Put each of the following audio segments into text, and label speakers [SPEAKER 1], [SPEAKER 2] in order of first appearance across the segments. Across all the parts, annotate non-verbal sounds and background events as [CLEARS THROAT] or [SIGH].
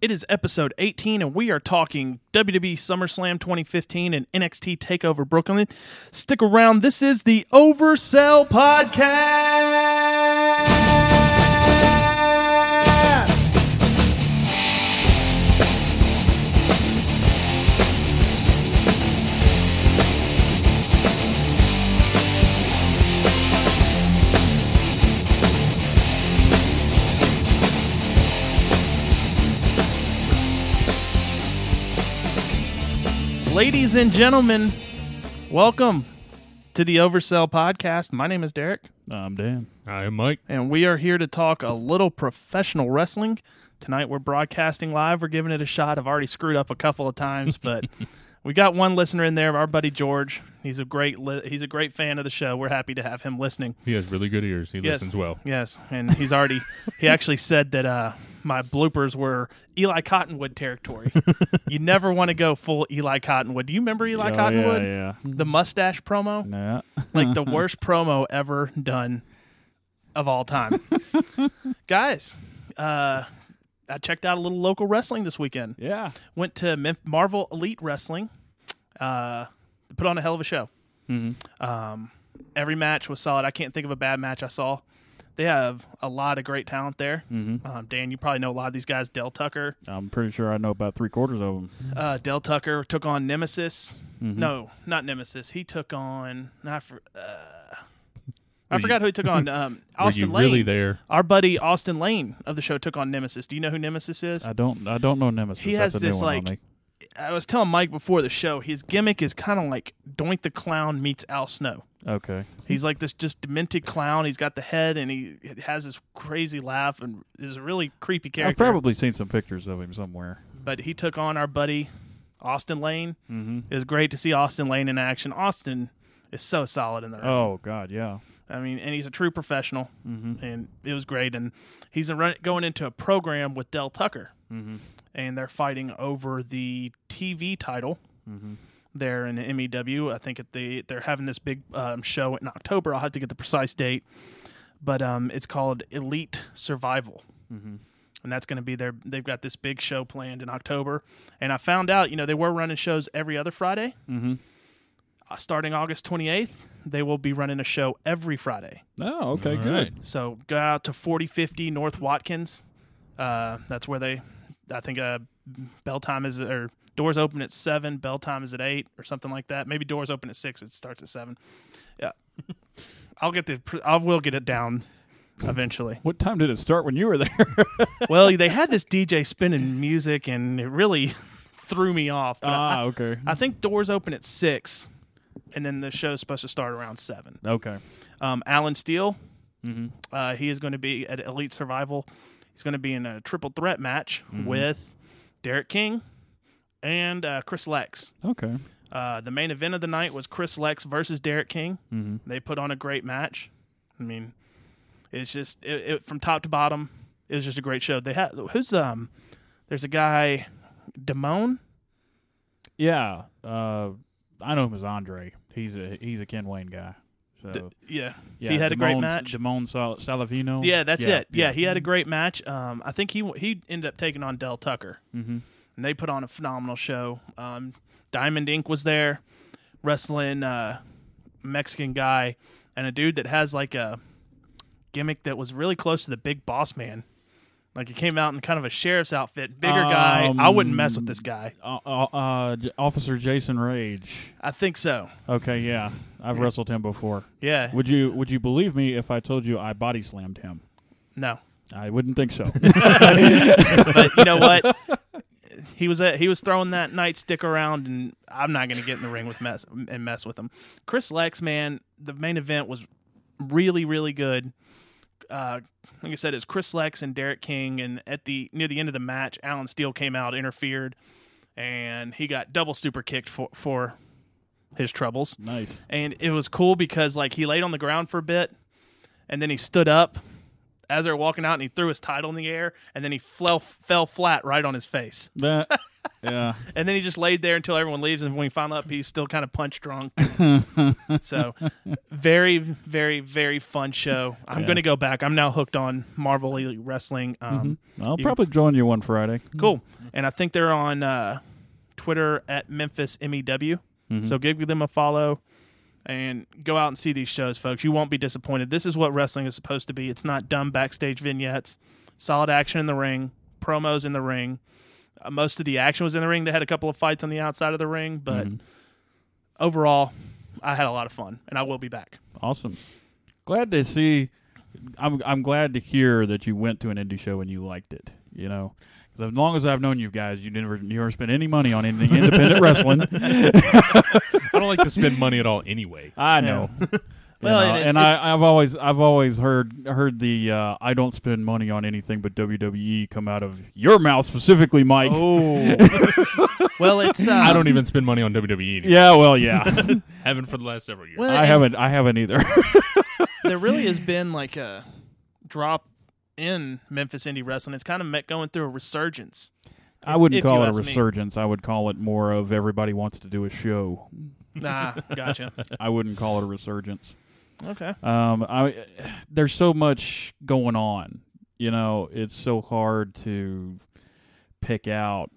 [SPEAKER 1] It is episode 18, and we are talking WWE SummerSlam 2015 and NXT TakeOver Brooklyn. Stick around. This is the Oversell Podcast. Ladies and gentlemen, welcome to the Oversell Podcast. My name is Derek.
[SPEAKER 2] I'm Dan.
[SPEAKER 3] I am Uh, Mike.
[SPEAKER 1] and we are here to talk a little professional wrestling. Tonight we're broadcasting live. We're giving it a shot. I've already screwed up a couple of times,
[SPEAKER 2] [LAUGHS]
[SPEAKER 1] but we got one listener in there, our buddy George. He's a great li- he's a great fan of the show. We're happy to have him listening.
[SPEAKER 3] He has really good ears. He
[SPEAKER 1] Yes.
[SPEAKER 3] listens well.
[SPEAKER 1] Yes, and he's already he actually said that uh my bloopers were Eli Cottonwood
[SPEAKER 2] [LAUGHS]
[SPEAKER 1] territory. you never want to go full Eli Cottonwood. Do you remember Eli
[SPEAKER 2] Oh,
[SPEAKER 1] Cottonwood?
[SPEAKER 2] Yeah,
[SPEAKER 1] The mustache promo?
[SPEAKER 2] yeah. yeah.
[SPEAKER 1] like the worst promo ever done of all time. Guys, uh, I checked out a little local wrestling this weekend.
[SPEAKER 2] Yeah.
[SPEAKER 1] Went to Mem- Marvel Elite Wrestling. Uh, put on a hell of a show. Um, every match was solid. I can't think of a bad match I saw. They have a lot of great talent there. Um, Dan, you probably know a lot of these guys. Del Tucker.
[SPEAKER 2] I'm pretty sure I know about three quarters of them.
[SPEAKER 1] Uh, Del Tucker took on Nemesis.
[SPEAKER 3] Mm-hmm.
[SPEAKER 1] No, not Nemesis. He took on. I, for, uh, I
[SPEAKER 3] Were
[SPEAKER 1] forgot who he took on. Um, Austin
[SPEAKER 3] [LAUGHS] Were you really
[SPEAKER 1] Lane.
[SPEAKER 3] there?
[SPEAKER 1] Our buddy Austin Lane of the show took on Nemesis. Do you know who Nemesis is?
[SPEAKER 2] I don't. I don't know Nemesis.
[SPEAKER 1] He
[SPEAKER 2] That's
[SPEAKER 1] has
[SPEAKER 2] a new
[SPEAKER 1] this,
[SPEAKER 2] one on
[SPEAKER 1] like-
[SPEAKER 2] me.
[SPEAKER 1] I was telling Mike before the show, his gimmick is kind of like Doink the Clown meets Al Snow.
[SPEAKER 2] Okay.
[SPEAKER 1] He's like this just demented clown. He's got the head and he has this crazy laugh and is a really creepy character.
[SPEAKER 2] I've probably seen some pictures of him somewhere.
[SPEAKER 1] but he took on our buddy Austin Lane.
[SPEAKER 2] Mm-hmm.
[SPEAKER 1] It was great to see Austin Lane in action. Austin is so solid in the ring.
[SPEAKER 2] Oh God, yeah.
[SPEAKER 1] I mean, and he's a true professional, and it was great. And he's a run, going into a program with Del Tucker, and they're fighting over the TV title there in the MEW. I think at the they're having this big um, show in October. I'll have to get the precise date, but um, it's called Elite Survival. And that's going to be their. They've got this big show planned in October, and I found out, you know, they were running shows every other Friday.
[SPEAKER 2] Mm-hmm.
[SPEAKER 1] Uh, starting August twenty eighth, they will be running a show every Friday.
[SPEAKER 2] Oh, okay,
[SPEAKER 3] All
[SPEAKER 2] good.
[SPEAKER 3] right.
[SPEAKER 1] So go out to 4050 North Watkins. Uh, that's where they, I think, uh, bell time is, or doors open at 7, bell time is at 8, or something like that. Maybe doors open at 6, it starts at 7. Yeah. I'll get the, pr- I will get it down eventually.
[SPEAKER 2] What time did it start when you were there?
[SPEAKER 1] well, they had this DJ spinning music, and it really [LAUGHS] threw me off. But I,
[SPEAKER 2] Ah, okay.
[SPEAKER 1] I think doors open at 6, and then the show's supposed to start around 7.
[SPEAKER 2] [LAUGHS] okay.
[SPEAKER 1] Um, Alan Steele,
[SPEAKER 2] Mm-hmm.
[SPEAKER 1] Uh, he is going to be at Elite Survival. He's going to be in a triple threat match with Derek King and uh, Chris Lex.
[SPEAKER 2] Okay.
[SPEAKER 1] Uh, the main event of the night was Chris Lex versus Derek King.
[SPEAKER 2] Mm-hmm.
[SPEAKER 1] They put on a great match. I mean, it's just it, it, from top to bottom. It was just a great show. They had who's um, there's a guy, Damone.
[SPEAKER 2] Yeah. Uh, I know him as Andre. He's a he's a Ken Wayne guy. So
[SPEAKER 1] D- yeah,
[SPEAKER 2] yeah,
[SPEAKER 1] he had a great
[SPEAKER 2] Damon's-
[SPEAKER 1] match.
[SPEAKER 2] Damon Sal- Salavino.
[SPEAKER 1] yeah, that's it. Yeah, he had a great match. Um, I think he he ended up taking on Del Tucker.
[SPEAKER 2] Mm-hmm.
[SPEAKER 1] and they put on a phenomenal show. Um, Diamond Inc. was there, wrestling uh, Mexican guy, and a dude that has like a gimmick that was really close to the Big Boss Man. Like he came out in kind of a sheriff's outfit, bigger guy. I wouldn't mess with this guy.
[SPEAKER 2] uh, uh, uh, J- Officer Jason Rage.
[SPEAKER 1] I think so.
[SPEAKER 2] Okay, yeah, I've wrestled him before.
[SPEAKER 1] Yeah.
[SPEAKER 2] Would you Would you believe me if I told you I body slammed him?
[SPEAKER 1] no.
[SPEAKER 2] I wouldn't
[SPEAKER 1] [LAUGHS]
[SPEAKER 2] think so.
[SPEAKER 1] But you know what? He was at, he was throwing that nightstick around, and I'm not going to get in the ring with mess and mess with him. Chris Lex, man, the main event was really really good. Uh, like I said, it's Chris Lex and Derek King, and at the near the end of the match, Alan Steele came out, interfered, and he got double super kicked for for his troubles.
[SPEAKER 2] nice.
[SPEAKER 1] And it was cool because like he laid on the ground for a bit, and then he stood up as they were walking out, and he threw his title in the air, and then he fell fell flat right on his face.
[SPEAKER 2] That yeah.
[SPEAKER 1] And then he just laid there until everyone leaves. And when we found out, he's still kind of punch drunk. so, very, very, very fun show. I'm
[SPEAKER 2] Yeah.
[SPEAKER 1] going to go back. I'm now hooked on Marvel Elite Wrestling. Um,
[SPEAKER 2] I'll
[SPEAKER 1] You-
[SPEAKER 2] probably join you one Friday.
[SPEAKER 1] Cool. And I think they're on uh, Twitter at Memphis MEW.
[SPEAKER 3] Mm-hmm.
[SPEAKER 1] So, give them a follow and go out and see these shows, folks. You won't be disappointed. This is what wrestling is supposed to be it's not dumb backstage vignettes, solid action in the ring, promos in the ring. Uh, most of the action was in the ring. They had a couple of fights on the outside of the ring, but
[SPEAKER 2] Mm-hmm.
[SPEAKER 3] Mm-hmm.
[SPEAKER 1] overall, I had a lot of fun, and I will be back.
[SPEAKER 2] Awesome. Glad to see. I'm I'm glad to hear that you went to an indie show and you liked it. You know, because as long as I've known you guys, you never you never spent any money on anything
[SPEAKER 1] [LAUGHS]
[SPEAKER 2] independent wrestling.
[SPEAKER 3] I don't like to spend money at all anyway.
[SPEAKER 1] [LAUGHS]
[SPEAKER 2] I know.
[SPEAKER 1] Well,
[SPEAKER 2] You know,
[SPEAKER 1] it-
[SPEAKER 2] and
[SPEAKER 1] it's-
[SPEAKER 2] I, I've always I've always heard heard the uh, I don't spend money on anything but WWE come out of your mouth specifically, Mike.
[SPEAKER 1] Oh, well,
[SPEAKER 3] [LAUGHS]
[SPEAKER 1] it's. Uh,
[SPEAKER 3] I don't even spend money on WWE. Anymore.
[SPEAKER 2] Yeah,
[SPEAKER 1] [LAUGHS]
[SPEAKER 2] well, yeah.
[SPEAKER 3] Haven't for the last several years.
[SPEAKER 1] Well,
[SPEAKER 2] I
[SPEAKER 1] and
[SPEAKER 2] haven't I haven't either. [LAUGHS]
[SPEAKER 1] There really has been like a drop in Memphis indie wrestling. It's kind of met going through a resurgence.
[SPEAKER 2] I
[SPEAKER 1] If-
[SPEAKER 2] wouldn't
[SPEAKER 1] if you
[SPEAKER 2] call it a
[SPEAKER 1] ask me.
[SPEAKER 2] resurgence. I would call it more of everybody wants to do a show.
[SPEAKER 1] Nah, gotcha.
[SPEAKER 2] I wouldn't call it a resurgence.
[SPEAKER 1] Okay.
[SPEAKER 2] Um, I there's so much going on. You know, it's so hard to pick out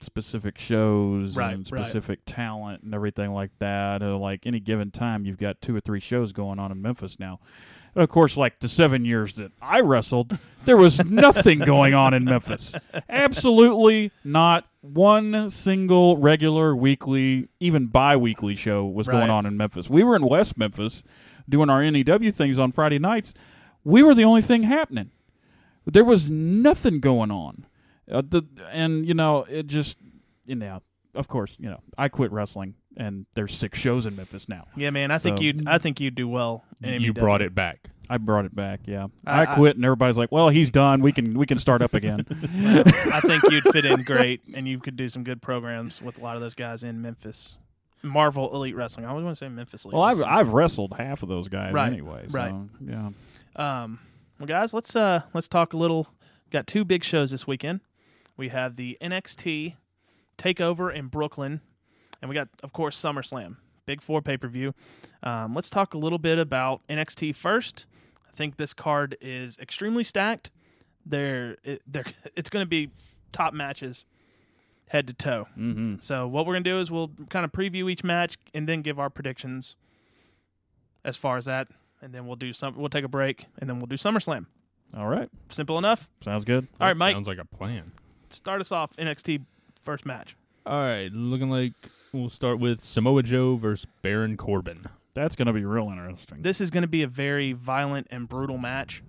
[SPEAKER 2] specific shows
[SPEAKER 1] Right,
[SPEAKER 2] and
[SPEAKER 1] right.
[SPEAKER 2] specific talent and everything like that. Uh, like any given time, you've got two or three shows going on in Memphis now. And of course, like the seven years that I wrestled, there was nothing going on in Memphis. Absolutely not one single regular weekly, even bi weekly show was
[SPEAKER 1] Right.
[SPEAKER 2] going on in Memphis. We were in West Memphis doing our NEW things on Friday nights. We were the only thing happening. There was nothing going on. Uh, the, and, you know, it just, you know, of course, you know, I quit wrestling and there's six shows in Memphis now.
[SPEAKER 1] Yeah, man. I think
[SPEAKER 2] So-
[SPEAKER 1] you. I think you do well. In E MEW.
[SPEAKER 3] you brought it back.
[SPEAKER 2] I brought it back. Yeah,
[SPEAKER 1] I-
[SPEAKER 2] I, quit, and everybody's like, "Well, he's done. We can we can start up
[SPEAKER 1] [LAUGHS]
[SPEAKER 2] again."
[SPEAKER 1] I think you'd fit in great, and you could do some good programs with a lot of those guys in Memphis. Marvel Elite Wrestling. I always want to say Memphis Elite.
[SPEAKER 2] well, I've
[SPEAKER 1] Wrestling.
[SPEAKER 2] I've wrestled half of those guys
[SPEAKER 1] Right,
[SPEAKER 2] anyway. So,
[SPEAKER 1] right.
[SPEAKER 2] Yeah.
[SPEAKER 1] Um, well, guys, let's uh let's talk a little. Got two big shows this weekend. We have the NXT Takeover in Brooklyn, and we got, of course, SummerSlam, Big Four pay per view. Um, let's talk a little bit about NXT first. I think this card is extremely stacked. There, it, there, [LAUGHS] it's going to be top matches, head to toe.
[SPEAKER 2] Mm-hmm.
[SPEAKER 1] So what we're gonna do is we'll kind of preview each match and then give our predictions as far as that, and then we'll do some. We'll take a break and then we'll do SummerSlam.
[SPEAKER 2] All right.
[SPEAKER 1] Simple enough.
[SPEAKER 2] Sounds good.
[SPEAKER 1] All right,
[SPEAKER 3] That
[SPEAKER 1] Mike,
[SPEAKER 3] Sounds like a plan.
[SPEAKER 1] start us off NXT first match.
[SPEAKER 3] All right, looking like we'll start with Samoa Joe versus Baron Corbin.
[SPEAKER 2] That's going to be real interesting.
[SPEAKER 1] This is gonna be a very violent and brutal match.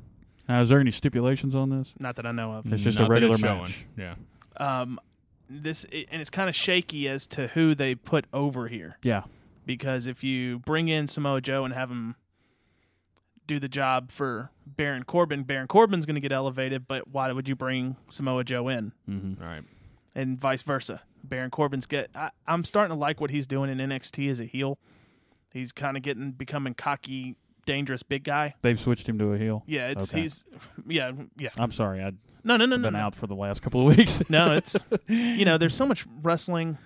[SPEAKER 2] Now, is there any stipulations on this?
[SPEAKER 1] Not that I know of.
[SPEAKER 2] It's just
[SPEAKER 3] Not
[SPEAKER 2] a
[SPEAKER 3] that
[SPEAKER 2] regular
[SPEAKER 3] it's showing.
[SPEAKER 2] match.
[SPEAKER 3] Yeah.
[SPEAKER 1] Um, this and it's kind of shaky as to who they put over here.
[SPEAKER 2] Yeah.
[SPEAKER 1] because if you bring in Samoa Joe and have him do the job for Baron Corbin, Baron Corbin's going to get elevated, but why would you bring Samoa Joe in
[SPEAKER 2] Mm-hmm.
[SPEAKER 3] All right.
[SPEAKER 1] and vice versa? Baron Corbin's get I, I'm starting to like what he's doing in NXT as a heel. He's kind of getting becoming cocky, dangerous big guy.
[SPEAKER 2] They've switched him to a heel.
[SPEAKER 1] Yeah, it's
[SPEAKER 2] Okay.
[SPEAKER 1] he's yeah, yeah.
[SPEAKER 2] I'm sorry, I've
[SPEAKER 1] No, no, no, no.
[SPEAKER 2] been
[SPEAKER 1] no.
[SPEAKER 2] out for the last couple of weeks.
[SPEAKER 1] [LAUGHS] No, it's you know, there's so much wrestling.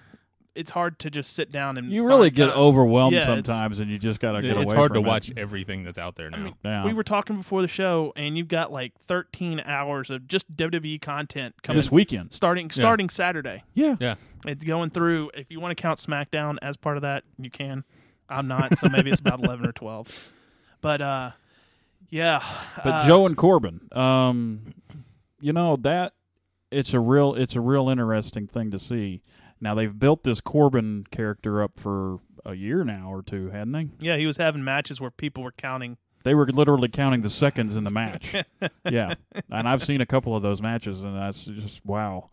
[SPEAKER 1] It's hard to just sit down and
[SPEAKER 2] [LAUGHS] you really
[SPEAKER 1] find
[SPEAKER 2] get
[SPEAKER 1] time.
[SPEAKER 2] overwhelmed
[SPEAKER 1] Yeah, it's-
[SPEAKER 2] sometimes, and you just got to get away.
[SPEAKER 3] It's hard to
[SPEAKER 2] from it.
[SPEAKER 3] watch everything that's out there now.
[SPEAKER 1] mean,
[SPEAKER 2] Yeah.
[SPEAKER 1] We were talking before the show, and you've got like 13 hours of just WWE content coming
[SPEAKER 2] this weekend.
[SPEAKER 1] starting starting Saturday.
[SPEAKER 2] Yeah.
[SPEAKER 3] yeah.
[SPEAKER 1] It's going through. If you want to count SmackDown as part of that, you can. I'm not, so maybe it's about 11 or 12. But uh, yeah,
[SPEAKER 2] But
[SPEAKER 1] uh,
[SPEAKER 2] Joe and Corbin, um, you know that it's a real it's a real interesting thing to see. Now they've built this Corbin character up for a year now or two, hadn't they?
[SPEAKER 1] yeah, he was having matches where people were counting.
[SPEAKER 2] They were literally counting the seconds in the match. yeah, and I've seen a couple of those matches, and that's just wow.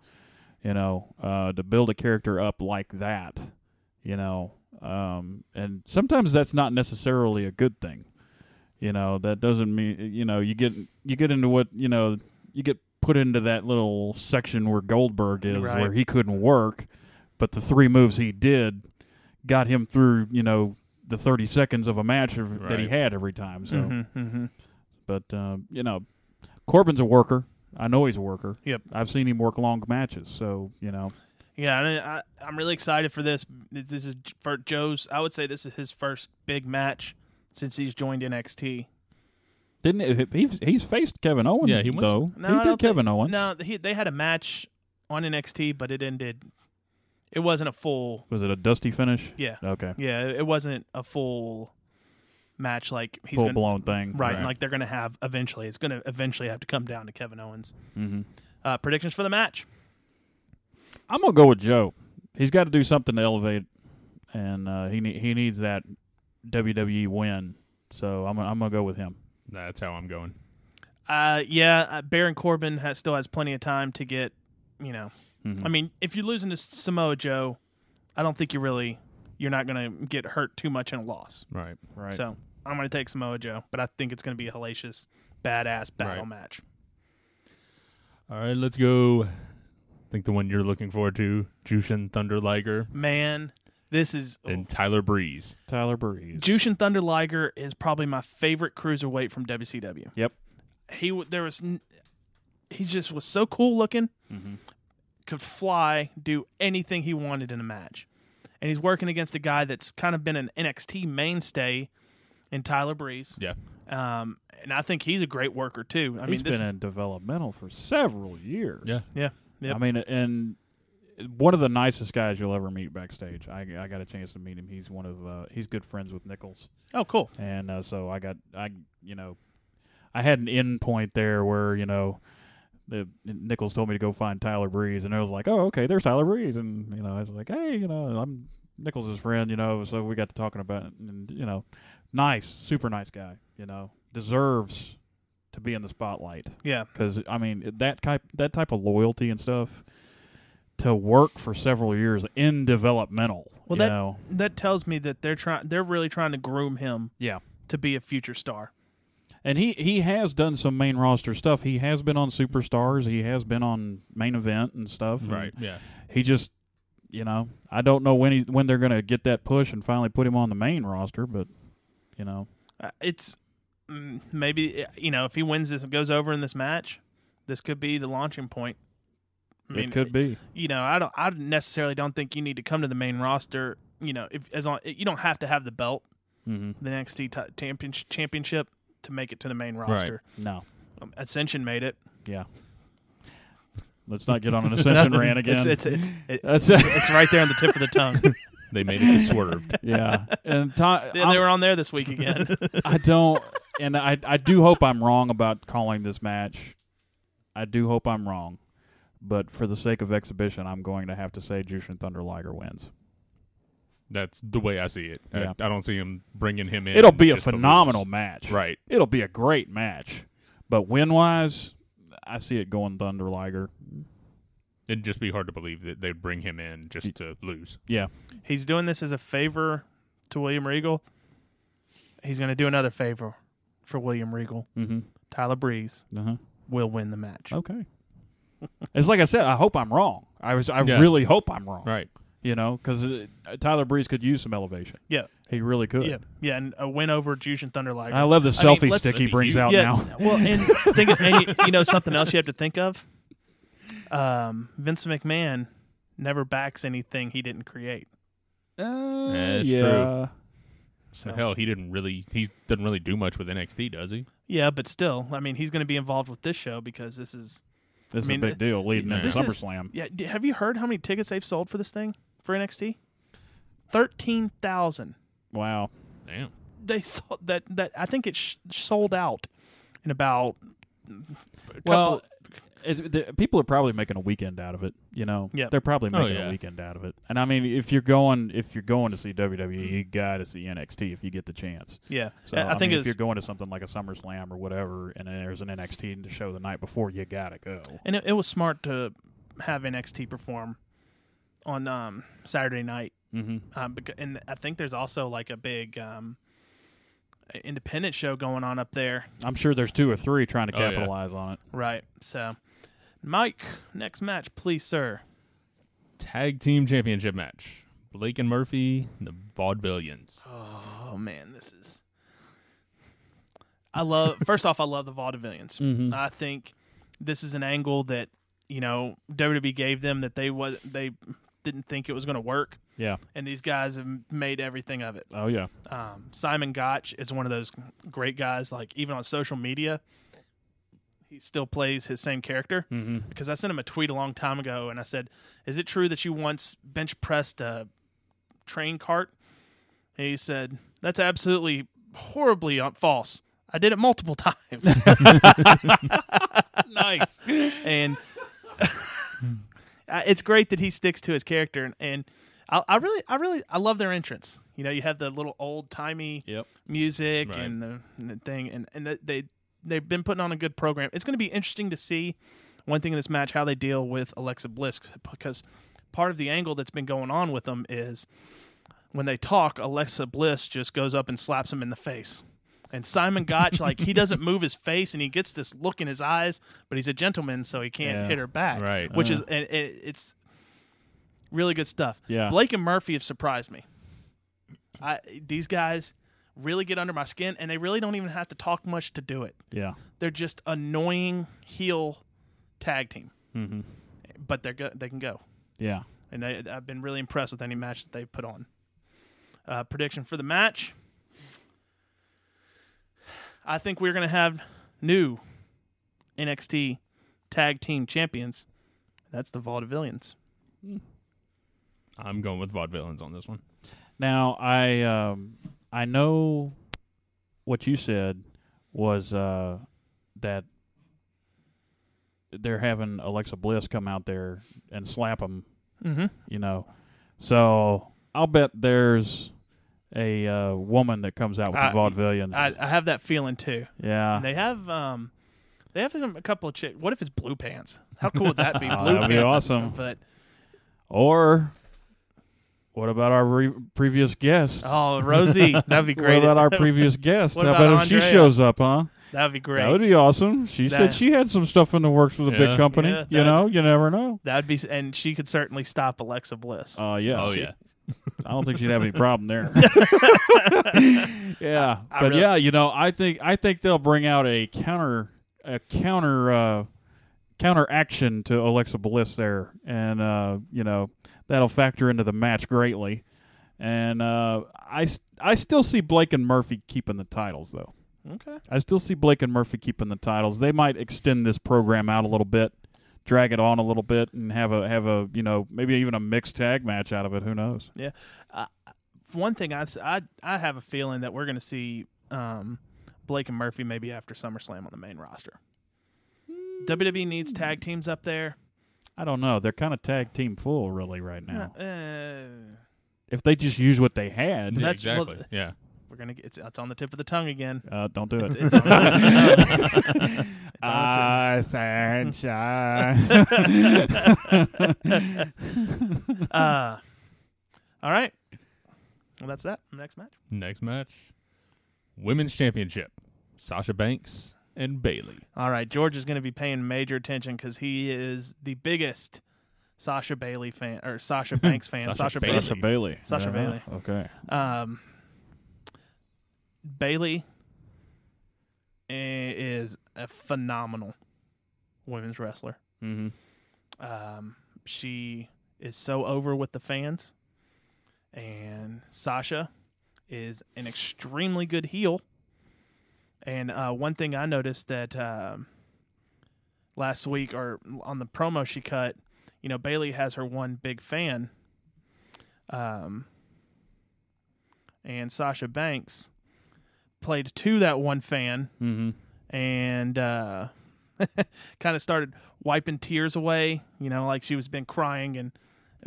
[SPEAKER 2] You know, uh, to build a character up like that, you know, um, and sometimes that's not necessarily a good thing. You know, that doesn't mean you know you get you get into what you know you get put into that little section where Goldberg is,
[SPEAKER 1] Right.
[SPEAKER 2] where he couldn't work, but the three moves he did got him through. You know. The thirty seconds of a match of- that he
[SPEAKER 3] Right.
[SPEAKER 2] had every time, so
[SPEAKER 1] Mhm,
[SPEAKER 2] mm-hmm.
[SPEAKER 1] mhm.
[SPEAKER 2] but um, you know, Corbin's a worker. I know he's a worker.
[SPEAKER 1] Yep.
[SPEAKER 2] I've seen him work long matches. So you know,
[SPEAKER 1] Yeah, and I, I'm really excited for this. This is for Joe's. I would say this is his first big match since he's joined NXT.
[SPEAKER 2] Didn't it, he, he's faced Kevin Owens?
[SPEAKER 3] Yeah, he went-
[SPEAKER 2] though.
[SPEAKER 1] No,
[SPEAKER 2] he
[SPEAKER 1] I
[SPEAKER 2] did
[SPEAKER 1] don't think-
[SPEAKER 2] Kevin Owens.
[SPEAKER 1] No, he, they had a match on NXT, but it ended. It wasn't a full.
[SPEAKER 2] Was it a dusty finish?
[SPEAKER 1] Yeah,
[SPEAKER 2] Okay.
[SPEAKER 1] yeah, it wasn't a full match. Like he's
[SPEAKER 2] Full
[SPEAKER 1] gonna,
[SPEAKER 2] blown thing.
[SPEAKER 1] right, and like they're gonna have eventually. It's gonna eventually have to come down to Kevin Owens.
[SPEAKER 2] hmm
[SPEAKER 1] Uh, predictions for the match.
[SPEAKER 2] I'm gonna go with Joe. He's got to do something to elevate, and uh, he ne- he needs that WWE win. So I'm I'm gonna go with him.
[SPEAKER 3] That's how I'm going.
[SPEAKER 1] Uh, yeah, uh, Baron Corbin has, still has plenty of time to get. You know,
[SPEAKER 2] Mhm.
[SPEAKER 1] I mean, if you're losing to Samoa Joe, I don't think you really you're not gonna get hurt too much in a loss.
[SPEAKER 3] Right.
[SPEAKER 2] right.
[SPEAKER 1] So I'm going to take Samoa Joe, but I think it's going to be a hellacious, badass battle
[SPEAKER 3] Right.
[SPEAKER 1] match.
[SPEAKER 3] All right, let's go. I think the one you're looking forward to, Jushin Thunder Liger
[SPEAKER 1] Man, this is.
[SPEAKER 3] and Tyler Breeze.
[SPEAKER 2] Tyler Breeze.
[SPEAKER 1] Jushin Thunder Liger is probably my favorite cruiserweight from WCW.
[SPEAKER 2] Yep.
[SPEAKER 1] He w- there was n- he just was so cool looking,
[SPEAKER 2] Mhm.
[SPEAKER 1] could fly, do anything he wanted in a match, and he's working against a guy that's kind of been an NXT mainstay in Tyler Breeze.
[SPEAKER 3] Yeah.
[SPEAKER 1] Um, and I think he's a great worker too. I mean,
[SPEAKER 2] He's
[SPEAKER 1] this,
[SPEAKER 2] been in developmental for several years.
[SPEAKER 3] Yeah.
[SPEAKER 1] yeah, Yep.
[SPEAKER 2] I mean, and one of the nicest guys you'll ever meet backstage. I, I got a chance to meet him. He's one of uh, he's good friends with Nichols,
[SPEAKER 1] oh cool.
[SPEAKER 2] and uh, so I got I you know I had an end point there where you know the Nichols told me to go find Tyler Breeze, and I was like, oh okay, there's Tyler Breeze, and you know I was like, hey, you know I'm Nichols' friend, you know, so we got to talking about it, and you know, nice, super nice guy, you know, deserves to be in the spotlight
[SPEAKER 1] Yeah,
[SPEAKER 2] because I mean that type that type of loyalty and stuff to work for several years in developmental.
[SPEAKER 1] Well,
[SPEAKER 2] you
[SPEAKER 1] that-
[SPEAKER 2] know?
[SPEAKER 1] that tells me that they're trying they're really trying to groom him
[SPEAKER 2] yeah,
[SPEAKER 1] to be a future star.
[SPEAKER 2] and he he has done some main roster stuff. He has been on superstars. He has been on main event and stuff. and
[SPEAKER 3] Mm-hmm. Yeah.
[SPEAKER 2] he just you know I don't know when he when they're gonna get that push and finally put him on the main roster, but you know
[SPEAKER 1] Uh, it's mm, maybe you know if he wins this goes over in this match, this could be the launching point. I mean,
[SPEAKER 2] it could be.
[SPEAKER 1] You know, I don't. I necessarily don't think you need to come to the main roster. You know, if as long you don't have to have the belt,
[SPEAKER 2] Mm-hmm.
[SPEAKER 1] the NXT t- champion, championship to make it to the main roster.
[SPEAKER 2] No,
[SPEAKER 1] Um, Ascension made it.
[SPEAKER 2] yeah. Let's not get on an
[SPEAKER 1] [LAUGHS]
[SPEAKER 2] ascension rant again.
[SPEAKER 1] It's it's it's, it,
[SPEAKER 2] That's it.
[SPEAKER 1] it's right there on the tip of the tongue.
[SPEAKER 3] They made it to swerved.
[SPEAKER 2] [LAUGHS]
[SPEAKER 3] [LAUGHS]
[SPEAKER 2] yeah, and
[SPEAKER 1] [LAUGHS]
[SPEAKER 2] Ty,
[SPEAKER 1] they,
[SPEAKER 2] I'm-
[SPEAKER 1] they were on there this week again.
[SPEAKER 2] [LAUGHS] I don't, and I I do hope I'm wrong about calling this match. I do hope I'm wrong, but for the sake of exhibition, I'm going to have to say Jushin Thunder Liger wins.
[SPEAKER 3] That's the way I see it. I-
[SPEAKER 2] Yeah.
[SPEAKER 3] I, don't see him bringing him in.
[SPEAKER 2] It'll be a
[SPEAKER 3] just to lose.
[SPEAKER 2] phenomenal match,
[SPEAKER 3] Right.
[SPEAKER 2] It'll be a great match, but win wise, I see it going Thunder Liger.
[SPEAKER 3] It'd just be hard to believe that they'd bring him in just to lose.
[SPEAKER 2] Yeah,
[SPEAKER 1] He's doing this as a favor to William Regal. He's going to do another favor for William Regal.
[SPEAKER 2] mm-hmm.
[SPEAKER 1] Tyler Breeze
[SPEAKER 2] uh-huh.
[SPEAKER 1] will win the match.
[SPEAKER 2] okay. [LAUGHS] it's like I said. I hope I'm wrong. I was. I
[SPEAKER 3] Yeah.
[SPEAKER 2] really hope I'm wrong.
[SPEAKER 3] Right.
[SPEAKER 2] You know, because Tyler Breeze could use some elevation.
[SPEAKER 1] Yeah,
[SPEAKER 2] He really could.
[SPEAKER 1] yeah, yeah, and a win over Jushin Thunder Liger.
[SPEAKER 2] I love the
[SPEAKER 1] mean,
[SPEAKER 2] selfie
[SPEAKER 1] let's-
[SPEAKER 2] stick he brings out
[SPEAKER 1] yeah,
[SPEAKER 2] now.
[SPEAKER 1] [LAUGHS] well, and think of, and you, you know something else you have to think of. Um, Vince McMahon never backs anything he didn't create.
[SPEAKER 2] Uh,
[SPEAKER 3] That's
[SPEAKER 2] yeah.
[SPEAKER 1] So
[SPEAKER 3] Hell, he didn't really. He doesn't really do much with NXT, does he?
[SPEAKER 1] yeah, but still, I mean, he's going to be involved with this show because this is.
[SPEAKER 2] This
[SPEAKER 1] I mean,
[SPEAKER 2] is a big deal leading into
[SPEAKER 1] this is-
[SPEAKER 2] SummerSlam.
[SPEAKER 1] Yeah, d- have you heard how many tickets they've sold for this thing for NXT? Thirteen thousand.
[SPEAKER 2] wow.
[SPEAKER 3] Damn.
[SPEAKER 1] They [LAUGHS] sold that. That I think it sh- sold out in about. a
[SPEAKER 2] Well,
[SPEAKER 1] couple-
[SPEAKER 2] it, the, people are probably making a weekend out of it. You know,
[SPEAKER 1] Yep.
[SPEAKER 2] they're probably
[SPEAKER 3] Oh,
[SPEAKER 2] making
[SPEAKER 3] yeah.
[SPEAKER 2] a weekend out of it. And I mean, if you're going, if you're going to see WWE, you got to see NXT if you get the chance.
[SPEAKER 1] yeah,
[SPEAKER 2] So
[SPEAKER 1] I, I think
[SPEAKER 2] mean, if
[SPEAKER 1] it's
[SPEAKER 2] you're going to something like a SummerSlam or whatever, and then there's an NXT to show the night before, you gotta go.
[SPEAKER 1] and it, it was smart to have NXT perform on um, Saturday night.
[SPEAKER 2] Mm-hmm.
[SPEAKER 1] Um, becau- and I think there's also like a big um, independent show going on up there,
[SPEAKER 2] I'm sure there's two or three trying to
[SPEAKER 3] Oh, yeah.
[SPEAKER 2] capitalize on it.
[SPEAKER 1] right? So, Mike, next match, please, sir.
[SPEAKER 3] Tag team championship match. Blake and Murphy, the
[SPEAKER 1] [LAUGHS]
[SPEAKER 3] Vaudevillians.
[SPEAKER 1] Oh man, this is. I love. [LAUGHS] first off, I love the Vaudevillians.
[SPEAKER 2] Mhm.
[SPEAKER 1] I E think this is an angle that you know WWE gave them that they was they didn't think it was going to work,
[SPEAKER 2] Yeah.
[SPEAKER 1] and these guys have made everything of it.
[SPEAKER 2] Oh yeah.
[SPEAKER 1] Um, Simon Gotch is one of those great guys. Like even on social media, he still plays his same character.
[SPEAKER 2] Mm-hmm.
[SPEAKER 1] Because I sent him a tweet a long time ago, and I said, "Is it true that you once bench pressed a train cart?" And he said, "That's absolutely horribly un- false. I did it multiple [LAUGHS] times."
[SPEAKER 2] Nice.
[SPEAKER 1] and [LAUGHS] uh, it's great that he sticks to his character and, and I, I really i really i love their entrance you know you have the little old timey
[SPEAKER 2] Yep.
[SPEAKER 1] music
[SPEAKER 3] Right.
[SPEAKER 1] and, the, and the thing and, and the, they they've been putting on a good program it's going to be interesting to see one thing in this match how they deal with alexa bliss because part of the angle that's been going on with them is when they talk alexa bliss just goes up and slaps him in the face and Simon Gotch,
[SPEAKER 2] [LAUGHS]
[SPEAKER 1] like he doesn't move his face, and he gets this look in his eyes, but he's a gentleman, so he can't
[SPEAKER 2] Yeah.
[SPEAKER 1] hit her back.
[SPEAKER 3] Right.
[SPEAKER 1] Which
[SPEAKER 2] Uh.
[SPEAKER 1] is and, and it's really good stuff.
[SPEAKER 2] Yeah.
[SPEAKER 1] Blake and Murphy have surprised me. I these guys really get under my skin, and they really don't even have to talk much to do it.
[SPEAKER 2] Yeah.
[SPEAKER 1] They're just annoying heel tag team,
[SPEAKER 2] Mm-hmm.
[SPEAKER 1] but they're go- they can go,
[SPEAKER 2] Yeah.
[SPEAKER 1] and they, I've been really impressed with any match that they put on. Uh, prediction for the match: I think we're going to have new NXT tag team champions. That's the Vaudevillians.
[SPEAKER 3] I'm going with vaudevillains on this one.
[SPEAKER 2] Now I um, I know what you said was uh, that they're having Alexa Bliss come out there and slap them,
[SPEAKER 1] Mm-hmm.
[SPEAKER 2] you know. So I'll bet there's a uh, woman that comes out with
[SPEAKER 1] I-
[SPEAKER 2] the vaudevillians.
[SPEAKER 1] I, I have that feeling too.
[SPEAKER 2] yeah.
[SPEAKER 1] They have um, they have some, a couple of chicks. What if it's blue pants? How cool would
[SPEAKER 2] [LAUGHS]
[SPEAKER 1] that be?
[SPEAKER 2] Oh,
[SPEAKER 1] Blue
[SPEAKER 2] that'd be
[SPEAKER 1] pants.
[SPEAKER 2] awesome.
[SPEAKER 1] But
[SPEAKER 2] or what about our re- previous guest?
[SPEAKER 1] oh, Rosie, that'd be great.
[SPEAKER 2] [LAUGHS] What
[SPEAKER 1] [LAUGHS]
[SPEAKER 2] about our previous guest?
[SPEAKER 1] What
[SPEAKER 2] How
[SPEAKER 1] about
[SPEAKER 2] about, if she
[SPEAKER 1] Andrea?
[SPEAKER 2] shows up, huh?
[SPEAKER 1] that'd be great.
[SPEAKER 2] That would be awesome. She
[SPEAKER 1] That-
[SPEAKER 2] said she had some stuff in the works with a
[SPEAKER 3] Yeah.
[SPEAKER 2] big company.
[SPEAKER 1] Yeah, that-
[SPEAKER 2] you know, you never know.
[SPEAKER 1] That'd be, and she could certainly stop Alexa Bliss.
[SPEAKER 2] Uh, yeah.
[SPEAKER 3] oh
[SPEAKER 2] she-
[SPEAKER 3] yeah.
[SPEAKER 2] I don't think she'd have any
[SPEAKER 1] [LAUGHS]
[SPEAKER 2] problem there. [LAUGHS] yeah,
[SPEAKER 1] I
[SPEAKER 2] but
[SPEAKER 1] really-
[SPEAKER 2] yeah, you know, I think I think they'll bring out a counter a counter uh, counter action to Alexa Bliss there, and uh, you know that'll factor into the match greatly. And uh, I s- I still see Blake and Murphy keeping the titles though.
[SPEAKER 1] okay.
[SPEAKER 2] I still see Blake and Murphy keeping the titles. They might extend this program out a little bit, drag it on a little bit, and have a have a you know maybe even a mixed tag match out of it. Who knows?
[SPEAKER 1] One thing I, I I have a feeling that we're going to see um, Blake and Murphy maybe after SummerSlam on the main roster. WWE needs tag teams up there.
[SPEAKER 2] I don't know. They're kind of tag team full really right now.
[SPEAKER 1] Uh,
[SPEAKER 2] If they just use what they had,
[SPEAKER 1] Yeah, that's- well,
[SPEAKER 3] exactly. yeah.
[SPEAKER 1] we're gonna get it's, it's on the tip of the tongue again. [LAUGHS]
[SPEAKER 2] uh, don't do it. [LAUGHS]
[SPEAKER 1] It's on the tip of the tongue. It's on the tip.
[SPEAKER 2] Ah, sunshine.
[SPEAKER 1] Uh, all right. Well, that's that. Next match.
[SPEAKER 3] Next match, women's championship, Sasha Banks and Bailey.
[SPEAKER 1] All right. George is going to be paying major attention because he is the biggest Sasha Bailey fan or Sasha Banks fan. Sasha,
[SPEAKER 3] Sasha
[SPEAKER 1] Bailey.
[SPEAKER 2] Sasha Bailey.
[SPEAKER 1] Sasha
[SPEAKER 2] Yeah,
[SPEAKER 1] Bailey.
[SPEAKER 2] Okay.
[SPEAKER 1] Um, Bailey i- is a phenomenal women's wrestler.
[SPEAKER 2] Mm-hmm.
[SPEAKER 1] Um, she is so over with the fans, and Sasha is an extremely good heel. And uh, one thing I noticed that um, last week, or on the promo she cut, you know, Bailey has her one big fan, um, and Sasha Banks played to that one fan
[SPEAKER 2] Mm-hmm.
[SPEAKER 1] and uh, [LAUGHS] kind of started wiping tears away. You know, like she was been crying and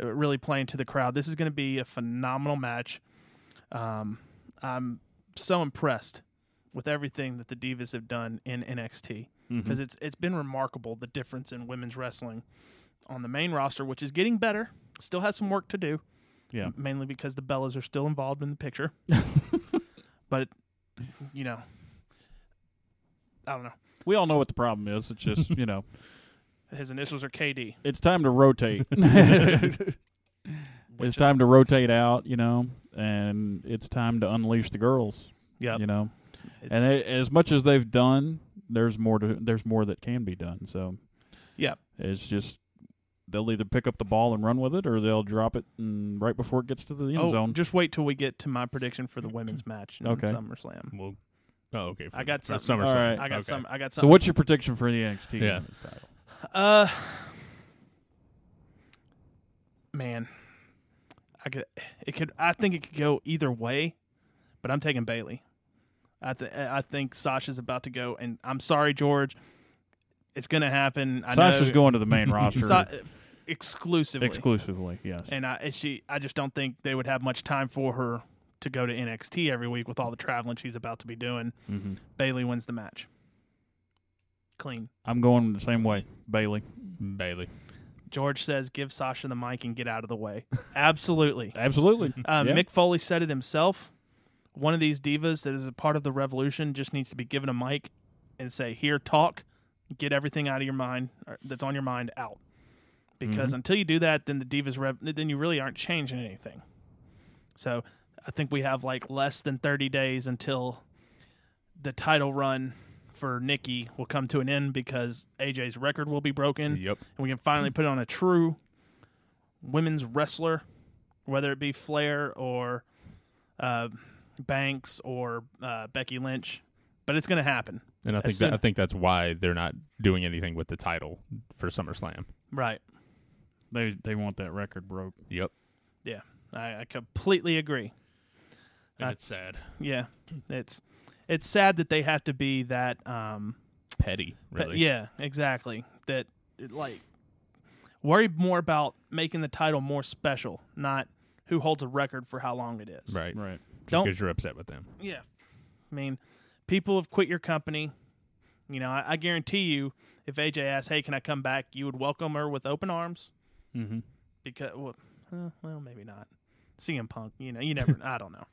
[SPEAKER 1] uh, really playing to the crowd. This is going to be a phenomenal match. Um, I'm so impressed with everything that the Divas have done in NXT
[SPEAKER 2] Mm-hmm.
[SPEAKER 1] because it's it's been remarkable the difference in women's wrestling on the main roster, which is getting better. Still has some work to do.
[SPEAKER 2] Yeah.
[SPEAKER 1] m- mainly because the Bellas are still involved in the picture. but you know, I don't know.
[SPEAKER 2] We all know what the problem is.
[SPEAKER 1] [LAUGHS]
[SPEAKER 2] It's just you know,
[SPEAKER 1] His initials are KD.
[SPEAKER 2] it's time
[SPEAKER 1] [LAUGHS]
[SPEAKER 2] to rotate. it's
[SPEAKER 1] uh, Which- uh,
[SPEAKER 2] time to rotate out, you know, and it's time to unleash the girls,
[SPEAKER 1] Yep.
[SPEAKER 2] you know. And a as much as they've done, there's more to there's more that can be done. So
[SPEAKER 1] Yep.
[SPEAKER 2] it's just they'll either pick up the ball and run with it, or they'll drop it and right before it gets to the end
[SPEAKER 1] oh,
[SPEAKER 2] zone.
[SPEAKER 1] just wait till we get to my prediction for the women's match in
[SPEAKER 2] Okay.
[SPEAKER 1] SummerSlam.
[SPEAKER 3] Well, oh, okay. for-
[SPEAKER 1] I got
[SPEAKER 3] for
[SPEAKER 1] something.
[SPEAKER 3] SummerSlam.
[SPEAKER 2] All right.
[SPEAKER 1] I got
[SPEAKER 3] Okay.
[SPEAKER 1] some. I got
[SPEAKER 2] So,
[SPEAKER 1] some.
[SPEAKER 2] what's your prediction for the NXT
[SPEAKER 3] Yeah.
[SPEAKER 2] Women's title?
[SPEAKER 1] Uh, man, I could. It could. I think it could go either way, but I'm taking Bailey. I th- I think Sasha's about to go, and I'm sorry, George. It's gonna happen. I
[SPEAKER 2] Sasha's
[SPEAKER 1] know.
[SPEAKER 2] going to the
[SPEAKER 1] [LAUGHS]
[SPEAKER 2] main roster
[SPEAKER 1] Sa- exclusively.
[SPEAKER 2] exclusively. Yes.
[SPEAKER 1] and I and she. I just don't think they would have much time for her to go to NXT every week with all the traveling she's about to be doing.
[SPEAKER 2] hmm
[SPEAKER 1] Bailey wins the match. Clean.
[SPEAKER 2] I'm going the same way, Bailey.
[SPEAKER 3] Bailey.
[SPEAKER 1] George says, "Give Sasha the mic and get out of the way." Absolutely.
[SPEAKER 2] Absolutely.
[SPEAKER 1] [LAUGHS] Uh,
[SPEAKER 2] Yeah.
[SPEAKER 1] Mick Foley said it himself. One of these divas that is a part of the revolution just needs to be given a mic and say, "Here, talk. Get everything out of your mind or that's on your mind out." Because until you do that, then the divas rev- then you really aren't changing anything. So I think we have like less than thirty days until the title run for Nikki will come to an end because AJ's record will be broken
[SPEAKER 3] Yep.
[SPEAKER 1] and we can finally put on a true women's wrestler, whether it be Flair or uh, Banks or uh, Becky Lynch. But it's going to happen,
[SPEAKER 3] And I think
[SPEAKER 1] soon-
[SPEAKER 3] that, I think that's why they're not doing anything with the title for SummerSlam.
[SPEAKER 1] right?
[SPEAKER 2] They they want that record broke.
[SPEAKER 3] Yep.
[SPEAKER 1] Yeah, I, I completely agree. And
[SPEAKER 3] it's sad.
[SPEAKER 1] Yeah, it's it's sad that they have to be that. Um,
[SPEAKER 3] Petty,
[SPEAKER 1] but
[SPEAKER 3] really.
[SPEAKER 1] yeah, exactly. That it, like worry more about making the title more special, not who holds a record for how long it is.
[SPEAKER 3] Right.
[SPEAKER 2] Right.
[SPEAKER 3] Just
[SPEAKER 1] Don't-
[SPEAKER 3] because you're upset with them.
[SPEAKER 1] Yeah. I mean, people have quit your company. You know, I, I guarantee you, if AJ asked, hey, can I come back, you would welcome her with open arms
[SPEAKER 2] Mm-hmm.
[SPEAKER 1] because, well, uh, well maybe not. CM Punk, you know, you
[SPEAKER 2] [LAUGHS]
[SPEAKER 1] never, I don't know.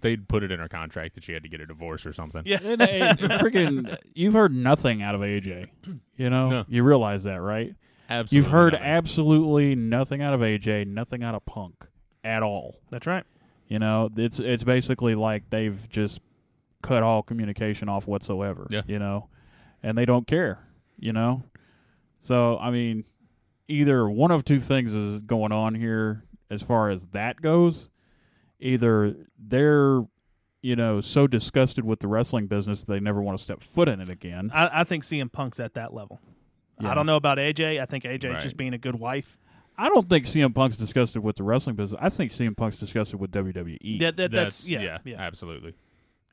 [SPEAKER 3] They'd put it in her contract that she had to get a divorce or something.
[SPEAKER 1] Yeah.
[SPEAKER 2] And, hey, [LAUGHS] freaking, you've heard nothing out of AJ. You know,
[SPEAKER 3] No.
[SPEAKER 2] you realize that, right?
[SPEAKER 3] Absolutely.
[SPEAKER 2] You've heard
[SPEAKER 3] nothing.
[SPEAKER 2] absolutely nothing out of AJ, nothing out of Punk at all.
[SPEAKER 1] That's right.
[SPEAKER 2] You know, it's it's basically like they've just cut all communication off whatsoever.
[SPEAKER 3] Yeah.
[SPEAKER 2] You know, and they don't care. You know, so I mean, either one of two things is going on here as far as that goes. Either they're you know so disgusted with the wrestling business they never want to step foot in it again.
[SPEAKER 1] I, I think CM Punk's at that level.
[SPEAKER 2] Yeah.
[SPEAKER 1] I don't know about AJ. I think AJ's
[SPEAKER 3] Right.
[SPEAKER 1] just being a good wife.
[SPEAKER 2] I don't think CM Punk's disgusted with the wrestling business. I think CM Punk's disgusted with WWE.
[SPEAKER 1] That, that, that's, yeah, yeah,
[SPEAKER 3] yeah,
[SPEAKER 1] yeah.
[SPEAKER 3] absolutely.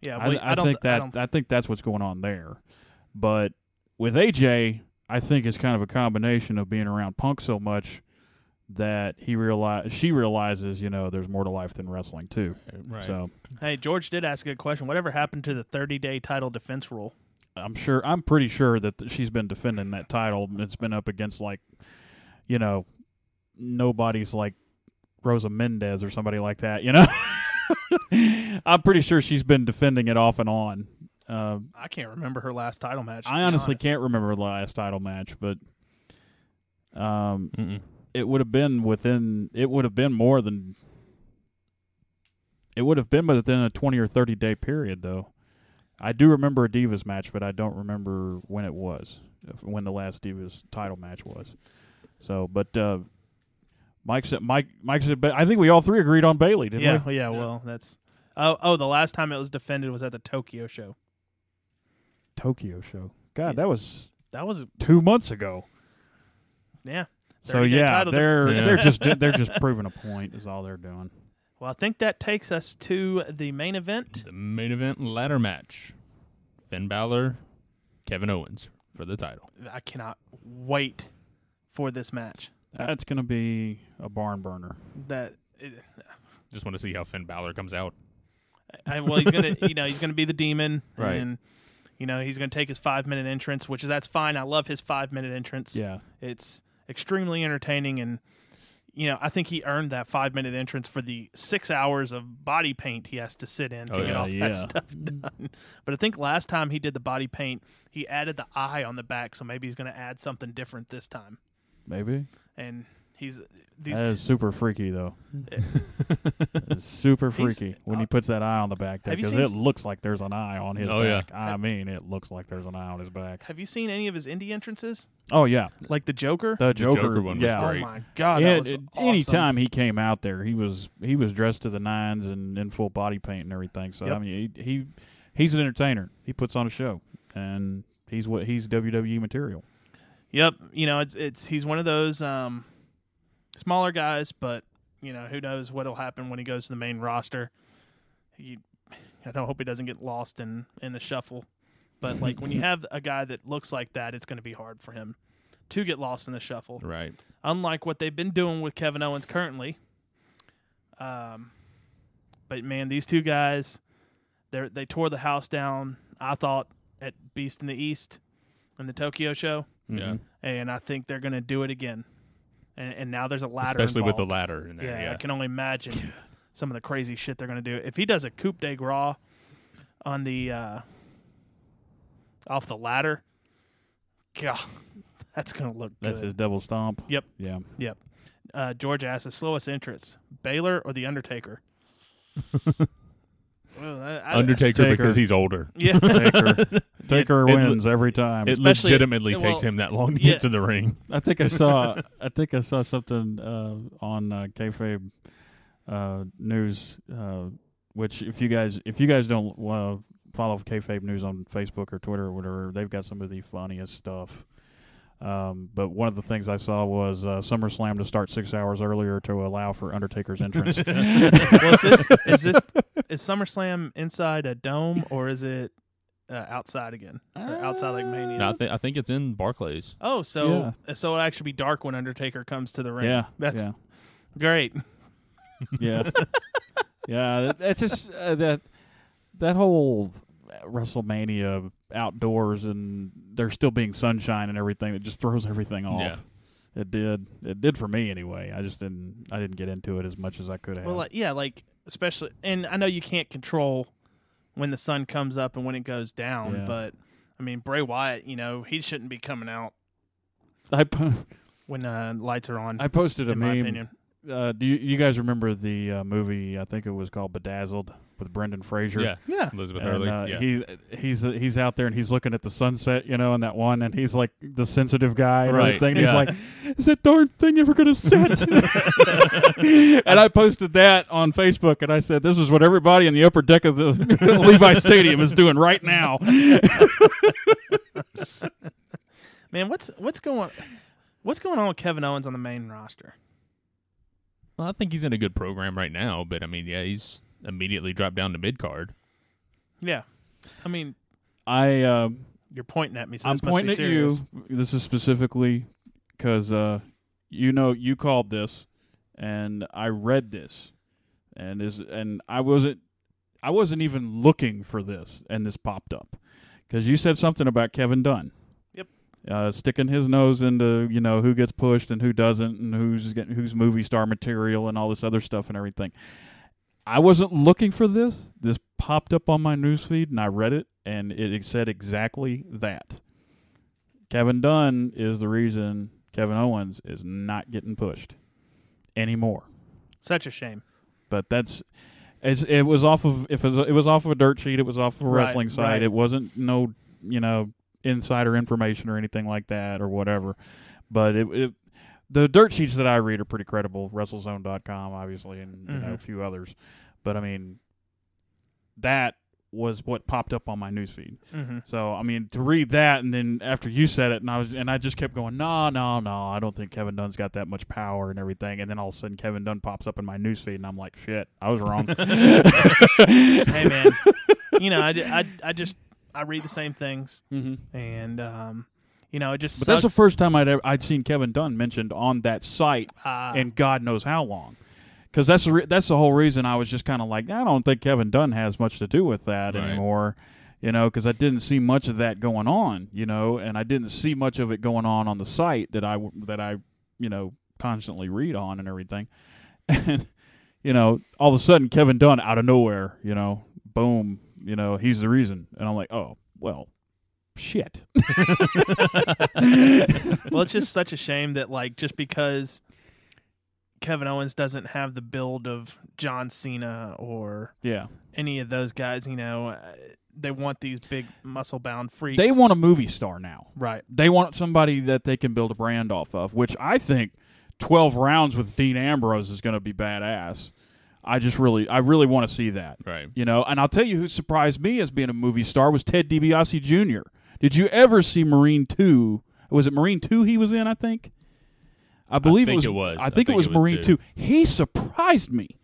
[SPEAKER 1] we-
[SPEAKER 2] I, I, think
[SPEAKER 1] I
[SPEAKER 2] that
[SPEAKER 1] don't-
[SPEAKER 2] I, think that's what's going on there. But with AJ, I think it's kind of a combination of being around Punk so much that he realize she realizes, you know, there's more to life than wrestling too.
[SPEAKER 3] Right.
[SPEAKER 2] So
[SPEAKER 1] hey, George did ask a good question. Whatever happened to the 30 day title defense rule?
[SPEAKER 2] I'm sure I'm pretty sure that th- she's been defending that title. It's been up against like, you know, nobody's like Rosa Mendez or somebody like that. You know, [LAUGHS] I'm pretty sure she's been defending it off and on. Uh,
[SPEAKER 1] I can't remember her last title match. to
[SPEAKER 2] I
[SPEAKER 1] be
[SPEAKER 2] honestly
[SPEAKER 1] honest.
[SPEAKER 2] can't remember the last title match, but um,
[SPEAKER 3] Mm-mm.
[SPEAKER 2] it would have been within. It would have been more than. It would have been within a twenty or thirty day period, though. I do remember a Divas match, but I don't remember when it was, if- when the last Divas title match was. So, but uh, Mike said, Mike, Mike said, but I think we all three agreed on Bailey, didn't
[SPEAKER 1] yeah,
[SPEAKER 2] we?
[SPEAKER 1] yeah, Well, that's oh, oh. The last time it was defended was at the Tokyo show.
[SPEAKER 2] Tokyo show. God,
[SPEAKER 1] Yeah.
[SPEAKER 2] that was
[SPEAKER 1] That was
[SPEAKER 2] two months ago.
[SPEAKER 1] yeah.
[SPEAKER 2] So
[SPEAKER 1] 30-day
[SPEAKER 2] yeah,
[SPEAKER 1] title def-
[SPEAKER 2] they're
[SPEAKER 3] Yeah.
[SPEAKER 2] they're just [LAUGHS] they're just proving a point is all they're doing.
[SPEAKER 1] Well, I think that takes us to the main event.
[SPEAKER 3] The main event ladder match Finn Balor, Kevin Owens for the title.
[SPEAKER 1] I cannot wait for this match.
[SPEAKER 2] That's gonna be a barn burner.
[SPEAKER 1] That it,
[SPEAKER 3] Just want to see how Finn Balor comes out.
[SPEAKER 1] I, well, he's gonna you know he's gonna be the
[SPEAKER 2] [LAUGHS]
[SPEAKER 1] demon,
[SPEAKER 3] Right.
[SPEAKER 1] And you know he's gonna take his five minute entrance, which is that's fine. I love his five minute entrance.
[SPEAKER 2] Yeah,
[SPEAKER 1] It's extremely entertaining and you know, I think he earned that five minute entrance for the six hours of body paint he has to sit in to
[SPEAKER 3] Oh,
[SPEAKER 1] get
[SPEAKER 3] yeah,
[SPEAKER 1] all
[SPEAKER 2] yeah.
[SPEAKER 1] that stuff done. But I think last time he did the body paint, he added the eye on the back, so maybe he's gonna add something different this time.
[SPEAKER 2] maybe.
[SPEAKER 1] And He's these. Eh.
[SPEAKER 2] That is super freaky, though.
[SPEAKER 1] Yeah.
[SPEAKER 2] [LAUGHS] That is super
[SPEAKER 1] He's-
[SPEAKER 2] freaky when he puts that eye on the back there
[SPEAKER 1] Have you
[SPEAKER 2] because
[SPEAKER 1] seen
[SPEAKER 2] it
[SPEAKER 1] s-
[SPEAKER 2] looks like there's an eye on his
[SPEAKER 3] Oh, yeah.
[SPEAKER 2] back. I mean, it looks like there's an eye on his back.
[SPEAKER 1] have you seen any of his indie entrances?
[SPEAKER 2] Oh yeah,
[SPEAKER 1] Like the Joker?
[SPEAKER 2] the Joker,
[SPEAKER 3] Joker one was
[SPEAKER 2] Yeah,
[SPEAKER 1] oh
[SPEAKER 3] great.
[SPEAKER 1] my god!
[SPEAKER 2] yeah.
[SPEAKER 1] that was
[SPEAKER 2] it-
[SPEAKER 1] awesome.
[SPEAKER 2] Anytime he came out there, he was he was dressed to the nines and in full body paint and everything. So I
[SPEAKER 1] Yep.
[SPEAKER 2] mean, he, he he's an entertainer. He puts on a show, and he's what he's WWE material.
[SPEAKER 1] Yep. You know, it's it's he's one of those um, smaller guys, but you know who knows what'll happen when he goes to the main roster. He, I don't hope he doesn't get lost in in the shuffle. But like
[SPEAKER 2] [LAUGHS]
[SPEAKER 1] when you have a guy that looks like that, it's going to be hard for him to get lost in the shuffle.
[SPEAKER 3] Right.
[SPEAKER 1] Unlike what they've been doing with Kevin Owens currently. Um, but man, these two guys, they they tore the house down. I thought at Beast in the East, in the Tokyo show
[SPEAKER 3] Yeah.
[SPEAKER 1] and I think they're going to do it again. And, and now there's a ladder,
[SPEAKER 3] Especially with the
[SPEAKER 1] involved.
[SPEAKER 3] ladder in there. Yeah.
[SPEAKER 1] Yeah, I can only imagine some of the crazy shit they're going to do. If he does a coup de grace on the uh, off the ladder, God, [LAUGHS] that's going to look
[SPEAKER 2] That's
[SPEAKER 1] good.
[SPEAKER 2] his double stomp.
[SPEAKER 1] Yep.
[SPEAKER 2] Yeah.
[SPEAKER 1] yep. Uh, George asks the slowest entrance: Baylor or the Undertaker? well, I, I,
[SPEAKER 3] Undertaker
[SPEAKER 2] Taker.
[SPEAKER 3] because he's older.
[SPEAKER 2] [LAUGHS]
[SPEAKER 1] Yeah,
[SPEAKER 2] Taker,
[SPEAKER 3] [LAUGHS]
[SPEAKER 2] Taker
[SPEAKER 3] It- it
[SPEAKER 2] wins every time.
[SPEAKER 3] It
[SPEAKER 1] Especially-
[SPEAKER 3] legitimately
[SPEAKER 1] well,
[SPEAKER 3] takes him that long to
[SPEAKER 1] yeah.
[SPEAKER 3] get to the ring. [LAUGHS]
[SPEAKER 2] I think I saw. I think I saw something uh, on uh, kayfabe uh, news. Uh, which, if you guys, if you guys don't uh, follow kayfabe news on Facebook or Twitter or whatever, they've got some of the funniest stuff. Um, but one of the things I saw was uh, SummerSlam to start six hours earlier to allow for Undertaker's entrance.
[SPEAKER 1] well, is this is this is SummerSlam inside a dome or is it uh, outside again or [LAUGHS] outside like Mania?
[SPEAKER 3] No, I, think I think it's in Barclays.
[SPEAKER 1] oh, so so it'll actually be dark when Undertaker comes to the ring.
[SPEAKER 2] yeah,
[SPEAKER 1] that's
[SPEAKER 2] yeah.
[SPEAKER 1] great.
[SPEAKER 2] yeah, yeah. that- That's just uh, that that whole WrestleMania outdoors and there still being sunshine and everything. It just throws everything off. It did. It did for me anyway. I just didn't. I didn't get into it as much as I could have.
[SPEAKER 1] Well, like, yeah, like especially, and I know you can't control when the sun comes up and when it goes down,
[SPEAKER 2] Yeah.
[SPEAKER 1] but I mean Bray Wyatt, you know, he shouldn't be coming out [LAUGHS]
[SPEAKER 2] I po-
[SPEAKER 1] when uh, lights are on.
[SPEAKER 2] I posted a
[SPEAKER 1] in my
[SPEAKER 2] meme.
[SPEAKER 1] opinion,
[SPEAKER 2] Uh, do you, you guys remember the uh, movie? I think it was called Bedazzled with Brendan Fraser.
[SPEAKER 3] Yeah.
[SPEAKER 1] yeah,
[SPEAKER 3] Elizabeth
[SPEAKER 2] And,
[SPEAKER 3] Hurley.
[SPEAKER 2] uh,
[SPEAKER 3] yeah.
[SPEAKER 2] He he's he's out there and he's looking at the sunset, you know, and that one, and he's like the sensitive guy and
[SPEAKER 3] Right,
[SPEAKER 2] everything. And
[SPEAKER 3] yeah.
[SPEAKER 2] He's like, "Is that darn thing ever going to
[SPEAKER 3] [LAUGHS]
[SPEAKER 2] set?" and I posted that on Facebook, and I said, "This is what everybody in the upper deck of the [LAUGHS] Levi Stadium is doing right now."
[SPEAKER 1] man, what's what's going what's going on with Kevin Owens on the main roster?
[SPEAKER 3] well, I think he's in a good program right now, but I mean, yeah, he's immediately dropped down to mid card.
[SPEAKER 1] Yeah, I mean,
[SPEAKER 2] I uh,
[SPEAKER 1] You're pointing at me. So
[SPEAKER 2] I'm
[SPEAKER 1] this must
[SPEAKER 2] pointing
[SPEAKER 1] be
[SPEAKER 2] at you.
[SPEAKER 1] serious.
[SPEAKER 2] This is specifically because uh, you know you called this, and I read this, and is and I wasn't I wasn't even looking for this, and this popped up because you said something about Kevin Dunn.
[SPEAKER 1] Yep.
[SPEAKER 2] Uh, sticking his nose into you know who gets pushed and who doesn't and who's getting who's movie star material and all this other stuff and everything. I wasn't looking for this. This popped up on my newsfeed and I read it and it said exactly that. Kevin Dunn is the reason Kevin Owens is not getting pushed anymore.
[SPEAKER 1] Such a shame.
[SPEAKER 2] But that's it's, it was off of if it was, it was off of a dirt sheet, it was off of a
[SPEAKER 1] Right,
[SPEAKER 2] wrestling site.
[SPEAKER 1] right.
[SPEAKER 2] It wasn't no you know insider information or anything like that or whatever. But it, it the dirt sheets that I read are pretty credible. WrestleZone.com, obviously, and you know, a
[SPEAKER 1] Mhm.
[SPEAKER 2] few others. But I mean, that was what popped up on my newsfeed. [LAUGHS]
[SPEAKER 1] hmm
[SPEAKER 2] So I mean, to read that and then after you said it, and I was and I just kept going, no, no, no, I don't think Kevin Dunn's got that much power and everything. And then all of a sudden, Kevin Dunn pops up in my newsfeed, and I'm like, shit, I was
[SPEAKER 1] [LAUGHS]
[SPEAKER 2] wrong.
[SPEAKER 1] Hey man, you know I, di- I, I just I read the same things,
[SPEAKER 2] mm-hmm.
[SPEAKER 1] and um, you know it just.
[SPEAKER 2] But
[SPEAKER 1] sucks.
[SPEAKER 2] that's the first time I'd ever, I'd seen Kevin Dunn mentioned on that site,
[SPEAKER 1] Uh,
[SPEAKER 2] and God knows how long. Because that's the re- that's the whole reason I was just kind of like, I don't think Kevin Dunn has much to do with that
[SPEAKER 3] Right.
[SPEAKER 2] anymore, you know, because I didn't see much of that going on, you know, and I didn't see much of it going on on the site that I w- that I you know constantly read on and everything, [LAUGHS] and you know, all of a sudden Kevin Dunn out of nowhere, you know, boom, you know, he's the reason, and I'm like, oh well, shit,
[SPEAKER 1] well, it's just such a shame that like just because Kevin Owens doesn't have the build of John Cena or
[SPEAKER 2] Yeah.
[SPEAKER 1] any of those guys. You know, uh, they want these big muscle bound freaks.
[SPEAKER 2] They want a movie star now.
[SPEAKER 1] right.
[SPEAKER 2] They want somebody that they can build a brand off of, which I think 12 rounds with Dean Ambrose is going to be badass. I just really, I really want to see that.
[SPEAKER 3] Right.
[SPEAKER 2] You know, and I'll tell you who surprised me as being a movie star was Ted DiBiase Jr. Did you ever see Marine Two? Was it Marine Two he was in? I think. I believe
[SPEAKER 3] think
[SPEAKER 2] it,
[SPEAKER 3] it
[SPEAKER 2] was.
[SPEAKER 3] was.
[SPEAKER 2] I think it was Marine Two. He surprised me.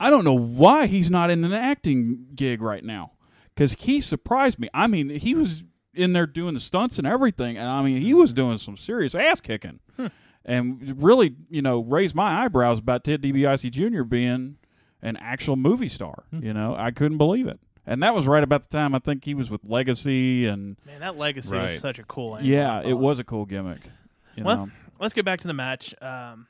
[SPEAKER 2] I don't know why he's not in an acting gig right now because he surprised me. I mean, he was in there doing the stunts and everything, and I mean, he was doing some serious ass kicking, and really, you know, raised my eyebrows about Ted DiBiase Jr. being an actual movie star.
[SPEAKER 1] Hmm.
[SPEAKER 2] You know, I couldn't believe it, and that was right about the time I think he was with Legacy, and
[SPEAKER 1] Man, that legacy
[SPEAKER 3] Right.
[SPEAKER 1] was such a cool angle.
[SPEAKER 2] yeah,
[SPEAKER 1] I
[SPEAKER 2] it
[SPEAKER 1] thought.
[SPEAKER 2] was a cool gimmick. You
[SPEAKER 1] Well,
[SPEAKER 2] know,
[SPEAKER 1] Let's get back to the match. Um,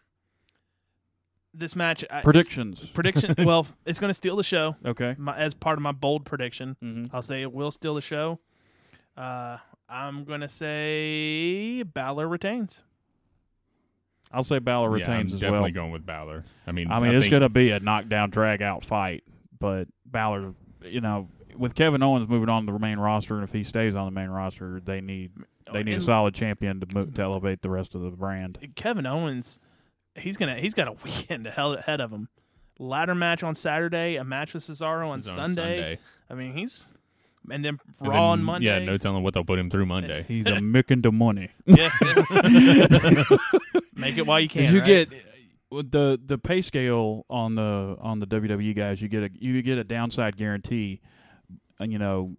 [SPEAKER 1] this match I,
[SPEAKER 2] [LAUGHS] predictions.
[SPEAKER 1] prediction. well, it's going to steal the show.
[SPEAKER 2] Okay.
[SPEAKER 1] My, as part of my bold prediction,
[SPEAKER 2] Mm-hmm.
[SPEAKER 1] I'll say it will steal the show. Uh, I'm going to say Balor retains.
[SPEAKER 2] I'll say Balor
[SPEAKER 3] Yeah, I'm
[SPEAKER 2] retains as well.
[SPEAKER 3] definitely going with Balor. I mean,
[SPEAKER 2] I mean, it's
[SPEAKER 3] think-
[SPEAKER 2] going to be a knockdown, drag out fight, but Balor, you know, with Kevin Owens moving on to the main roster, and if he stays on the main roster, they need they need a
[SPEAKER 1] Oh, And
[SPEAKER 2] solid champion to move, to elevate the rest of the
[SPEAKER 3] [LAUGHS]
[SPEAKER 2] brand.
[SPEAKER 1] Kevin Owens, he's gonna he's got a [LAUGHS] weekend ahe- ahead of him. Ladder match on Saturday, a match with Cesaro on,
[SPEAKER 3] It's
[SPEAKER 1] Sunday.
[SPEAKER 3] on
[SPEAKER 1] I mean, he's and then
[SPEAKER 3] And
[SPEAKER 1] Raw on
[SPEAKER 3] then,
[SPEAKER 1] Monday. [LAUGHS]
[SPEAKER 3] Yeah, no telling what they'll put him
[SPEAKER 2] [LAUGHS]
[SPEAKER 3] through Monday.
[SPEAKER 2] He's a making the money. [LAUGHS]
[SPEAKER 1] Yeah. Make it while you can.
[SPEAKER 2] Did you
[SPEAKER 1] right?
[SPEAKER 2] get with the the pay scale on the on the WWE guys? You get a you get a downside guarantee, and you know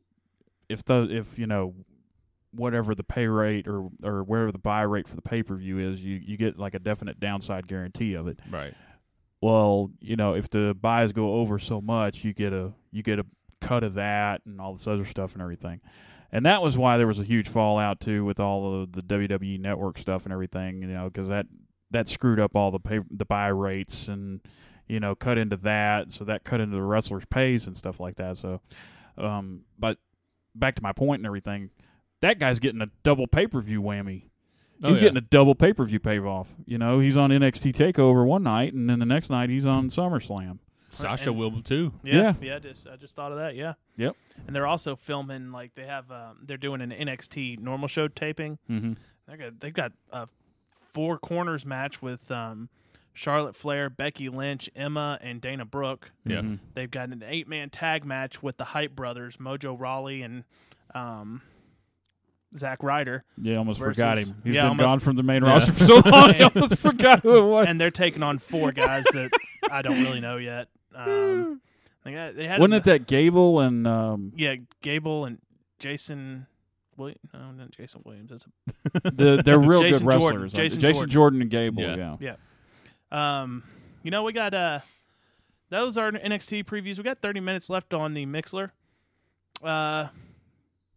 [SPEAKER 2] if the if you know whatever the pay rate or or whatever the buy rate for the pay per view is, you you get like a definite downside guarantee of it.
[SPEAKER 3] Right.
[SPEAKER 2] Well, you know if the buys go over so much, you get a you get a cut of that and all this other stuff and everything. And that was why there was a huge fallout too with all of the WWE network stuff and everything, you know, because that that screwed up all the pay, the buy rates and you know cut into that, so that cut into the wrestlers' pays and stuff like that. So, um, but back to my point and everything, that guy's getting a double pay per view whammy.
[SPEAKER 3] Oh,
[SPEAKER 2] He's
[SPEAKER 3] yeah.
[SPEAKER 2] getting a double pay per view pay off. You know, he's on NXT Takeover one night, and then the next night he's on SummerSlam.
[SPEAKER 3] Sasha
[SPEAKER 1] And-
[SPEAKER 3] will too.
[SPEAKER 1] Yeah,
[SPEAKER 2] Yeah.
[SPEAKER 1] yeah. I just I just thought of that. Yeah.
[SPEAKER 2] Yep.
[SPEAKER 1] And they're also filming like they have um, they're doing an NXT normal show taping.
[SPEAKER 2] Mm-hmm.
[SPEAKER 1] They got they've got a four corners match with um, Charlotte Flair, Becky Lynch, Emma, and Dana Brooke.
[SPEAKER 3] Yeah.
[SPEAKER 2] Mm-hmm.
[SPEAKER 1] They've got an eight man tag match with the Hype Brothers, Mojo Rawley and um, Zack Ryder,
[SPEAKER 2] Yeah, almost
[SPEAKER 1] Versus-
[SPEAKER 2] forgot him. He's
[SPEAKER 1] yeah,
[SPEAKER 2] been
[SPEAKER 1] almost-
[SPEAKER 2] gone from the main roster for so long. I almost forgot who it was.
[SPEAKER 1] and they're taking on four guys that I don't really know yet. Um, they, got, they had
[SPEAKER 2] Wasn't it that Gable and um,
[SPEAKER 1] yeah Gable and Jason. William, no, not Jason Williams. That's
[SPEAKER 2] the they're real
[SPEAKER 1] Jason
[SPEAKER 2] good
[SPEAKER 1] Jordan.
[SPEAKER 2] wrestlers?
[SPEAKER 1] Jason
[SPEAKER 2] Jordan. and Gable. Yeah.
[SPEAKER 3] Yeah.
[SPEAKER 1] a, um, you know, we got uh, those are NXT previews. We got 30 minutes left on the Mixler. Uh,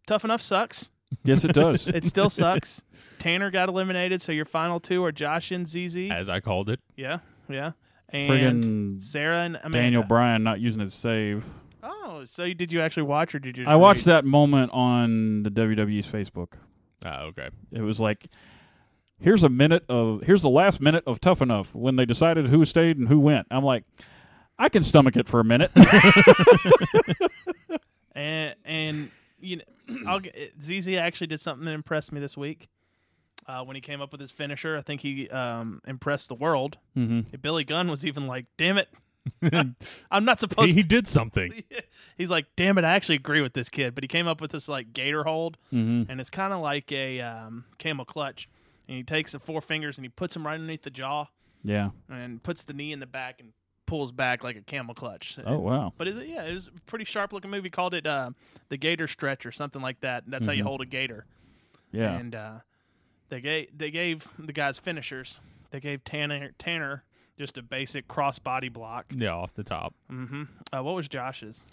[SPEAKER 1] tough enough sucks.
[SPEAKER 2] Yes,
[SPEAKER 1] [LAUGHS]
[SPEAKER 2] it does.
[SPEAKER 1] It
[SPEAKER 2] [LAUGHS]
[SPEAKER 1] still sucks. Tanner got eliminated, so your final two are Josh and ZZ.
[SPEAKER 3] As I called it.
[SPEAKER 1] Yeah, yeah. And
[SPEAKER 2] Friggin'
[SPEAKER 1] Sarah and Amanda.
[SPEAKER 2] Daniel Bryan not using his save.
[SPEAKER 1] Oh, so you- did you actually watch or did you? Just
[SPEAKER 2] I watched
[SPEAKER 1] read?
[SPEAKER 2] that moment on the WWE's Facebook.
[SPEAKER 3] Ah, okay.
[SPEAKER 2] It was like, here's a minute of here's the last minute of Tough Enough when they decided who stayed and who went. I'm like, I can stomach it for a minute.
[SPEAKER 1] And and you know, [CLEARS THROAT] I'll get, ZZ actually did something that impressed me this week. Uh, when he came up with his finisher, I think he um, impressed the world.
[SPEAKER 2] mm-hmm.
[SPEAKER 1] Billy Gunn was even like, "Damn it, I'm not
[SPEAKER 3] He,
[SPEAKER 1] supposed."
[SPEAKER 3] he
[SPEAKER 1] to.
[SPEAKER 3] did something.
[SPEAKER 1] [LAUGHS] He's like, "Damn it, I actually agree with this kid." But he came up with this like gator hold,
[SPEAKER 2] Mm-hmm.
[SPEAKER 1] and it's kind of like a um, camel clutch. And he takes the four fingers and he puts them right underneath the jaw,
[SPEAKER 2] Yeah.
[SPEAKER 1] and puts the knee in the back and pulls back like a camel clutch.
[SPEAKER 2] Oh wow.
[SPEAKER 1] But it, yeah, it was a pretty sharp looking movie. Called it uh, the Gator Stretch or something like that. That's how you
[SPEAKER 2] Mhm.
[SPEAKER 1] hold a gator.
[SPEAKER 2] Yeah.
[SPEAKER 1] And uh, they gave they gave the guys finishers. They gave Tanner Tanner just a basic crossbody block.
[SPEAKER 3] Yeah, off the top.
[SPEAKER 1] Mm-hmm. Uh, what was Josh's?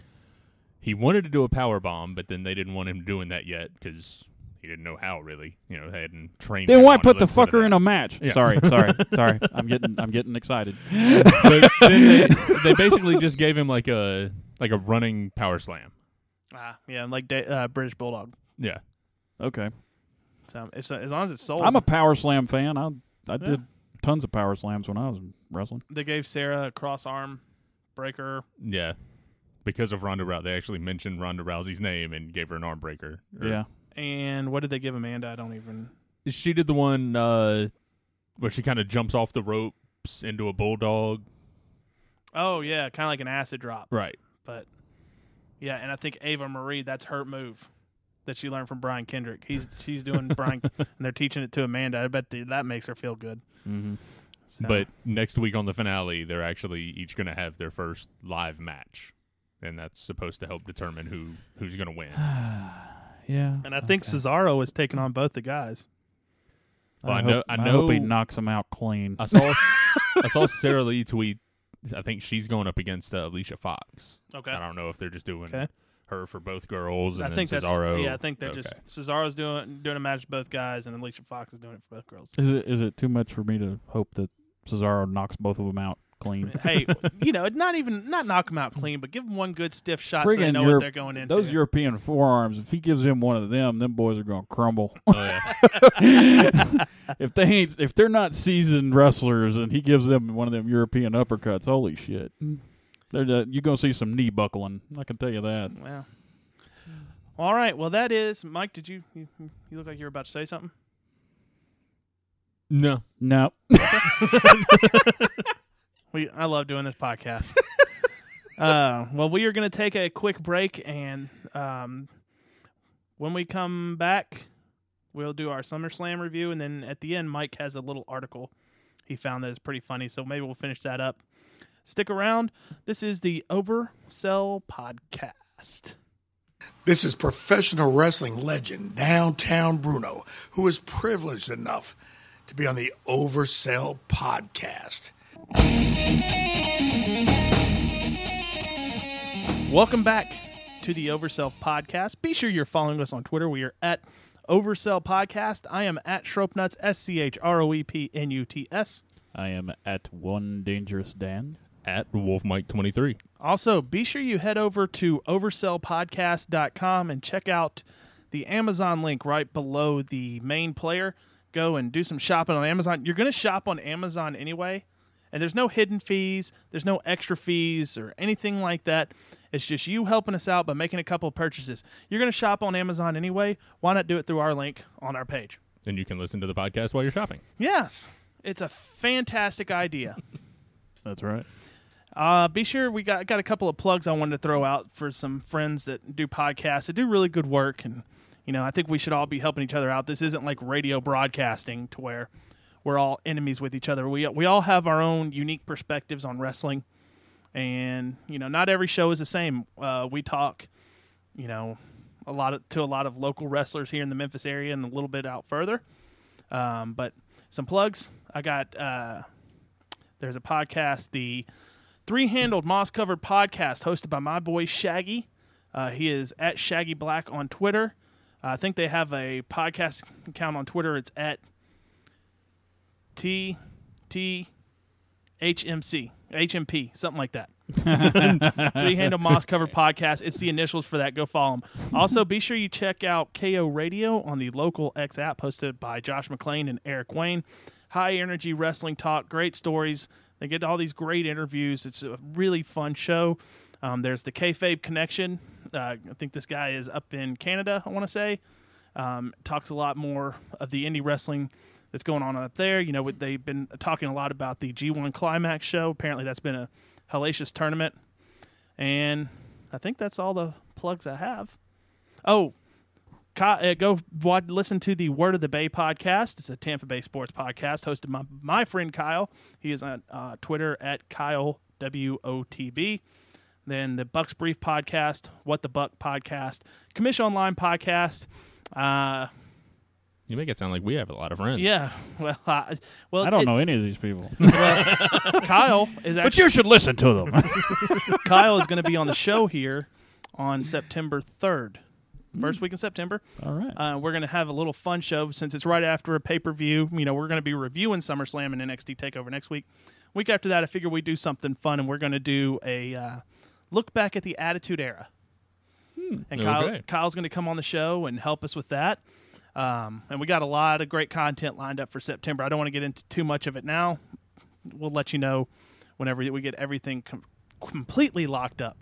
[SPEAKER 3] He wanted to do a power bomb, but then they didn't want him doing that yet because he didn't know how really. You know, they hadn't trained.
[SPEAKER 2] Then
[SPEAKER 3] him
[SPEAKER 2] why
[SPEAKER 3] on it.
[SPEAKER 2] put the
[SPEAKER 3] Let's put it
[SPEAKER 2] fucker in
[SPEAKER 3] [LAUGHS] out.
[SPEAKER 2] a match?
[SPEAKER 3] Yeah.
[SPEAKER 2] Sorry, sorry, sorry. I'm getting I'm getting excited.
[SPEAKER 3] but
[SPEAKER 2] [LAUGHS]
[SPEAKER 3] then they, they basically just gave him like a like a running power slam.
[SPEAKER 1] Ah, yeah, like da- uh, British Bulldog.
[SPEAKER 3] Yeah.
[SPEAKER 2] Okay.
[SPEAKER 1] So if so, as long as it's sold,
[SPEAKER 2] I'm a power slam fan. I I did tons of power slams when I was wrestling.
[SPEAKER 1] They gave Sarah a cross arm breaker.
[SPEAKER 3] Yeah. Because of Ronda Rousey, they actually mentioned Ronda Rousey's name and gave her an arm breaker. Or-
[SPEAKER 2] Yeah,
[SPEAKER 1] And what did they give Amanda? I don't even.
[SPEAKER 3] She did the one uh, where she kind of jumps off the ropes into a bulldog.
[SPEAKER 1] Oh yeah, kind of like an acid drop.
[SPEAKER 3] Right.
[SPEAKER 1] But yeah, and I think Ava Marie, that's her move that she learned from Brian Kendrick. He's she's doing
[SPEAKER 2] [LAUGHS]
[SPEAKER 1] Brian, and they're teaching it to Amanda. I bet that that makes her feel good.
[SPEAKER 2] mm-hmm.
[SPEAKER 1] So-
[SPEAKER 3] But next week on the finale, they're actually each going to have their first live match, and that's supposed to help determine who who's going to win.
[SPEAKER 2] [SIGHS] yeah.
[SPEAKER 1] and I think Cesaro is taking on both the guys.
[SPEAKER 3] Well, I
[SPEAKER 2] hope,
[SPEAKER 3] know- I
[SPEAKER 2] hope he
[SPEAKER 3] know-
[SPEAKER 2] knocks him out clean.
[SPEAKER 3] I saw I saw Sarah Lee tweet. I think she's going up against uh, Alicia Fox.
[SPEAKER 1] Okay.
[SPEAKER 3] I don't know if they're just doing
[SPEAKER 1] Okay.
[SPEAKER 3] her for both girls and
[SPEAKER 1] I
[SPEAKER 3] then
[SPEAKER 1] think that's
[SPEAKER 3] Cesaro.
[SPEAKER 1] yeah. I think they're
[SPEAKER 3] Okay.
[SPEAKER 1] just Cesaro's doing doing a match with both guys, and Alicia Fox is doing it for both
[SPEAKER 3] [LAUGHS]
[SPEAKER 1] girls.
[SPEAKER 2] is it is it too much for me to hope that Cesaro knocks both of them out [LAUGHS] clean?
[SPEAKER 1] hey, you know, not even not knock them out clean, but give them one good stiff shot so they
[SPEAKER 2] Friggin'
[SPEAKER 1] know
[SPEAKER 2] Europe-
[SPEAKER 1] what they're going into.
[SPEAKER 2] Those European forearms, if he gives him one of them, them boys are gonna [LAUGHS] crumble.
[SPEAKER 3] Oh, yeah.
[SPEAKER 2] if they ain't if they're not seasoned wrestlers and he gives them one of them European uppercuts, holy shit. They're the- you're gonna see some knee buckling. I can tell you that.
[SPEAKER 1] Wow. All right. Well, that is Mike. Did you you, you look like you were about to say something?
[SPEAKER 3] no,
[SPEAKER 2] No.
[SPEAKER 1] We I love doing this podcast. uh, well, we are going to take a quick break, and um, when we come back, we'll do our SummerSlam review, and then at the end, Mike has a little article he found that is pretty funny. So maybe we'll finish that up. Stick around. This is the Oversell Podcast.
[SPEAKER 4] This is professional wrestling legend Downtown Bruno, who is privileged enough to be on the Oversell podcast.
[SPEAKER 1] Welcome back to the Oversell Podcast. Be sure you're following us on Twitter. We are at Oversell Podcast. I am at Shropenuts, S C H R O E P N U T S.
[SPEAKER 2] I am at one dangerous Dan.
[SPEAKER 3] [LAUGHS] at Wolf Mike twenty three.
[SPEAKER 1] Also, be sure you head over to oversellpodcast.com and check out the Amazon link right below the main player. Go and do some shopping on Amazon. You're going to shop on Amazon anyway, and there's no hidden fees, there's no extra fees or anything like that. It's just you helping us out by making a couple of purchases. You're going to shop on Amazon anyway. Why not do it through our link on our page?
[SPEAKER 3] And you can listen to the podcast while you're shopping.
[SPEAKER 1] Yes, it's a fantastic idea.
[SPEAKER 2] That's right.
[SPEAKER 1] Uh, be sure we got got a couple of plugs I wanted to throw out for some friends that do podcasts that do really good work, and you know I think we should all be helping each other out. This isn't like radio broadcasting to where we're all enemies with each other. We we all have our own unique perspectives on wrestling, and you know not every show is the same. Uh, we talk, you know, a lot of, to a lot of local wrestlers here in the Memphis area and a little bit out further. Um, but some plugs I got. Uh, there's a podcast the three handled moss covered podcast hosted by my boy Shaggy. Uh, he is at Shaggy Black on Twitter. I think they have a podcast account on Twitter. It's at T T H M C H M P something like that. [LAUGHS] Three handled moss covered podcast. It's the initials for that. Go follow him. Also, be sure you check out KO Radio on the local X app hosted by Josh McLean and Eric Wayne. High energy wrestling talk, great stories. They get all these great interviews. It's a really fun show. Um, there's the Kayfabe Connection. Uh, I think this guy is up in Canada, I want to say. Um, talks a lot more of the indie wrestling that's going on up there. You know, what- they've been talking a lot about the G1 Climax show. Apparently, that's been a hellacious tournament. And I think that's all the plugs I have. Oh, co- uh, go wa listen to the Word of the Bay podcast. It's a Tampa Bay sports podcast hosted by my friend Kyle. He is on uh, Twitter at Kyle WOTB. Then the Bucks Brief podcast, What the Buck podcast, Commission Online podcast. Uh,
[SPEAKER 3] You make it sound like we have a lot of friends.
[SPEAKER 1] yeah, [LAUGHS] well, I, well,
[SPEAKER 2] I don't know
[SPEAKER 1] it's-
[SPEAKER 2] any of these people.
[SPEAKER 1] [LAUGHS] Kyle is actually
[SPEAKER 2] [LAUGHS] but you should listen to them.
[SPEAKER 1] Kyle is going to be on the show here on September third, first week in September.
[SPEAKER 2] [LAUGHS] All right.
[SPEAKER 1] Uh, we're going to have a little fun show since it's right after a pay per view. You know, we're going to be reviewing SummerSlam and NXT Takeover next week. Week after that, I figure we do something fun, and we're going to do a uh, look back at the Attitude Era. And Kyle,
[SPEAKER 3] Okay.
[SPEAKER 1] Kyle's going to come on the show and help us with that. Um, and we got a lot of great content lined up for September. I don't want to get into too much of it now. We'll let you know whenever we get everything com- completely locked up.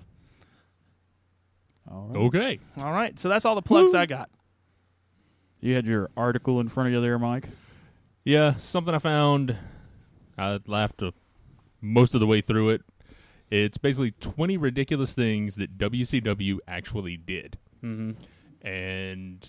[SPEAKER 2] All right.
[SPEAKER 3] Okay.
[SPEAKER 1] All right, so that's all the plugs I got.
[SPEAKER 2] You had your article in front of you there, Mike.
[SPEAKER 3] Yeah, something I found. I laughed uh, most of the way through it. It's basically 20 ridiculous things that WCW actually did. Mm-hmm. And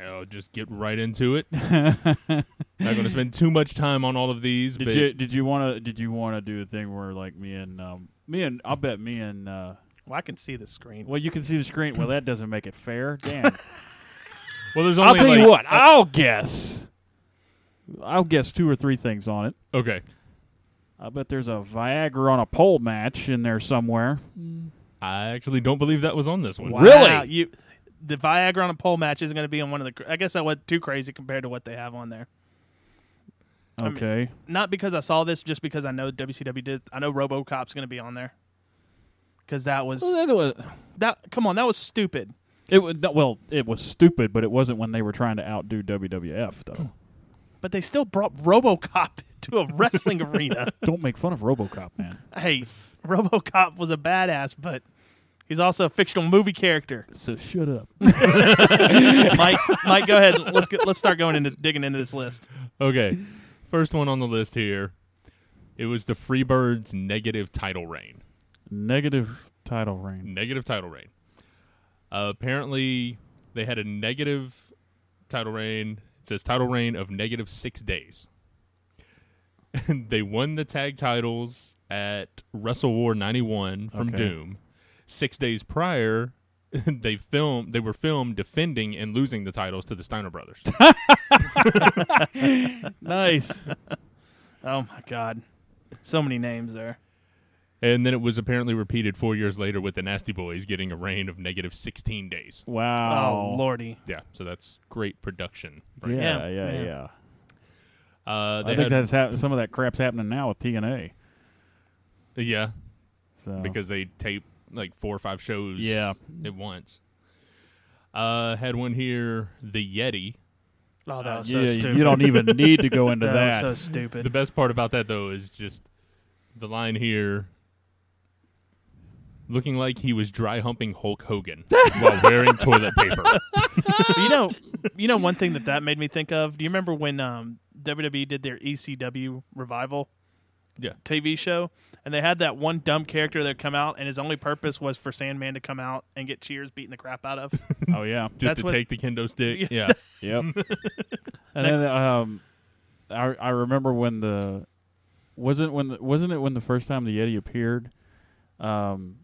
[SPEAKER 3] I'll just get right into it. Not going to spend too much time on all of these.
[SPEAKER 2] Did
[SPEAKER 3] but
[SPEAKER 2] you did you want to did you want to do a thing where like me and um, me and I'll bet me and uh,
[SPEAKER 1] Well, I can see the screen.
[SPEAKER 2] well you can see the screen. Well, that doesn't make it [LAUGHS] fair. Damn.
[SPEAKER 3] Well, there's only
[SPEAKER 2] I'll tell
[SPEAKER 3] like,
[SPEAKER 2] you what. I'll guess. I'll guess two or three things on it.
[SPEAKER 3] Okay.
[SPEAKER 2] I bet there's a Viagra on a pole match in there somewhere.
[SPEAKER 3] I actually don't believe that was on this one.
[SPEAKER 1] Wow, you, the Viagra on a pole match isn't going to be on one of the. cr- I guess that wasn't too crazy compared to what they have on there. mean-
[SPEAKER 2] Okay.
[SPEAKER 1] Not because I saw this, just because I know WCW did. I know RoboCop's going to be on there because that was
[SPEAKER 2] Well, that was-
[SPEAKER 1] that. Come on, that was stupid.
[SPEAKER 2] It wa- no, well, it was stupid, but it wasn't when they were trying to outdo WWF [LAUGHS] though.
[SPEAKER 1] But they still brought RoboCop [LAUGHS] to a wrestling arena.
[SPEAKER 2] [LAUGHS] Don't make fun of RoboCop, man.
[SPEAKER 1] Hey, RoboCop was a badass, but he's also a fictional movie character.
[SPEAKER 2] So shut [LAUGHS] up.
[SPEAKER 1] Mike, Mike, go ahead. Let's get, let's start going into digging into this list.
[SPEAKER 3] Okay. First one on the list here. It was the Freebirds negative title reign.
[SPEAKER 2] Negative title reign.
[SPEAKER 3] negative title reign. Uh, apparently, they had a negative title reign. It says title reign of negative six days. [LAUGHS] And they won the tag titles at Wrestle War '91 from
[SPEAKER 2] Okay.
[SPEAKER 3] Doom. Six days prior, [LAUGHS] they filmed. They were filmed defending and losing the titles to the Steiner
[SPEAKER 2] [LAUGHS]
[SPEAKER 3] brothers.
[SPEAKER 2] Nice.
[SPEAKER 1] Oh my God, so many names there.
[SPEAKER 3] and then it was apparently repeated four years later with the Nasty Boys getting a reign of negative sixteen days.
[SPEAKER 2] [LAUGHS] wow.
[SPEAKER 1] Oh, lordy.
[SPEAKER 3] Yeah, so that's great production. Right?
[SPEAKER 2] Yeah, yeah,
[SPEAKER 1] Yeah,
[SPEAKER 2] yeah.
[SPEAKER 1] yeah.
[SPEAKER 3] Uh,
[SPEAKER 2] I
[SPEAKER 3] they
[SPEAKER 2] think
[SPEAKER 3] had-
[SPEAKER 2] that's hap- some of that crap's happening now with TNA.
[SPEAKER 3] yeah.
[SPEAKER 2] So
[SPEAKER 3] because they tape like four or five shows
[SPEAKER 2] Yeah.
[SPEAKER 3] at once. Uh had one here, the Yeti.
[SPEAKER 1] Oh, that was
[SPEAKER 2] yeah,
[SPEAKER 1] so
[SPEAKER 2] you-
[SPEAKER 1] stupid.
[SPEAKER 2] you don't even need to go into that.
[SPEAKER 1] was so stupid.
[SPEAKER 3] The best part about that though is just the line here looking like he was dry humping Hulk Hogan while wearing toilet paper. [LAUGHS]
[SPEAKER 1] you know, you know one thing that that made me think of. Do you remember when um, WWE did their ECW revival?
[SPEAKER 3] Yeah.
[SPEAKER 1] TV show, and they had that one dumb character that come out, and his only purpose was for Sandman to come out and get cheers beating the crap out of.
[SPEAKER 2] oh yeah,
[SPEAKER 3] Just
[SPEAKER 1] That's
[SPEAKER 3] to
[SPEAKER 1] what-
[SPEAKER 3] take the kendo stick. Yeah.
[SPEAKER 2] yep. and then um, I I remember when the wasn't when the, wasn't it when the first time the Yeti appeared, um,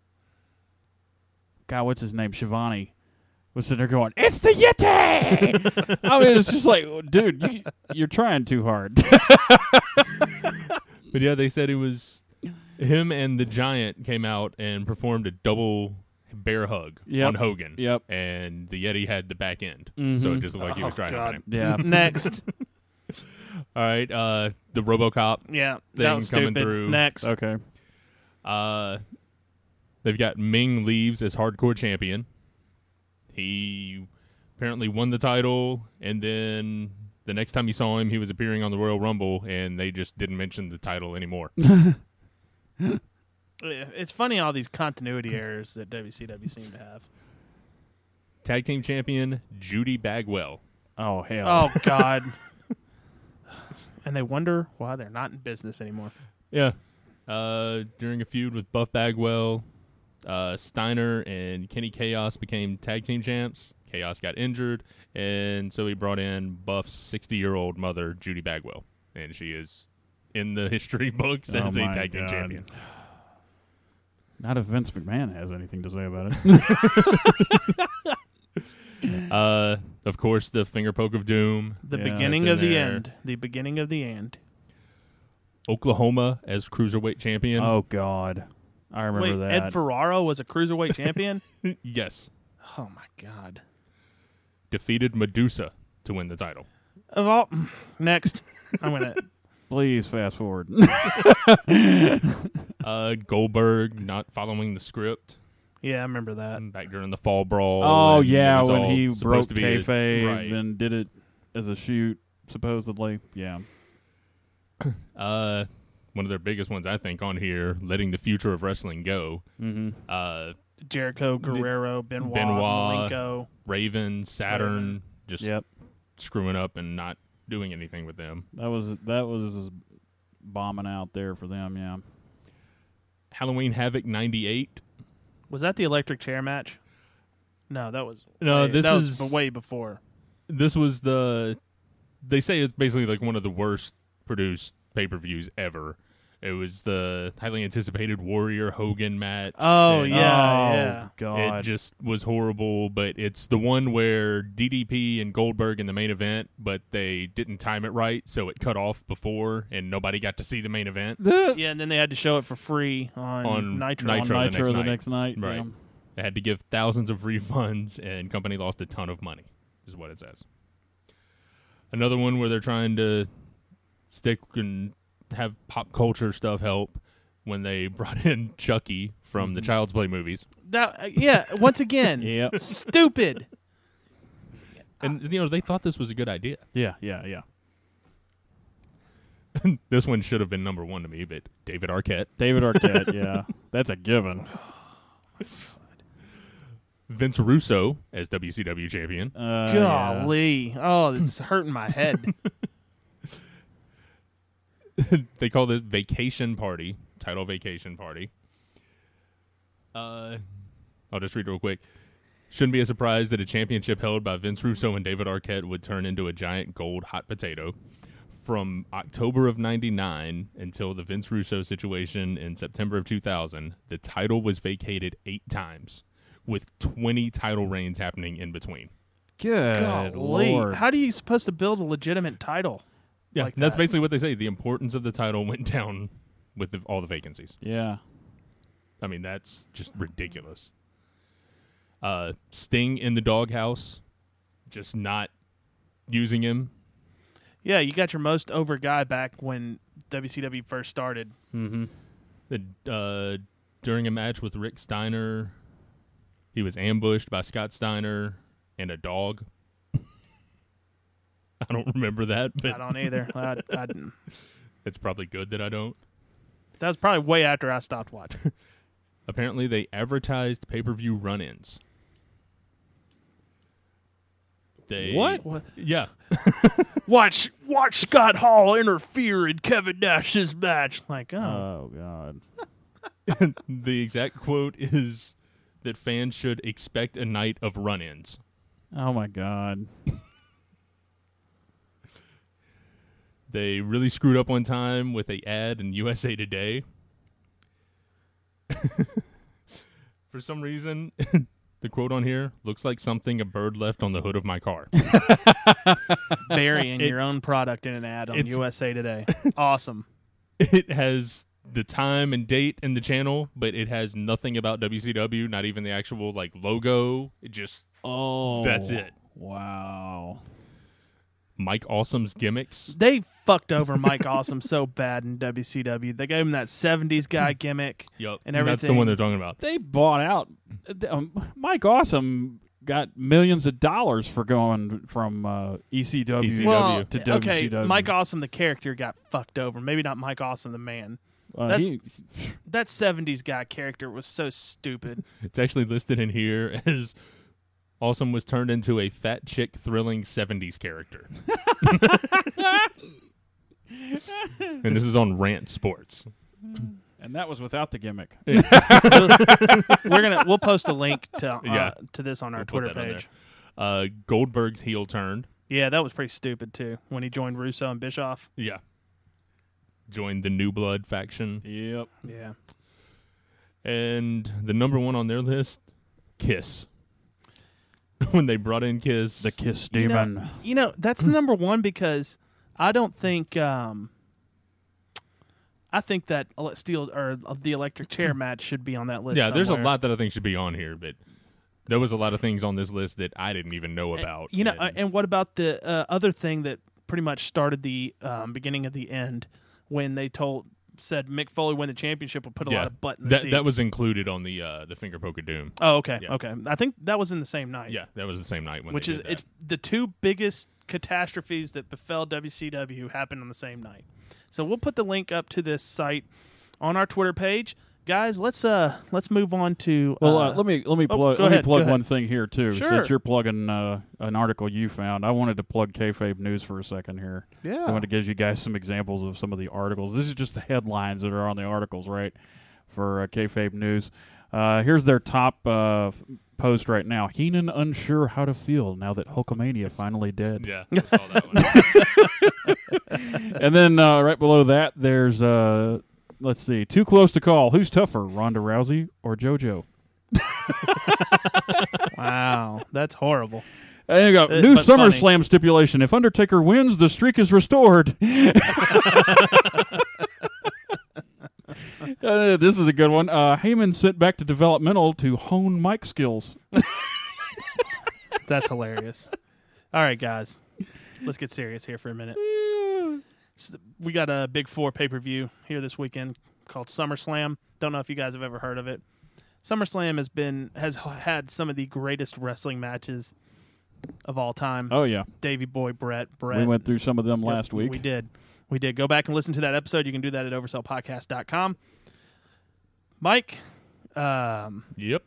[SPEAKER 2] God, what's his name, Shivani. Was sitting there going, "It's the Yeti." I mean, it's just like, dude, you, you're trying too hard. [LAUGHS]
[SPEAKER 3] But yeah, they said it was him and the giant came out and performed a double bear hug
[SPEAKER 2] Yep.
[SPEAKER 3] on Hogan.
[SPEAKER 2] Yep.
[SPEAKER 3] And the Yeti had the back end. So it just looked [LAUGHS] like he was
[SPEAKER 1] Oh,
[SPEAKER 3] dry
[SPEAKER 1] God.
[SPEAKER 3] humping him.
[SPEAKER 2] yeah,
[SPEAKER 1] Next,
[SPEAKER 3] All right, uh, the RoboCop. [LAUGHS]
[SPEAKER 1] yeah,
[SPEAKER 3] Thing
[SPEAKER 1] that was
[SPEAKER 3] coming
[SPEAKER 1] stupid.
[SPEAKER 3] through.
[SPEAKER 1] Next,
[SPEAKER 2] okay.
[SPEAKER 3] Uh, they've got Ming leaves as hardcore champion. He apparently won the title, and then the next time you saw him, he was appearing on the Royal Rumble, and they just didn't mention the title anymore.
[SPEAKER 1] it's funny all these continuity errors that WCW seem to have.
[SPEAKER 3] Tag team champion Judy Bagwell.
[SPEAKER 2] Oh hell.
[SPEAKER 1] Oh
[SPEAKER 3] [LAUGHS]
[SPEAKER 1] God. and they wonder why they're not in business anymore.
[SPEAKER 3] Yeah. Uh, during a feud with Buff Bagwell, uh, Steiner and Kenny Chaos became tag team champs. Chaos got injured, and so he brought in Buff's 60 year old mother, Judy Bagwell. And she is in the [LAUGHS] history books
[SPEAKER 2] Oh
[SPEAKER 3] as a
[SPEAKER 2] my
[SPEAKER 3] tag team
[SPEAKER 2] God.
[SPEAKER 3] champion.
[SPEAKER 2] Not if Vince McMahon has anything to say about it.
[SPEAKER 3] Uh, of course, the finger poke of doom,
[SPEAKER 1] The
[SPEAKER 2] Yeah,
[SPEAKER 1] beginning
[SPEAKER 3] it's in
[SPEAKER 1] of the
[SPEAKER 3] there.
[SPEAKER 1] end. The beginning of the end.
[SPEAKER 3] Oklahoma as cruiserweight champion.
[SPEAKER 2] oh God, I remember
[SPEAKER 1] Wait,
[SPEAKER 2] that.
[SPEAKER 1] Ed Ferraro was a cruiserweight champion?
[SPEAKER 3] yes.
[SPEAKER 1] oh my god.
[SPEAKER 3] Defeated Medusa to win the title.
[SPEAKER 1] Of all [LAUGHS] next. I'm gonna
[SPEAKER 2] Please fast forward.
[SPEAKER 3] Uh, Goldberg not following the script.
[SPEAKER 1] Yeah, I remember that.
[SPEAKER 3] back during the fall
[SPEAKER 2] [LAUGHS]
[SPEAKER 3] brawl.
[SPEAKER 2] Oh
[SPEAKER 3] and it
[SPEAKER 2] yeah,
[SPEAKER 3] was
[SPEAKER 2] when
[SPEAKER 3] all
[SPEAKER 2] he
[SPEAKER 3] supposed
[SPEAKER 2] broke
[SPEAKER 3] to be a-
[SPEAKER 2] kayfabe
[SPEAKER 3] right.
[SPEAKER 2] and did it. as a shoot, supposedly. Yeah.
[SPEAKER 3] Uh, one of their biggest ones, I think, on here, letting the future of wrestling go.
[SPEAKER 2] Mm-hmm.
[SPEAKER 3] Uh,
[SPEAKER 1] Jericho, Guerrero, Benoit,
[SPEAKER 3] Benoit.
[SPEAKER 1] Malenko.
[SPEAKER 3] Raven, Saturn, just
[SPEAKER 2] Yep.
[SPEAKER 3] screwing up and not doing anything with them.
[SPEAKER 2] That was that was bombing out there for them. Yeah.
[SPEAKER 3] Halloween Havoc '98.
[SPEAKER 1] Was that the electric chair match? No, that was
[SPEAKER 3] No,
[SPEAKER 1] way-
[SPEAKER 3] this
[SPEAKER 1] that
[SPEAKER 3] is
[SPEAKER 1] was way before.
[SPEAKER 3] this was the. They say it's basically like one of the worst produced pay per views ever. It was the highly anticipated Warrior Hogan match.
[SPEAKER 1] Oh,
[SPEAKER 3] and
[SPEAKER 1] Yeah,
[SPEAKER 2] oh
[SPEAKER 1] yeah.
[SPEAKER 2] God.
[SPEAKER 3] It just was horrible, but it's the one where DDP and Goldberg in the main event, but they didn't time it right, so it cut off before, and nobody got to see the main event.
[SPEAKER 1] Yeah, and then they had to show it for free on,
[SPEAKER 3] On
[SPEAKER 1] Nitro.
[SPEAKER 2] On
[SPEAKER 3] Nitro the
[SPEAKER 2] Nitro
[SPEAKER 3] next
[SPEAKER 2] the
[SPEAKER 3] night.
[SPEAKER 2] next night.
[SPEAKER 3] Right.
[SPEAKER 2] yeah.
[SPEAKER 3] They had to give thousands of refunds, and company lost a ton of money, is what it says. Another one where they're trying to stick and have pop culture stuff help when they [LAUGHS] brought in Chucky from the Child's Play movies.
[SPEAKER 1] That uh, yeah, once again,
[SPEAKER 2] Yep.
[SPEAKER 1] stupid.
[SPEAKER 3] And, you know, they thought this was a good idea.
[SPEAKER 2] Yeah. Yeah. Yeah.
[SPEAKER 3] this one should have been number one to me, but David Arquette.
[SPEAKER 2] David [LAUGHS] Arquette. yeah. That's a given.
[SPEAKER 3] Vince Russo as WCW champion.
[SPEAKER 2] Uh, yeah.
[SPEAKER 1] Golly, oh, it's hurting my head.
[SPEAKER 3] they call it Vacation Party, title Vacation Party. Uh, I'll just read real quick. Shouldn't be a surprise that a championship held by Vince Russo and David Arquette would turn into a giant gold hot potato. From October of 99 until the Vince Russo situation in September of 2000, the title was vacated eight times, with 20 title reigns happening in between.
[SPEAKER 2] Good
[SPEAKER 1] Golly,
[SPEAKER 2] lord.
[SPEAKER 1] how do you supposed to build a legitimate title?
[SPEAKER 3] Yeah,
[SPEAKER 1] like
[SPEAKER 3] and that's
[SPEAKER 1] that.
[SPEAKER 3] basically what they say. The importance of the title went down with the, all the vacancies.
[SPEAKER 2] yeah.
[SPEAKER 3] I mean, that's just ridiculous. Uh, Sting in the doghouse, just not using him.
[SPEAKER 1] Yeah, you got your most over guy back when WCW first started.
[SPEAKER 2] Mm-hmm.
[SPEAKER 3] The, uh, during a match with Rick Steiner, he was ambushed by Scott Steiner and a dog. [LAUGHS] I don't remember that,
[SPEAKER 1] I
[SPEAKER 3] but
[SPEAKER 1] don't [LAUGHS] either. I, I didn't.
[SPEAKER 3] it's probably good that I don't.
[SPEAKER 1] That was probably way after I stopped watching.
[SPEAKER 3] Apparently, they advertised pay per view run ins. They
[SPEAKER 2] What?
[SPEAKER 1] What?
[SPEAKER 3] Yeah,
[SPEAKER 1] Watch, watch Scott Hall interfere in Kevin Nash's match. Like, oh,
[SPEAKER 2] Oh God.
[SPEAKER 3] the exact quote is that fans should expect a night of run-ins.
[SPEAKER 2] Oh my God.
[SPEAKER 3] They really screwed up one time with a ad in USA Today. [LAUGHS] For some reason, [LAUGHS] the quote on here looks like something a bird left on the hood of my car.
[SPEAKER 1] [LAUGHS] burying your own product in an ad on
[SPEAKER 3] it's-
[SPEAKER 1] USA Today. [LAUGHS] Awesome.
[SPEAKER 3] it has the time and date and the channel, but it has nothing about WCW, not even the actual like logo. It just
[SPEAKER 2] Oh.
[SPEAKER 3] That's it.
[SPEAKER 2] Wow.
[SPEAKER 3] Mike Awesome's gimmicks.
[SPEAKER 1] They fucked over Mike Awesome so bad in WCW. They gave him that '70s [LAUGHS] guy gimmick.
[SPEAKER 3] Yup.
[SPEAKER 1] And
[SPEAKER 3] That's the
[SPEAKER 1] everything-
[SPEAKER 3] one they're talking about.
[SPEAKER 2] They bought out. Um, Mike Awesome got millions of dollars for going from uh, ECW,
[SPEAKER 3] ECW.
[SPEAKER 1] Well,
[SPEAKER 3] to
[SPEAKER 1] okay,
[SPEAKER 2] WCW.
[SPEAKER 1] Mike Awesome the character got fucked over. Maybe not Mike Awesome the man.
[SPEAKER 2] Uh,
[SPEAKER 1] that's-
[SPEAKER 2] he-
[SPEAKER 1] That '70s guy character was so stupid.
[SPEAKER 3] It's actually listed in here [LAUGHS] as Awesome was turned into a fat chick thrilling 70s character. [LAUGHS] and this is on Rant Sports.
[SPEAKER 2] and that was without the gimmick.
[SPEAKER 1] We're gonna we'll post a link to uh,
[SPEAKER 3] Yeah.
[SPEAKER 1] to this on our
[SPEAKER 3] We'll put
[SPEAKER 1] Twitter
[SPEAKER 3] that on there.
[SPEAKER 1] page.
[SPEAKER 3] Uh, Goldberg's heel turned.
[SPEAKER 1] Yeah, that was pretty stupid too when he joined Russo and Bischoff.
[SPEAKER 3] Yeah. Joined the New Blood faction.
[SPEAKER 2] Yep.
[SPEAKER 1] Yeah,
[SPEAKER 3] And the number one on their list, Kiss. [LAUGHS] when they brought in Kiss,
[SPEAKER 2] The Kiss
[SPEAKER 1] you
[SPEAKER 2] Demon.
[SPEAKER 1] know, you know that's number one because I don't think um, I think that ele- steel or uh, the electric chair match should be on that list.
[SPEAKER 3] Mm-hmm. yeah, there's a
[SPEAKER 1] somewhere.
[SPEAKER 3] lot that I think should be on here, but there was a lot of things on this list that I didn't even know
[SPEAKER 1] And,
[SPEAKER 3] about.
[SPEAKER 1] You know,
[SPEAKER 3] and-
[SPEAKER 1] uh, and what about the uh, other thing that pretty much started the um, beginning of the end when they told said Mick Foley win the championship would put a
[SPEAKER 3] yeah,
[SPEAKER 1] lot of butt in the
[SPEAKER 3] that
[SPEAKER 1] seats.
[SPEAKER 3] that was included on the uh, the finger poke of doom.
[SPEAKER 1] oh okay
[SPEAKER 3] Yeah.
[SPEAKER 1] okay. I think that was in the same night.
[SPEAKER 3] Yeah, that was the same night when
[SPEAKER 1] which
[SPEAKER 3] they
[SPEAKER 1] is
[SPEAKER 3] did that.
[SPEAKER 1] it's the two biggest catastrophes that befell WCW happened on the same night. So we'll put the link up to this site on our Twitter page, guys. Let's uh let's move on to
[SPEAKER 2] Well,
[SPEAKER 1] uh,
[SPEAKER 2] uh, let me let me
[SPEAKER 1] oh,
[SPEAKER 2] plug
[SPEAKER 1] go
[SPEAKER 2] let
[SPEAKER 1] ahead,
[SPEAKER 2] me
[SPEAKER 1] go
[SPEAKER 2] plug
[SPEAKER 1] ahead.
[SPEAKER 2] one thing here too.
[SPEAKER 1] Sure.
[SPEAKER 2] Since you're plugging uh, an article you found, I wanted to plug kayfabe news for a second here.
[SPEAKER 1] Yeah.
[SPEAKER 2] So I want to give you guys some examples of some of the articles. This is just the headlines that are on the articles, right? For uh, kayfabe news, uh, here's their top uh, f- post right now: Heenan unsure how to feel now that Hulkamania
[SPEAKER 1] [LAUGHS]
[SPEAKER 2] finally dead.
[SPEAKER 3] Yeah, I saw that one.
[SPEAKER 2] and then uh, right below that, there's uh, let's see, too close to call. Who's tougher, Ronda Rousey or JoJo?
[SPEAKER 1] wow, that's horrible.
[SPEAKER 2] And you go,
[SPEAKER 1] Uh,
[SPEAKER 2] new
[SPEAKER 1] but funny.
[SPEAKER 2] SummerSlam stipulation. If Undertaker wins, the streak is restored. [LAUGHS] Uh, this is a good one. Uh, Heyman sent back to developmental to hone mic skills.
[SPEAKER 1] That's hilarious. All right, guys, let's get serious here for a minute. S- We got a big four pay per view here this weekend called SummerSlam. Don't know if you guys have ever heard of it. SummerSlam has been has had some of the greatest wrestling matches of all time.
[SPEAKER 2] Oh, yeah.
[SPEAKER 1] Davy Boy Brett. Brett.
[SPEAKER 2] We went through some of them
[SPEAKER 1] Yep,
[SPEAKER 2] last week.
[SPEAKER 1] We did. We did. Go back and listen to that episode. You can do that at oversellpodcast.com. Mike, um,
[SPEAKER 3] yep.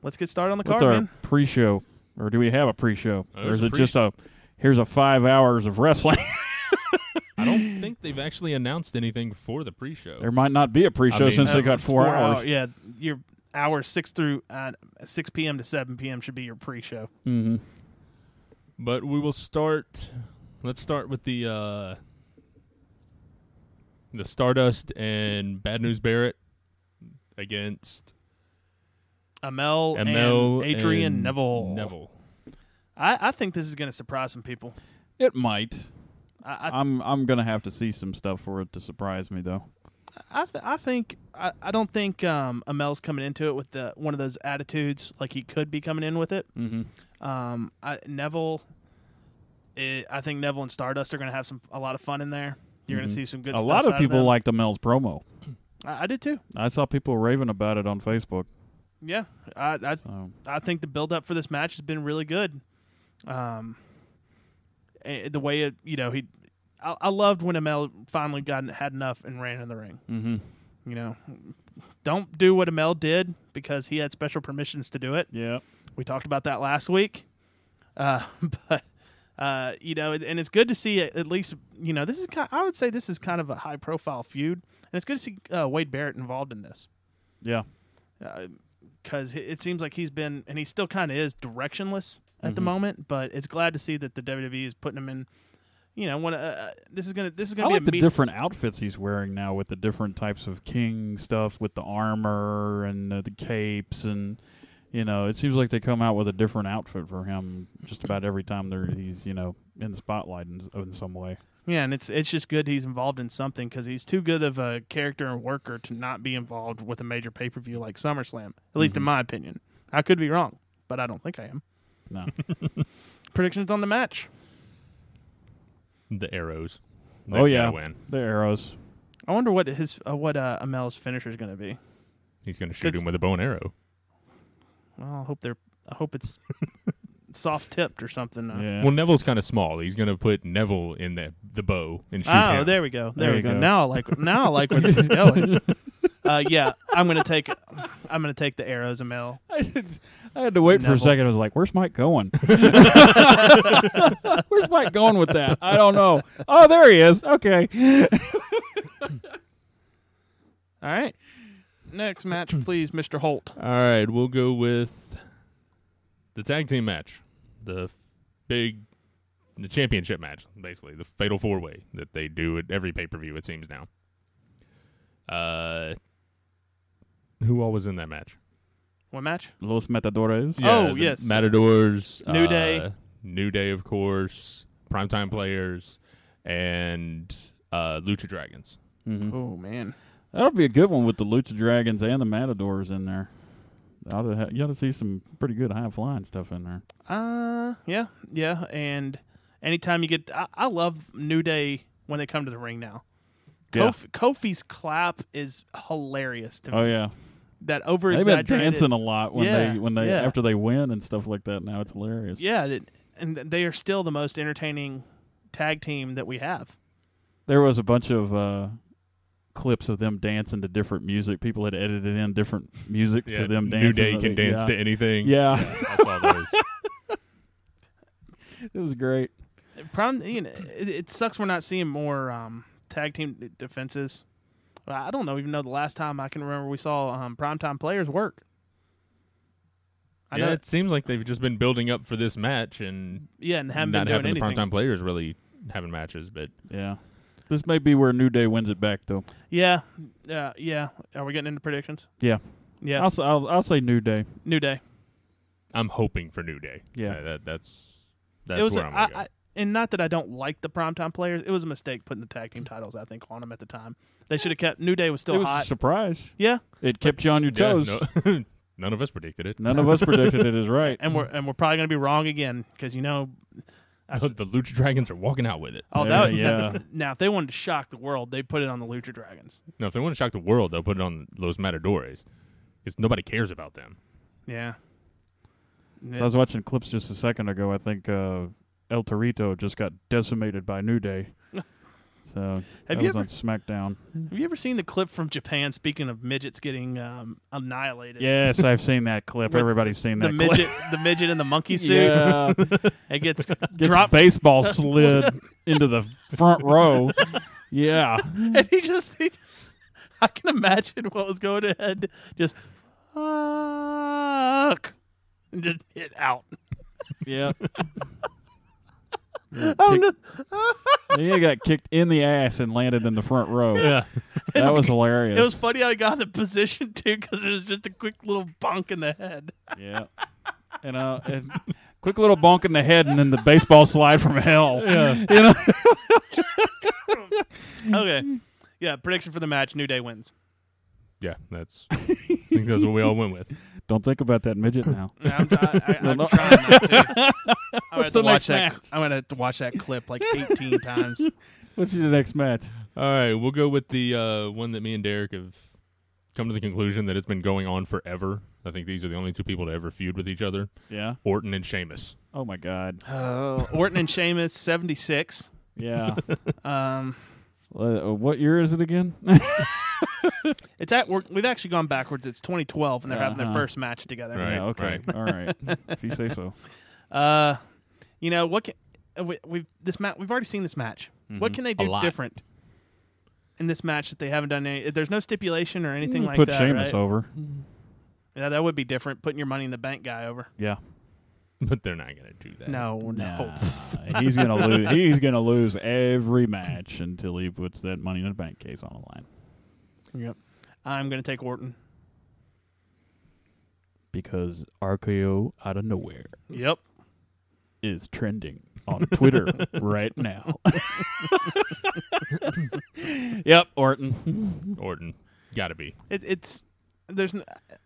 [SPEAKER 1] let's get started on the
[SPEAKER 2] What's
[SPEAKER 1] card,
[SPEAKER 2] our
[SPEAKER 1] man.
[SPEAKER 2] pre show? Or do we have a pre show?
[SPEAKER 3] Oh,
[SPEAKER 2] Or
[SPEAKER 3] there's
[SPEAKER 2] is
[SPEAKER 3] a
[SPEAKER 2] it just a here's a five hours
[SPEAKER 1] [LAUGHS]
[SPEAKER 2] of wrestling?
[SPEAKER 3] I don't think they've actually announced anything for the pre-show.
[SPEAKER 2] there might not be a pre show
[SPEAKER 3] mean,
[SPEAKER 2] since
[SPEAKER 1] Uh,
[SPEAKER 2] they got
[SPEAKER 1] it's
[SPEAKER 2] four, hours.
[SPEAKER 1] hour- yeah, your hours 6 through uh, 6 p.m. to 7 p.m. should be your pre-show.
[SPEAKER 2] Mm-hmm.
[SPEAKER 3] But we will start. Let's start with the uh, the Stardust and Bad News Barrett against
[SPEAKER 1] Amel,
[SPEAKER 3] Amel
[SPEAKER 1] and Adrian
[SPEAKER 3] and
[SPEAKER 1] Neville.
[SPEAKER 3] Neville.
[SPEAKER 1] I, I think this is going to surprise some people.
[SPEAKER 2] It might.
[SPEAKER 1] I, I,
[SPEAKER 2] I'm I'm gonna have to see some stuff for it to surprise me though.
[SPEAKER 1] I, th- I think I, I don't think um, Amel's coming into it with the one of those attitudes like he could be coming in with it.
[SPEAKER 2] Mm-hmm.
[SPEAKER 1] Um, I, Neville, eh, I think Neville and Stardust are going to have some a lot of fun in there. You're going to see some good.
[SPEAKER 2] Mm-hmm. A
[SPEAKER 1] stuff
[SPEAKER 2] lot of
[SPEAKER 1] out
[SPEAKER 2] people
[SPEAKER 1] them.
[SPEAKER 2] liked Amel's promo.
[SPEAKER 1] I, I did too.
[SPEAKER 2] I saw people raving about it on Facebook.
[SPEAKER 1] Yeah, I I,
[SPEAKER 2] So
[SPEAKER 1] I think the build up for this match has been really good. Um, eh, the way it, you know, he, I, I loved when Amel finally got had enough and ran in the ring.
[SPEAKER 2] mm-hmm.
[SPEAKER 1] You know, don't do what Amel did because he had special permissions to do it.
[SPEAKER 2] yeah,
[SPEAKER 1] We talked about that last week. Uh, [LAUGHS] but uh, you know, and it's good to see at at least you know this is kind. I would say this is kind of a high profile feud, and it's good to see uh, Wade Barrett involved in this
[SPEAKER 2] yeah,
[SPEAKER 1] because it seems like he's been and he still kind of is directionless at
[SPEAKER 2] Mm-hmm.
[SPEAKER 1] the moment. But it's glad to see that the WWE is putting him in. You know, when uh, uh, this is gonna this is
[SPEAKER 2] I
[SPEAKER 1] gonna be
[SPEAKER 2] like
[SPEAKER 1] a
[SPEAKER 2] the
[SPEAKER 1] meet-
[SPEAKER 2] different outfits he's wearing now with the different types of king stuff, with the armor and uh, the capes, and you know, it seems like they come out with a different outfit for him just about every time they're he's you know in the spotlight in, in some way.
[SPEAKER 1] yeah, and it's it's just good he's involved in something because he's too good of a character and worker to not be involved with a major pay per view like SummerSlam. At least
[SPEAKER 2] Mm-hmm.
[SPEAKER 1] in my opinion, I could be wrong, but I don't think I am.
[SPEAKER 2] No,
[SPEAKER 1] [LAUGHS] predictions on the match.
[SPEAKER 3] The arrows. They've
[SPEAKER 2] oh
[SPEAKER 3] gotta
[SPEAKER 2] yeah,
[SPEAKER 3] win.
[SPEAKER 2] the arrows.
[SPEAKER 1] I wonder what his uh, what uh, Amel's finisher is going to be.
[SPEAKER 3] He's going to shoot
[SPEAKER 1] It's-
[SPEAKER 3] him with a bow and arrow.
[SPEAKER 1] Well, I hope they're I hope
[SPEAKER 2] [LAUGHS]
[SPEAKER 1] it's soft tipped or something. Uh,
[SPEAKER 2] Yeah.
[SPEAKER 3] Well, Neville's kind of small. He's going to put Neville in the the bow and shoot
[SPEAKER 1] Oh,
[SPEAKER 3] him.
[SPEAKER 1] there we go. There,
[SPEAKER 2] There
[SPEAKER 1] we
[SPEAKER 2] you
[SPEAKER 1] go.
[SPEAKER 2] go.
[SPEAKER 1] Now I like now I like where this is
[SPEAKER 2] [LAUGHS]
[SPEAKER 1] going. Uh, yeah, I'm gonna take I'm gonna take the arrows, Amel.
[SPEAKER 2] [LAUGHS] I, had to wait for
[SPEAKER 1] Neville.
[SPEAKER 2] a second. I was like, "Where's
[SPEAKER 1] [LAUGHS]
[SPEAKER 2] Mike going? [LAUGHS] Where's Mike going with that? I don't know. Oh, there he is.
[SPEAKER 1] [LAUGHS]
[SPEAKER 2] Okay.
[SPEAKER 1] All right. Next match, please, Mr. Holt.
[SPEAKER 3] All right, we'll go with the tag team match, the f- big, the championship match, basically the fatal four way that they do at every pay per view. It seems now. Uh, who all was in that match?
[SPEAKER 1] What match?
[SPEAKER 2] Los Matadores.
[SPEAKER 1] Oh,
[SPEAKER 3] the
[SPEAKER 1] yes.
[SPEAKER 3] Matadors,
[SPEAKER 1] New
[SPEAKER 3] uh,
[SPEAKER 1] Day.
[SPEAKER 3] New Day, of course, primetime players, and uh, Lucha Dragons.
[SPEAKER 2] Mhm.
[SPEAKER 1] Oh man,
[SPEAKER 2] That'll be a good one with the Lucha Dragons and the Matadors in there. Ought to ha- you ought to see some pretty good high flying stuff in there.
[SPEAKER 1] uh, yeah, yeah, and anytime you get, I, I love New Day when they come to the ring now.
[SPEAKER 2] Yeah.
[SPEAKER 1] Kofi, Kofi's clap is hilarious to me.
[SPEAKER 2] Oh yeah,
[SPEAKER 1] That over
[SPEAKER 2] they've been
[SPEAKER 1] exaggerated.
[SPEAKER 2] dancing a lot when
[SPEAKER 1] Yeah,
[SPEAKER 2] they when they
[SPEAKER 1] yeah.
[SPEAKER 2] after they win and stuff like that. Now it's hilarious.
[SPEAKER 1] Yeah, it, and they are still the most entertaining tag team that we have.
[SPEAKER 2] There was a bunch of uh, clips of them dancing to different music. People had edited in different music
[SPEAKER 3] Yeah,
[SPEAKER 2] to them dancing.
[SPEAKER 3] New Day
[SPEAKER 2] to
[SPEAKER 3] can
[SPEAKER 2] the-
[SPEAKER 3] dance to
[SPEAKER 2] yeah.
[SPEAKER 3] anything.
[SPEAKER 2] Yeah,
[SPEAKER 3] I saw those.
[SPEAKER 2] [LAUGHS] it was great.
[SPEAKER 1] Problem, you know, it, it sucks we're not seeing more um, tag team d- defenses. I don't know even know the last time I can remember we saw um, primetime players work. [LAUGHS] I
[SPEAKER 3] yeah,
[SPEAKER 1] know,
[SPEAKER 3] it seems like they've just been building up for this match and
[SPEAKER 1] yeah, and haven't
[SPEAKER 3] not
[SPEAKER 1] been doing
[SPEAKER 3] having
[SPEAKER 1] anything.
[SPEAKER 3] the primetime players really having matches. But
[SPEAKER 2] Yeah, this may be where New Day wins it back though.
[SPEAKER 1] Yeah, yeah, yeah. Are we getting into predictions?
[SPEAKER 2] Yeah.
[SPEAKER 1] Yeah,
[SPEAKER 2] I'll, s- I'll I'll say New Day.
[SPEAKER 1] New Day.
[SPEAKER 3] I'm hoping for New Day. Uh,
[SPEAKER 2] Yeah.
[SPEAKER 3] that, that's that's
[SPEAKER 1] it was,
[SPEAKER 3] where
[SPEAKER 1] a-
[SPEAKER 3] I'm gonna
[SPEAKER 1] I- I- and not that I don't like the primetime players. It was a mistake putting the tag team titles, I think, on them at the time. They should have kept New Day was
[SPEAKER 2] it
[SPEAKER 1] still
[SPEAKER 2] was
[SPEAKER 1] hot.
[SPEAKER 2] a surprise.
[SPEAKER 1] yeah,
[SPEAKER 2] It kept you on your
[SPEAKER 3] go.
[SPEAKER 2] toes.
[SPEAKER 3] Yeah, no- [LAUGHS] none of us predicted it.
[SPEAKER 2] None of us predicted it is right.
[SPEAKER 3] Mm-hmm.
[SPEAKER 1] and we're and we're probably gonna be wrong again because you know, I s-
[SPEAKER 3] [LAUGHS] the Lucha Dragons are walking out with it.
[SPEAKER 1] oh
[SPEAKER 2] Yeah,
[SPEAKER 1] that
[SPEAKER 2] yeah.
[SPEAKER 1] now if they wanted to shock the world, they put it on the Lucha Dragons.
[SPEAKER 3] No, if they want to shock the world, they'll put it on Los Matadores because nobody cares about them.
[SPEAKER 1] Yeah,
[SPEAKER 2] So I was watching clips just a second ago. I think uh, El Torito just got decimated by
[SPEAKER 1] [LAUGHS]
[SPEAKER 2] New Day. So that
[SPEAKER 1] you
[SPEAKER 2] was
[SPEAKER 1] ever-
[SPEAKER 2] on SmackDown.
[SPEAKER 1] have you ever seen the clip from Japan? Speaking of midgets getting um, annihilated,
[SPEAKER 2] Yes, I've seen that clip.
[SPEAKER 1] With
[SPEAKER 2] Everybody's seen
[SPEAKER 1] the
[SPEAKER 2] that
[SPEAKER 1] midget,
[SPEAKER 2] clip.
[SPEAKER 1] the midget in the monkey suit,
[SPEAKER 2] yeah,
[SPEAKER 1] it [LAUGHS] gets,
[SPEAKER 2] [LAUGHS] Gets
[SPEAKER 1] dropped, [LAUGHS]
[SPEAKER 2] baseball slid into the front row. Yeah,
[SPEAKER 1] and he just, he, I can imagine what was going to head, just fuck, and just hit out.
[SPEAKER 2] yeah.
[SPEAKER 1] Oh no!
[SPEAKER 2] He got kicked in the ass and landed in the front row.
[SPEAKER 3] Yeah.
[SPEAKER 2] That was hilarious.
[SPEAKER 1] It was funny how he got in the position too, because it was just a quick little bonk in the head.
[SPEAKER 2] Yeah. And uh, and quick little bonk in the head, and then the baseball slide from hell. Yeah. You know. [LAUGHS] Mm-hmm.
[SPEAKER 1] okay. Yeah, prediction for the match: New Day wins.
[SPEAKER 3] [LAUGHS] Yeah, that's I think that's what we all went with. [LAUGHS]
[SPEAKER 2] Don't think about that midget now.
[SPEAKER 1] I'm, I, I,
[SPEAKER 2] [LAUGHS] No,
[SPEAKER 1] I'm
[SPEAKER 2] no.
[SPEAKER 1] trying not to. I'm gonna have
[SPEAKER 2] the
[SPEAKER 1] to watch
[SPEAKER 2] next
[SPEAKER 1] that.
[SPEAKER 2] match?
[SPEAKER 1] I'm gonna have to watch that clip
[SPEAKER 2] [LAUGHS]
[SPEAKER 1] like 18 times.
[SPEAKER 2] What's your next match?
[SPEAKER 3] All right, we'll go with the uh, one that me and Derek have come to the conclusion that it's been going on forever. I think these are the only two people to ever feud with each other:
[SPEAKER 2] Yeah.
[SPEAKER 3] Orton and Sheamus. [LAUGHS]
[SPEAKER 2] Oh my God.
[SPEAKER 1] Oh, Orton and Sheamus, 76.
[SPEAKER 2] Yeah.
[SPEAKER 1] Um,
[SPEAKER 2] Uh, [LAUGHS] what year is it again? [LAUGHS]
[SPEAKER 1] it's at work. We've actually gone backwards. It's 2012, and they're having their
[SPEAKER 2] Uh-huh.
[SPEAKER 1] first match together.
[SPEAKER 3] Right,
[SPEAKER 2] yeah. Okay. All right. If you say so.
[SPEAKER 1] Uh, you know what? Can, uh, we, we've this match. We've already seen this match.
[SPEAKER 2] Mm-hmm.
[SPEAKER 1] What can they do
[SPEAKER 3] lot.
[SPEAKER 1] different in this match that they haven't done? Any, there's no stipulation or anything like
[SPEAKER 2] Mm. Put
[SPEAKER 1] that.
[SPEAKER 2] Sheamus
[SPEAKER 1] right?
[SPEAKER 2] over.
[SPEAKER 1] Yeah, that would be different. Putting your money in the bank guy over.
[SPEAKER 2] Yeah.
[SPEAKER 3] But they're not going to do that.
[SPEAKER 1] No, Oh, no. [LAUGHS]
[SPEAKER 2] Nah, he's gonna lose. He's gonna lose every match until he puts that money in the bank case on the line
[SPEAKER 1] Yep. I'm going to take Orton.
[SPEAKER 2] because RKO out of nowhere
[SPEAKER 1] Yep.
[SPEAKER 2] is trending on [LAUGHS] Twitter right
[SPEAKER 1] [LAUGHS]
[SPEAKER 2] now. [LAUGHS] yep, [LAUGHS] Orton.
[SPEAKER 3] Orton got to be
[SPEAKER 1] It, it's there's. n-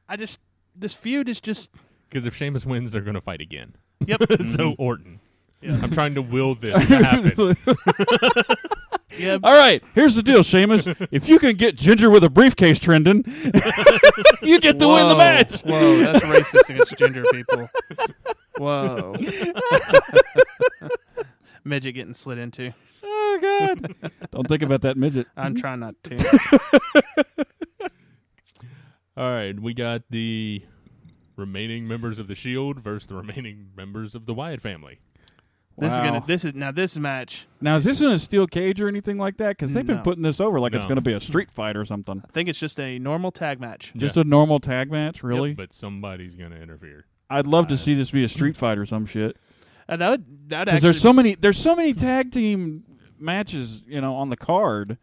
[SPEAKER 1] I just this feud is just.
[SPEAKER 3] because if Sheamus wins, they're going to fight again.
[SPEAKER 1] [LAUGHS] Yep.
[SPEAKER 3] so Orton,
[SPEAKER 1] Yeah.
[SPEAKER 3] I'm trying to will this to happen.
[SPEAKER 1] [LAUGHS] yeah.
[SPEAKER 2] All right, here's the deal, Sheamus. If you can get Ginger with a briefcase trending, [LAUGHS] you get to win the
[SPEAKER 1] Whoa.
[SPEAKER 2] match.
[SPEAKER 1] Whoa, that's racist against gender people. Whoa. [LAUGHS] Midget getting slid into.
[SPEAKER 2] Oh God! Don't think about that midget.
[SPEAKER 1] I'm trying not to.
[SPEAKER 3] All right, we got the remaining members of the Shield E versus the remaining members of the Wyatt family.
[SPEAKER 1] This is
[SPEAKER 2] Wow.
[SPEAKER 1] gonna. This is now. This match.
[SPEAKER 2] Now, is this in a steel cage or anything like that? Because they've been
[SPEAKER 1] No.
[SPEAKER 2] putting this over like it's
[SPEAKER 3] No.
[SPEAKER 2] going to be a street fight or something.
[SPEAKER 1] I think it's just a normal tag match.
[SPEAKER 2] Just a normal tag match, really?
[SPEAKER 3] Yep, but somebody's going to interfere.
[SPEAKER 2] I'd love to see this be a street fight or some shit.
[SPEAKER 1] And Uh, that would. That
[SPEAKER 2] Because
[SPEAKER 1] actually.
[SPEAKER 2] there's so many, there's so many tag team matches, you know, on the card.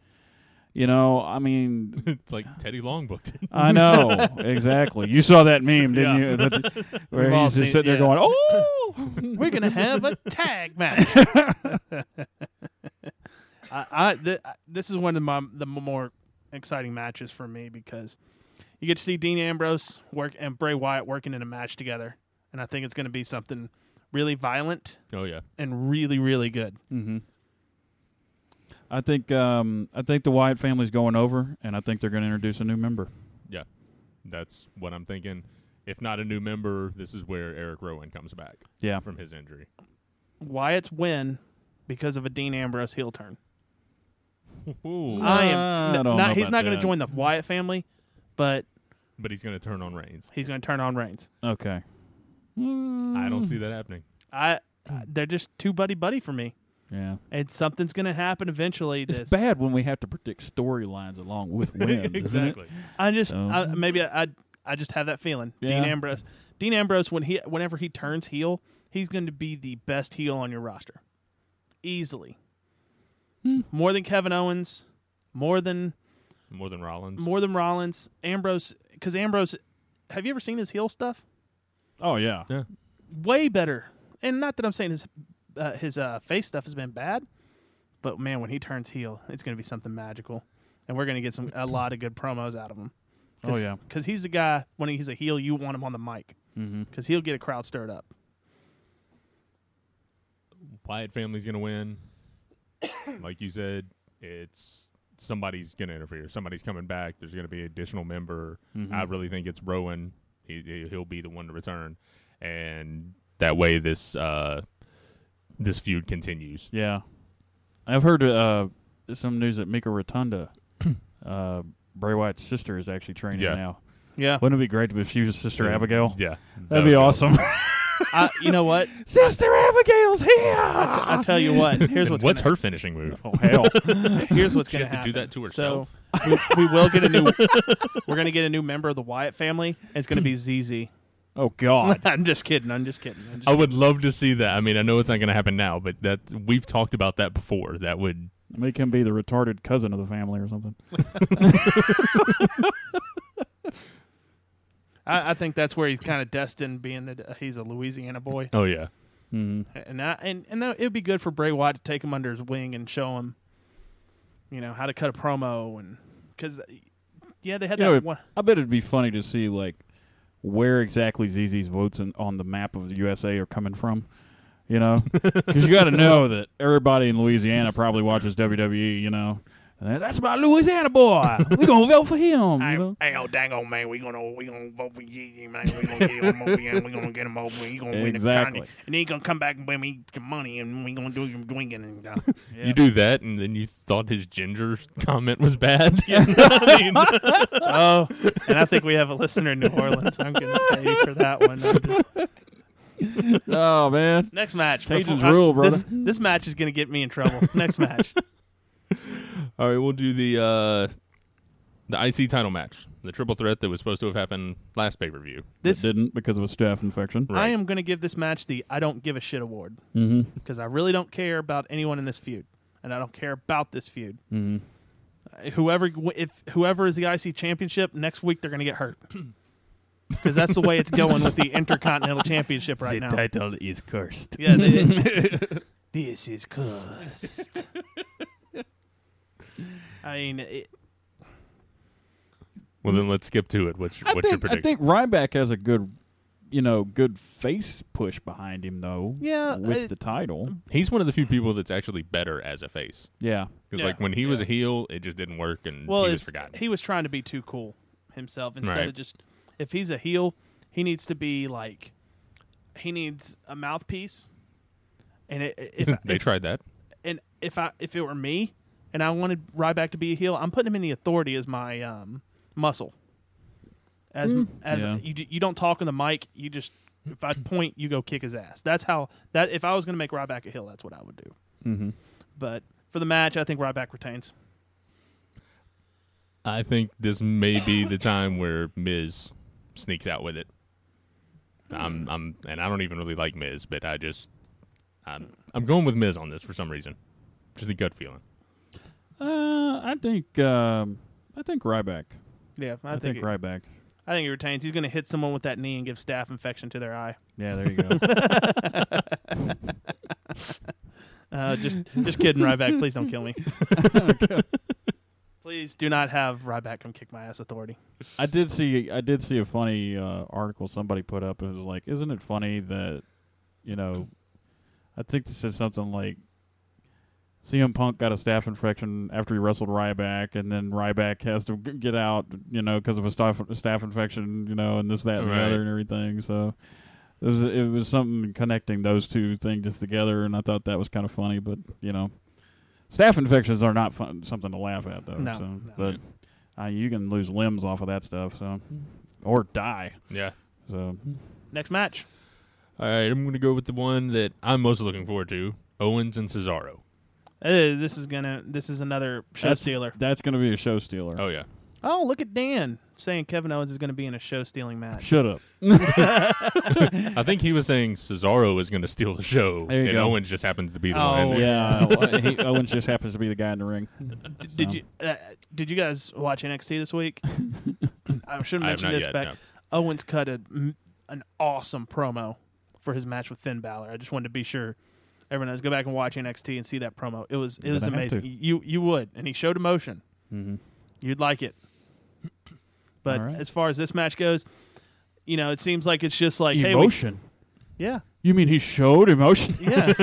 [SPEAKER 2] You know, I mean,
[SPEAKER 3] it's like Teddy Long booked it.
[SPEAKER 2] I know exactly. You saw that meme, didn't
[SPEAKER 1] Yeah.
[SPEAKER 2] you? [LAUGHS] That- where
[SPEAKER 1] We've all
[SPEAKER 2] he's just
[SPEAKER 1] seen
[SPEAKER 2] sitting
[SPEAKER 1] it,
[SPEAKER 2] there
[SPEAKER 1] yeah.
[SPEAKER 2] going, [LAUGHS] "Oh,
[SPEAKER 1] we're gonna have a tag
[SPEAKER 2] [LAUGHS]
[SPEAKER 1] match. I, I, th- I- this is one of my the more exciting matches for me because you get to see Dean Ambrose work and Bray Wyatt working in a match together, and I think it's gonna be something really violent
[SPEAKER 3] [LAUGHS] Oh yeah,
[SPEAKER 1] and really really good.
[SPEAKER 2] hmm Mm-hmm. I think um, I think the Wyatt family's going over, and I think they're going to introduce a new member.
[SPEAKER 3] Yeah, that's what I'm thinking. If not a new member, this is where Eric Rowan comes back
[SPEAKER 2] Yeah,
[SPEAKER 3] from his injury.
[SPEAKER 1] Wyatt's win because of a Dean Ambrose heel turn.
[SPEAKER 3] Ooh.
[SPEAKER 1] I
[SPEAKER 2] I
[SPEAKER 1] am
[SPEAKER 2] don't
[SPEAKER 1] n-
[SPEAKER 2] know
[SPEAKER 1] not. He's
[SPEAKER 2] about
[SPEAKER 1] not going
[SPEAKER 2] that.
[SPEAKER 1] to join the Wyatt family, but
[SPEAKER 3] but he's going to turn on Reigns.
[SPEAKER 1] he's going to turn on Reigns.
[SPEAKER 2] okay.
[SPEAKER 3] I don't see that happening.
[SPEAKER 1] I.
[SPEAKER 2] Hmm.
[SPEAKER 1] They're just too buddy buddy for me.
[SPEAKER 2] Yeah,
[SPEAKER 1] And something's going to happen eventually.
[SPEAKER 2] it's
[SPEAKER 1] This
[SPEAKER 2] bad when we have to predict storylines along [LAUGHS] with wins. isn't it?
[SPEAKER 3] exactly.
[SPEAKER 1] I just
[SPEAKER 2] So- mm-hmm.
[SPEAKER 1] I, maybe I, I just have that feeling.
[SPEAKER 2] Yeah.
[SPEAKER 1] Dean Ambrose. Dean Ambrose when he whenever he turns heel, he's going to be the best heel on your roster, easily.
[SPEAKER 2] Hmm.
[SPEAKER 1] More than Kevin Owens, more than
[SPEAKER 3] More than Rollins.
[SPEAKER 1] more than Rollins. Ambrose because Ambrose, have you ever seen his heel stuff?
[SPEAKER 2] Oh yeah.
[SPEAKER 3] Yeah.
[SPEAKER 1] Way better. And not that I'm saying his uh, his uh, face stuff has been bad, but man, when he turns heel, it's going to be something magical, and we're going to get some a lot of good promos out of him.
[SPEAKER 2] Oh, yeah.
[SPEAKER 1] because he's the guy when he's a heel, you want him on the mic
[SPEAKER 2] Mm-hmm.
[SPEAKER 1] because he'll get a crowd stirred up.
[SPEAKER 3] Wyatt family's going to win. [COUGHS] like you said, it's somebody's going to interfere. Somebody's coming back. There's going to be an additional member.
[SPEAKER 2] Mm-hmm.
[SPEAKER 3] I really think it's Rowan. He, he- he'll be the one to return, and that way this uh, this feud continues.
[SPEAKER 2] Yeah, I've heard uh, some news that Mika Rotunda, uh, Bray Wyatt's sister, is actually training
[SPEAKER 3] Yeah.
[SPEAKER 2] now.
[SPEAKER 1] Yeah,
[SPEAKER 2] Wouldn't it be great if she was Sister Abigail?
[SPEAKER 3] Yeah,
[SPEAKER 2] That'd be awesome.
[SPEAKER 1] I, you know [LAUGHS] what?
[SPEAKER 2] Sister Abigail's here.
[SPEAKER 1] I t- I tell you what. Here's Ah, what's,
[SPEAKER 3] What's,
[SPEAKER 1] gonna,
[SPEAKER 3] her finishing move?
[SPEAKER 2] [LAUGHS] oh hell.
[SPEAKER 1] here's what's
[SPEAKER 3] She
[SPEAKER 1] going
[SPEAKER 3] has to do that to herself.
[SPEAKER 1] So we, we will get a [LAUGHS] new. we're going to get a new member of the Wyatt family. And it's going to be ZZ.
[SPEAKER 2] oh god.
[SPEAKER 1] [LAUGHS] I'm just kidding. I'm just kidding. I'm just
[SPEAKER 3] I would love to see that. I mean, I know it's not going to happen now, but that we've talked about that before. That would
[SPEAKER 2] [LAUGHS] Make him be the retarded cousin of the family or something.
[SPEAKER 1] I, I think that's where he's kind of destined, being that uh, he's a Louisiana boy,
[SPEAKER 3] oh yeah,
[SPEAKER 2] Mm-hmm.
[SPEAKER 1] and I, and and that, it'd be good for Bray Wyatt to take him under his wing and show him, you know, how to cut a promo and because, yeah, they had
[SPEAKER 2] You
[SPEAKER 1] that
[SPEAKER 2] know,
[SPEAKER 1] one.
[SPEAKER 2] I bet it'd be funny to see like where exactly ZZ's votes in, on the map of the USA are coming from. You [LAUGHS] know, because you got to know that everybody in Louisiana probably watches WWE. You know, and that- that's my Louisiana boy. We gonna vote for him. [LAUGHS] You know?
[SPEAKER 5] Hey, oh, dang old man, we gonna we gonna vote for you, man. We gonna get him over here. We gonna get him over. You gonna win the
[SPEAKER 2] Exactly.
[SPEAKER 5] county, and then you gonna come back and bring me your money, and we gonna do your drinking and stuff.
[SPEAKER 3] you do that, and then you thought his ginger comment was bad.
[SPEAKER 1] [LAUGHS]
[SPEAKER 3] [LAUGHS]
[SPEAKER 1] Oh, and I think we have a listener in New Orleans. I'm going to pay you for that
[SPEAKER 5] [LAUGHS]
[SPEAKER 1] one.
[SPEAKER 2] Oh man,
[SPEAKER 1] Next match.
[SPEAKER 2] Cajuns
[SPEAKER 1] Before- I-
[SPEAKER 2] rule, brother.
[SPEAKER 1] This, this match is going to get me in trouble.
[SPEAKER 5] [LAUGHS]
[SPEAKER 1] Next match.
[SPEAKER 3] All right, we'll do the uh, the IC title match, the triple threat that was supposed to have happened last pay per view.
[SPEAKER 1] This
[SPEAKER 2] this didn't because of a staph infection.
[SPEAKER 1] I am going to give this match the I don't give a shit award
[SPEAKER 2] Mm-hmm.
[SPEAKER 1] because I really don't care about anyone in this feud, and I don't care about this feud.
[SPEAKER 2] Mm-hmm.
[SPEAKER 1] Uh, Whoever if whoever is the IC championship next week, they're going to get
[SPEAKER 2] [COUGHS]
[SPEAKER 1] hurt because that's the way it's going with the Intercontinental Championship right now.
[SPEAKER 2] title is cursed.
[SPEAKER 1] yeah, they,
[SPEAKER 2] [LAUGHS]
[SPEAKER 5] this is cursed.
[SPEAKER 1] I mean, it,
[SPEAKER 3] Well, then let's skip to it. What's your,
[SPEAKER 2] I
[SPEAKER 3] what's your
[SPEAKER 2] think, I
[SPEAKER 3] prediction?
[SPEAKER 2] think Ryback has a good, you know, good face push behind him though.
[SPEAKER 1] Yeah,
[SPEAKER 2] with
[SPEAKER 1] I- Mm.
[SPEAKER 2] the title.
[SPEAKER 3] He's one of the few people that's actually better as a face.
[SPEAKER 2] Yeah,
[SPEAKER 3] Because
[SPEAKER 1] Yeah.
[SPEAKER 3] like when he was a heel, it just didn't work, and
[SPEAKER 1] Well,
[SPEAKER 3] he was
[SPEAKER 1] it's-
[SPEAKER 3] forgotten. [LAUGHS]
[SPEAKER 1] he was trying to be too cool himself instead
[SPEAKER 3] Right.
[SPEAKER 1] of just. If he's a heel, he needs to be like. He needs a mouthpiece, and it,
[SPEAKER 3] [LAUGHS]
[SPEAKER 1] if
[SPEAKER 3] they tried that.
[SPEAKER 1] and if I if it were me, and I wanted Ryback to be a heel, I'm putting him in the authority as my um, muscle. As as
[SPEAKER 2] Yeah.
[SPEAKER 1] you d- you don't talk on the mic, you just if I point, you go kick his ass. That's how that if I was going to make Ryback a heel, that's what I would do. Mm-hmm. But for the match, I think Ryback retains.
[SPEAKER 3] I think this may be the time where Miz sneaks out with it.
[SPEAKER 1] Hmm.
[SPEAKER 3] I'm, I'm, and I don't even really like Miz, but I just, I'm, I'm going with Miz on this for some reason. Just a gut feeling.
[SPEAKER 2] Uh, I think um, I think Ryback.
[SPEAKER 1] Yeah, I,
[SPEAKER 2] I,
[SPEAKER 1] think,
[SPEAKER 2] think,
[SPEAKER 1] it-
[SPEAKER 2] Ryback.
[SPEAKER 1] I think he retains. He's going to hit someone with that knee and give staph infection to their eye.
[SPEAKER 2] Yeah, there
[SPEAKER 1] [LAUGHS]
[SPEAKER 2] you go.
[SPEAKER 1] Uh, just, just kidding, Ryback. Please don't kill me. Please do not have Ryback come kick my ass. Authority.
[SPEAKER 2] I did see I did see a funny uh, article somebody put up. It was like, isn't it funny that you know? I think they said something like CM Punk got a staph infection after he wrestled Ryback, and then Ryback has to g- get out, you know, because of a staph, staph infection, you know, and this, that, and
[SPEAKER 3] Right.
[SPEAKER 2] the other, and everything. So it was it was something connecting those two things just together, and I thought that was kind of funny. But you know, staph infections are not fun, something to laugh at, though.
[SPEAKER 1] No,
[SPEAKER 2] so,
[SPEAKER 1] no.
[SPEAKER 2] but uh, you can lose limbs off of that stuff, so
[SPEAKER 1] Mm-hmm.
[SPEAKER 2] or die.
[SPEAKER 3] Yeah.
[SPEAKER 2] So
[SPEAKER 1] Next match.
[SPEAKER 3] All right, I'm going to go with the one that I'm most looking forward to: Owens and Cesaro.
[SPEAKER 1] Uh, this is gonna. This is another show
[SPEAKER 2] that's,
[SPEAKER 1] stealer.
[SPEAKER 2] That's going to be a show stealer.
[SPEAKER 3] Oh yeah,
[SPEAKER 1] Oh, look at Dan saying Kevin Owens is gonna be in a show stealing match.
[SPEAKER 2] Shut up.
[SPEAKER 3] I think he was saying Cesaro is going to steal the show,
[SPEAKER 2] There you
[SPEAKER 3] and
[SPEAKER 2] go.
[SPEAKER 3] Owens just happens to be the
[SPEAKER 1] Oh,
[SPEAKER 3] one.
[SPEAKER 2] Yeah, well, he, Owens just happens to be the guy in the ring.
[SPEAKER 1] [LAUGHS] D- Did you uh, Did you guys watch NXT this week? I should
[SPEAKER 3] I
[SPEAKER 1] have
[SPEAKER 3] have
[SPEAKER 1] mentioned
[SPEAKER 3] not
[SPEAKER 1] this
[SPEAKER 3] yet.
[SPEAKER 1] back.
[SPEAKER 3] no.
[SPEAKER 1] Owens cut a, m- an awesome promo for his match with Finn Balor. I just wanted to be sure everyone knows. Go back and watch NXT and see that promo. It was it was
[SPEAKER 2] gonna have
[SPEAKER 1] amazing.
[SPEAKER 2] to.
[SPEAKER 1] You you would, and he showed emotion.
[SPEAKER 2] Mhm.
[SPEAKER 1] You'd like it. [CLEARS THROAT] But
[SPEAKER 2] All right.
[SPEAKER 1] as far as this match goes, you know, it seems like it's just like hey, we-
[SPEAKER 2] emotion.
[SPEAKER 1] yeah,
[SPEAKER 2] you mean he
[SPEAKER 1] [LAUGHS]
[SPEAKER 2] showed emotion? [LAUGHS]
[SPEAKER 1] yes.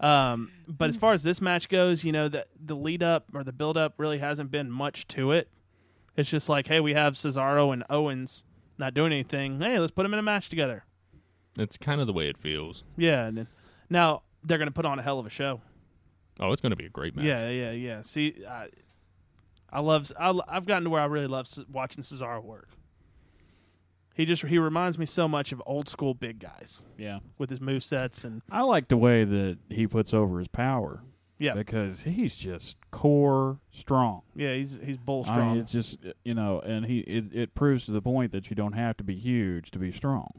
[SPEAKER 1] um, but as far as this match goes, you know, the the lead up or the build up really hasn't been much to it. It's just like, hey, we have Cesaro and Owens not doing anything. Hey, let's put them in a match together.
[SPEAKER 3] It's kind of the way it feels.
[SPEAKER 1] Yeah. And then- now they're going to put on a hell of a show.
[SPEAKER 3] Oh, it's going to be a great match.
[SPEAKER 1] Yeah, yeah, yeah. See, I, I love. I, lo- I've gotten to where I really love Ce- watching Cesaro work. He just he reminds me so much of old school big guys
[SPEAKER 2] Yeah.
[SPEAKER 1] with his move sets and
[SPEAKER 2] I like the way that he puts over his power
[SPEAKER 1] yeah,
[SPEAKER 2] because he's just core strong.
[SPEAKER 1] yeah. He's he's bull
[SPEAKER 2] I mean,
[SPEAKER 1] strong.
[SPEAKER 2] it's just you know, and he it, it proves to the point that you don't have to be huge to be strong.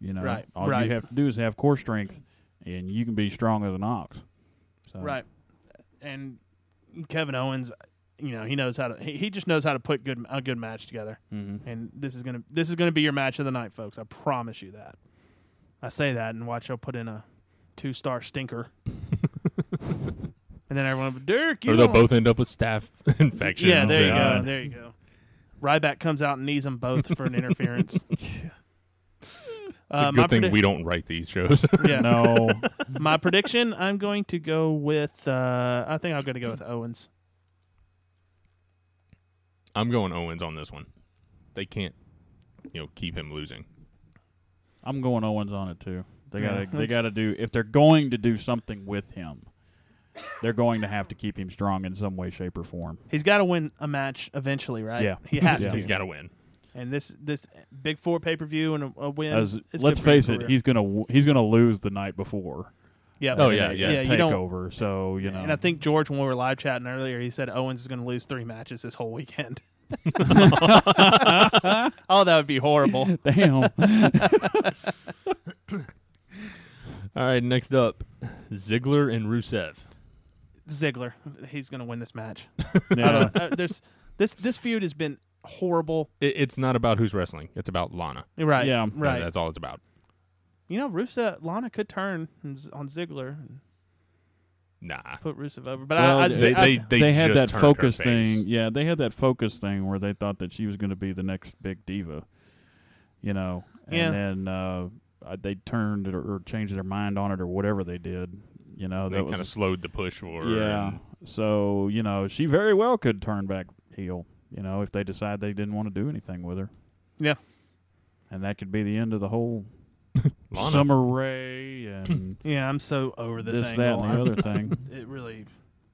[SPEAKER 2] You know,
[SPEAKER 1] Right,
[SPEAKER 2] all
[SPEAKER 1] right.
[SPEAKER 2] you have to do is have core strength, and you can be strong as an ox. So,
[SPEAKER 1] Right. And Kevin Owens, you know, he knows how to. He, he just knows how to put good a good match together.
[SPEAKER 3] Mm-hmm.
[SPEAKER 2] Mhm.
[SPEAKER 1] And this is gonna this is gonna be your match of the night, folks. I promise you that. I say that, and watch he'll put in a two star stinker. and then everyone, will be, Dirk, you
[SPEAKER 3] Or they'll
[SPEAKER 1] don't-"
[SPEAKER 3] both end up with staph [LAUGHS] infections. Uh,
[SPEAKER 1] Yeah, there you go.
[SPEAKER 3] and-
[SPEAKER 1] There you go. Ryback comes out and knees them both for an
[SPEAKER 3] [LAUGHS]
[SPEAKER 1] interference.
[SPEAKER 3] It's
[SPEAKER 1] Uh,
[SPEAKER 3] a
[SPEAKER 1] my
[SPEAKER 3] good thing
[SPEAKER 1] predi-
[SPEAKER 3] we don't write these shows.
[SPEAKER 1] [LAUGHS]
[SPEAKER 3] [LAUGHS]
[SPEAKER 1] yeah.
[SPEAKER 2] No,
[SPEAKER 1] My prediction, I'm going to go with. Uh, I think I'm going to go with Owens.
[SPEAKER 3] I'm going Owens on this one. They can't, you know, keep him losing.
[SPEAKER 2] I'm going Owens on it too. They
[SPEAKER 1] Yeah,
[SPEAKER 2] got to they
[SPEAKER 1] that's-
[SPEAKER 2] got to do if they're going to do something with him, they're going to have to keep him strong in some way, shape, or form.
[SPEAKER 1] He's got to win a match eventually, right?
[SPEAKER 2] Yeah.
[SPEAKER 1] he has
[SPEAKER 2] Yeah.
[SPEAKER 1] to.
[SPEAKER 3] He's got to win.
[SPEAKER 1] And this this big four pay per view and a, a win.
[SPEAKER 2] As,
[SPEAKER 1] it's
[SPEAKER 2] let's
[SPEAKER 1] good for his
[SPEAKER 2] face it,
[SPEAKER 1] career.
[SPEAKER 2] he's gonna w- he's gonna lose the night before.
[SPEAKER 1] yeah.
[SPEAKER 3] Oh, yeah, yeah.
[SPEAKER 1] yeah. You
[SPEAKER 2] Take
[SPEAKER 1] don't.
[SPEAKER 2] over. So you know,
[SPEAKER 1] And I think George, when we were live chatting earlier, he said Owens is going to lose three matches this whole weekend. [LAUGHS] oh, that would be horrible. [LAUGHS]
[SPEAKER 2] [LAUGHS] damn.
[SPEAKER 3] All right, next up, Ziggler and Rusev.
[SPEAKER 1] Ziggler, he's going to win this match. I
[SPEAKER 2] [LAUGHS] yeah.
[SPEAKER 1] don't- uh, there's this this feud has been horrible.
[SPEAKER 3] It, it's not about who's wrestling. It's about Lana.
[SPEAKER 1] Right.
[SPEAKER 2] Yeah.
[SPEAKER 1] Right.
[SPEAKER 3] That's all it's about.
[SPEAKER 1] you know, Rusev Lana could turn on Ziggler and
[SPEAKER 3] Nah.
[SPEAKER 1] put Rusev over, but
[SPEAKER 2] Well,
[SPEAKER 1] I, I,
[SPEAKER 3] They,
[SPEAKER 1] I-
[SPEAKER 3] they, they,
[SPEAKER 2] had
[SPEAKER 3] just
[SPEAKER 2] that
[SPEAKER 3] turned her
[SPEAKER 2] focus
[SPEAKER 3] face.
[SPEAKER 2] thing. Yeah, they had that focus thing where they thought that she was going to be the next big diva. You know, and
[SPEAKER 1] Yeah.
[SPEAKER 2] then uh, uh, they turned it or, or changed their mind on it or whatever they did. You know,
[SPEAKER 3] They
[SPEAKER 2] that
[SPEAKER 3] kind of
[SPEAKER 2] was
[SPEAKER 3] slowed the push for her.
[SPEAKER 2] yeah.
[SPEAKER 3] and-
[SPEAKER 2] So you know, she very well could turn back heel. You know, if they decide they didn't want to do anything with her.
[SPEAKER 1] Yeah.
[SPEAKER 2] And that could be the end of the whole
[SPEAKER 3] Lana.
[SPEAKER 2] Summer
[SPEAKER 1] [CLEARS THROAT]
[SPEAKER 2] Ray and
[SPEAKER 1] yeah, I'm so over this,
[SPEAKER 2] this, that,
[SPEAKER 1] angle.
[SPEAKER 2] and the
[SPEAKER 1] [LAUGHS]
[SPEAKER 2] other thing.
[SPEAKER 1] it really,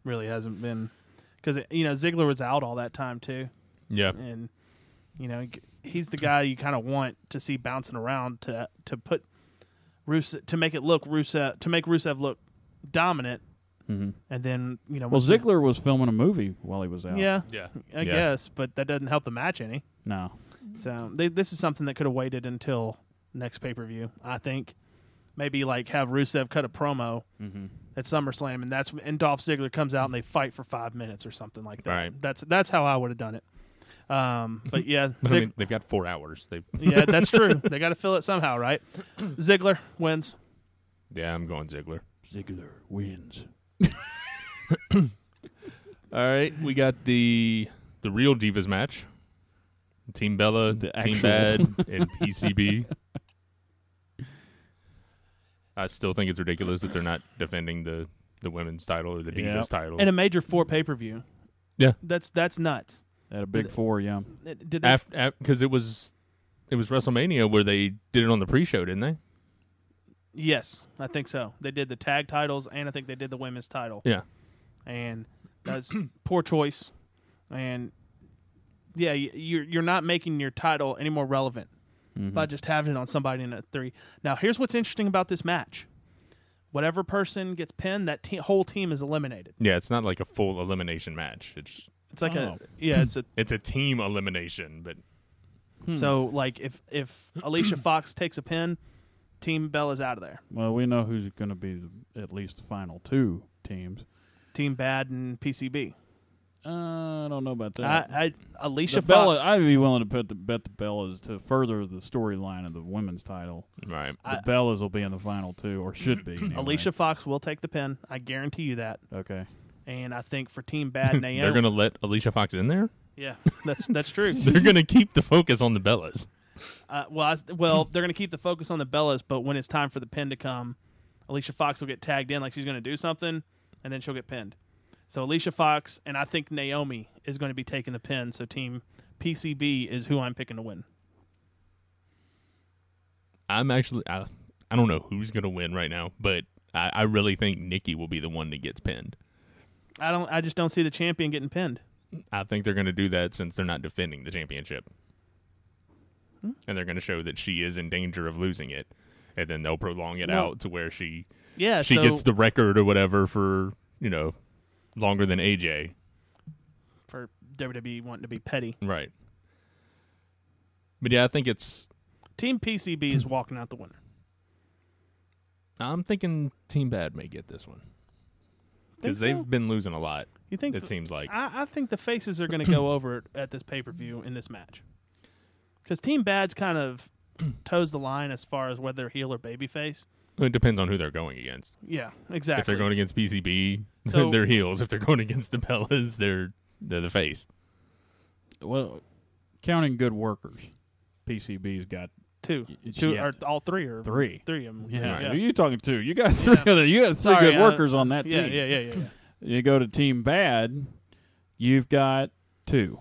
[SPEAKER 1] really hasn't been because you know Ziggler was out all that time too, [LAUGHS]
[SPEAKER 3] Yeah.
[SPEAKER 1] and you know he's the guy you kind of want to see bouncing around to to put Rusev to make it look Rusev to make Rusev look dominant,
[SPEAKER 2] Mhm.
[SPEAKER 1] and then you know
[SPEAKER 2] Well,
[SPEAKER 1] when-
[SPEAKER 2] Ziggler was filming a movie while he was out.
[SPEAKER 1] yeah,
[SPEAKER 3] Yeah.
[SPEAKER 1] I guess, but that doesn't help the match any.
[SPEAKER 2] No.
[SPEAKER 1] So they, this is something that could have waited until next pay per view. I think maybe like have Rusev cut a promo at SummerSlam, and that's and Dolph Ziggler comes out and they fight for five minutes or something like that.
[SPEAKER 3] Right.
[SPEAKER 1] That's that's how I would have done it. Um, but yeah,
[SPEAKER 3] [LAUGHS] But,
[SPEAKER 1] Zig-
[SPEAKER 3] I mean, they've got four hours. They, [LAUGHS]
[SPEAKER 1] yeah, that's true. They got to fill it somehow, right? [CLEARS THROAT] Ziggler wins.
[SPEAKER 3] yeah, I'm going Ziggler.
[SPEAKER 2] Ziggler wins.
[SPEAKER 3] All right, we got the the real divas match. Team Bella,
[SPEAKER 2] The
[SPEAKER 3] Team
[SPEAKER 2] actual-
[SPEAKER 3] Bad, [LAUGHS] and PCB. I still think it's ridiculous that they're not defending the the women's title or the
[SPEAKER 2] Yeah.
[SPEAKER 3] Divas title.
[SPEAKER 1] and a major four pay per view.
[SPEAKER 3] Yeah.
[SPEAKER 1] that's that's nuts.
[SPEAKER 2] At a big four, yeah.
[SPEAKER 1] Did they,
[SPEAKER 3] because it was it was WrestleMania where they did it on the pre-show, didn't they?
[SPEAKER 1] yes, I think so. They did the tag titles, and I think they did the women's title.
[SPEAKER 3] Yeah,
[SPEAKER 1] and that's [CLEARS THROAT] poor choice. And yeah, y- you're you're not making your title any more relevant
[SPEAKER 3] Mm-hmm.
[SPEAKER 1] by just having it on somebody in a three. Now, here's what's interesting about this match: whatever person gets pinned, that te- whole team is eliminated.
[SPEAKER 3] yeah. It's not like a full elimination match. It's
[SPEAKER 1] It's like
[SPEAKER 2] Oh.
[SPEAKER 1] a yeah, it's a
[SPEAKER 3] it's a team elimination, but
[SPEAKER 1] so like if if Alicia Fox takes a pin, Team Bella's out of there.
[SPEAKER 2] Well, we know who's going to be the, at least the final two teams.
[SPEAKER 1] Team Bad and PCB.
[SPEAKER 2] Uh, I don't know about that.
[SPEAKER 1] I, I Alicia
[SPEAKER 2] the Bella,
[SPEAKER 1] Fox.
[SPEAKER 2] I'd be willing to put the, bet the Bellas to further the storyline of the women's title.
[SPEAKER 3] right.
[SPEAKER 2] The Bellas will be in the final two, or should
[SPEAKER 1] [CLEARS THROAT]
[SPEAKER 2] be. anyway.
[SPEAKER 1] Alicia Fox will take the pin. I guarantee you that.
[SPEAKER 2] Okay.
[SPEAKER 1] And I think for Team Bad, Naomi.
[SPEAKER 3] They're gonna let Alicia Fox in there. [LAUGHS]
[SPEAKER 1] Yeah, that's that's true.
[SPEAKER 3] They're gonna keep the focus on the Bellas.
[SPEAKER 1] Uh, well, I, well, they're going to keep the focus on the Bellas, but when it's time for the pin to come, Alicia Fox will get tagged in like she's going to do something, and then she'll get pinned. So Alicia Fox and I think Naomi is going to be taking the pin. So Team PCB is who I'm picking to win.
[SPEAKER 3] I'm actually I, I don't know who's gonna win right now, but I, I really think Nikki will be the one that gets pinned.
[SPEAKER 1] I don't. I just don't see the champion getting pinned.
[SPEAKER 3] I think they're gonna do that since they're not defending the championship,
[SPEAKER 1] Hmm?
[SPEAKER 3] and they're gonna show that she is in danger of losing it, and then they'll prolong it
[SPEAKER 1] Well-
[SPEAKER 3] out to where she
[SPEAKER 1] Yeah,
[SPEAKER 3] she
[SPEAKER 1] so
[SPEAKER 3] gets the record or whatever for you know longer than AJ.
[SPEAKER 1] for WWE wanting to be petty.
[SPEAKER 3] Right. But yeah, I think it's.
[SPEAKER 1] Team PCB
[SPEAKER 3] [LAUGHS]
[SPEAKER 1] is walking out the winner.
[SPEAKER 3] I'm thinking Team Bad may get this one
[SPEAKER 1] Think
[SPEAKER 3] because they've
[SPEAKER 1] so?
[SPEAKER 3] been losing a lot.
[SPEAKER 1] You think?
[SPEAKER 3] It seems like
[SPEAKER 1] I, I think the faces are going to
[SPEAKER 3] [CLEARS THROAT]
[SPEAKER 1] go over it at this pay per view in this match because Team Bad's kind of
[SPEAKER 3] [CLEARS THROAT]
[SPEAKER 1] toes the line as far as whether heel or babyface.
[SPEAKER 3] it depends on who they're going against.
[SPEAKER 1] Yeah, exactly.
[SPEAKER 3] If they're going against [LAUGHS] PCB,
[SPEAKER 1] So-
[SPEAKER 3] they're heels. If they're going against the Bellas, they're they're the face.
[SPEAKER 2] Well, counting good workers, PCB's got
[SPEAKER 1] two,
[SPEAKER 2] it's-
[SPEAKER 1] two,
[SPEAKER 2] yeah.
[SPEAKER 1] or all three, or
[SPEAKER 2] three.
[SPEAKER 1] three of them.
[SPEAKER 2] Yeah,
[SPEAKER 1] yeah,
[SPEAKER 2] Who you talking to? You got three. Other, you got three
[SPEAKER 1] Sorry,
[SPEAKER 2] good
[SPEAKER 1] uh,
[SPEAKER 2] workers on that
[SPEAKER 1] yeah,
[SPEAKER 2] team.
[SPEAKER 1] yeah, yeah, yeah, yeah.
[SPEAKER 3] [LAUGHS]
[SPEAKER 2] You go to Team Bad, you've got two.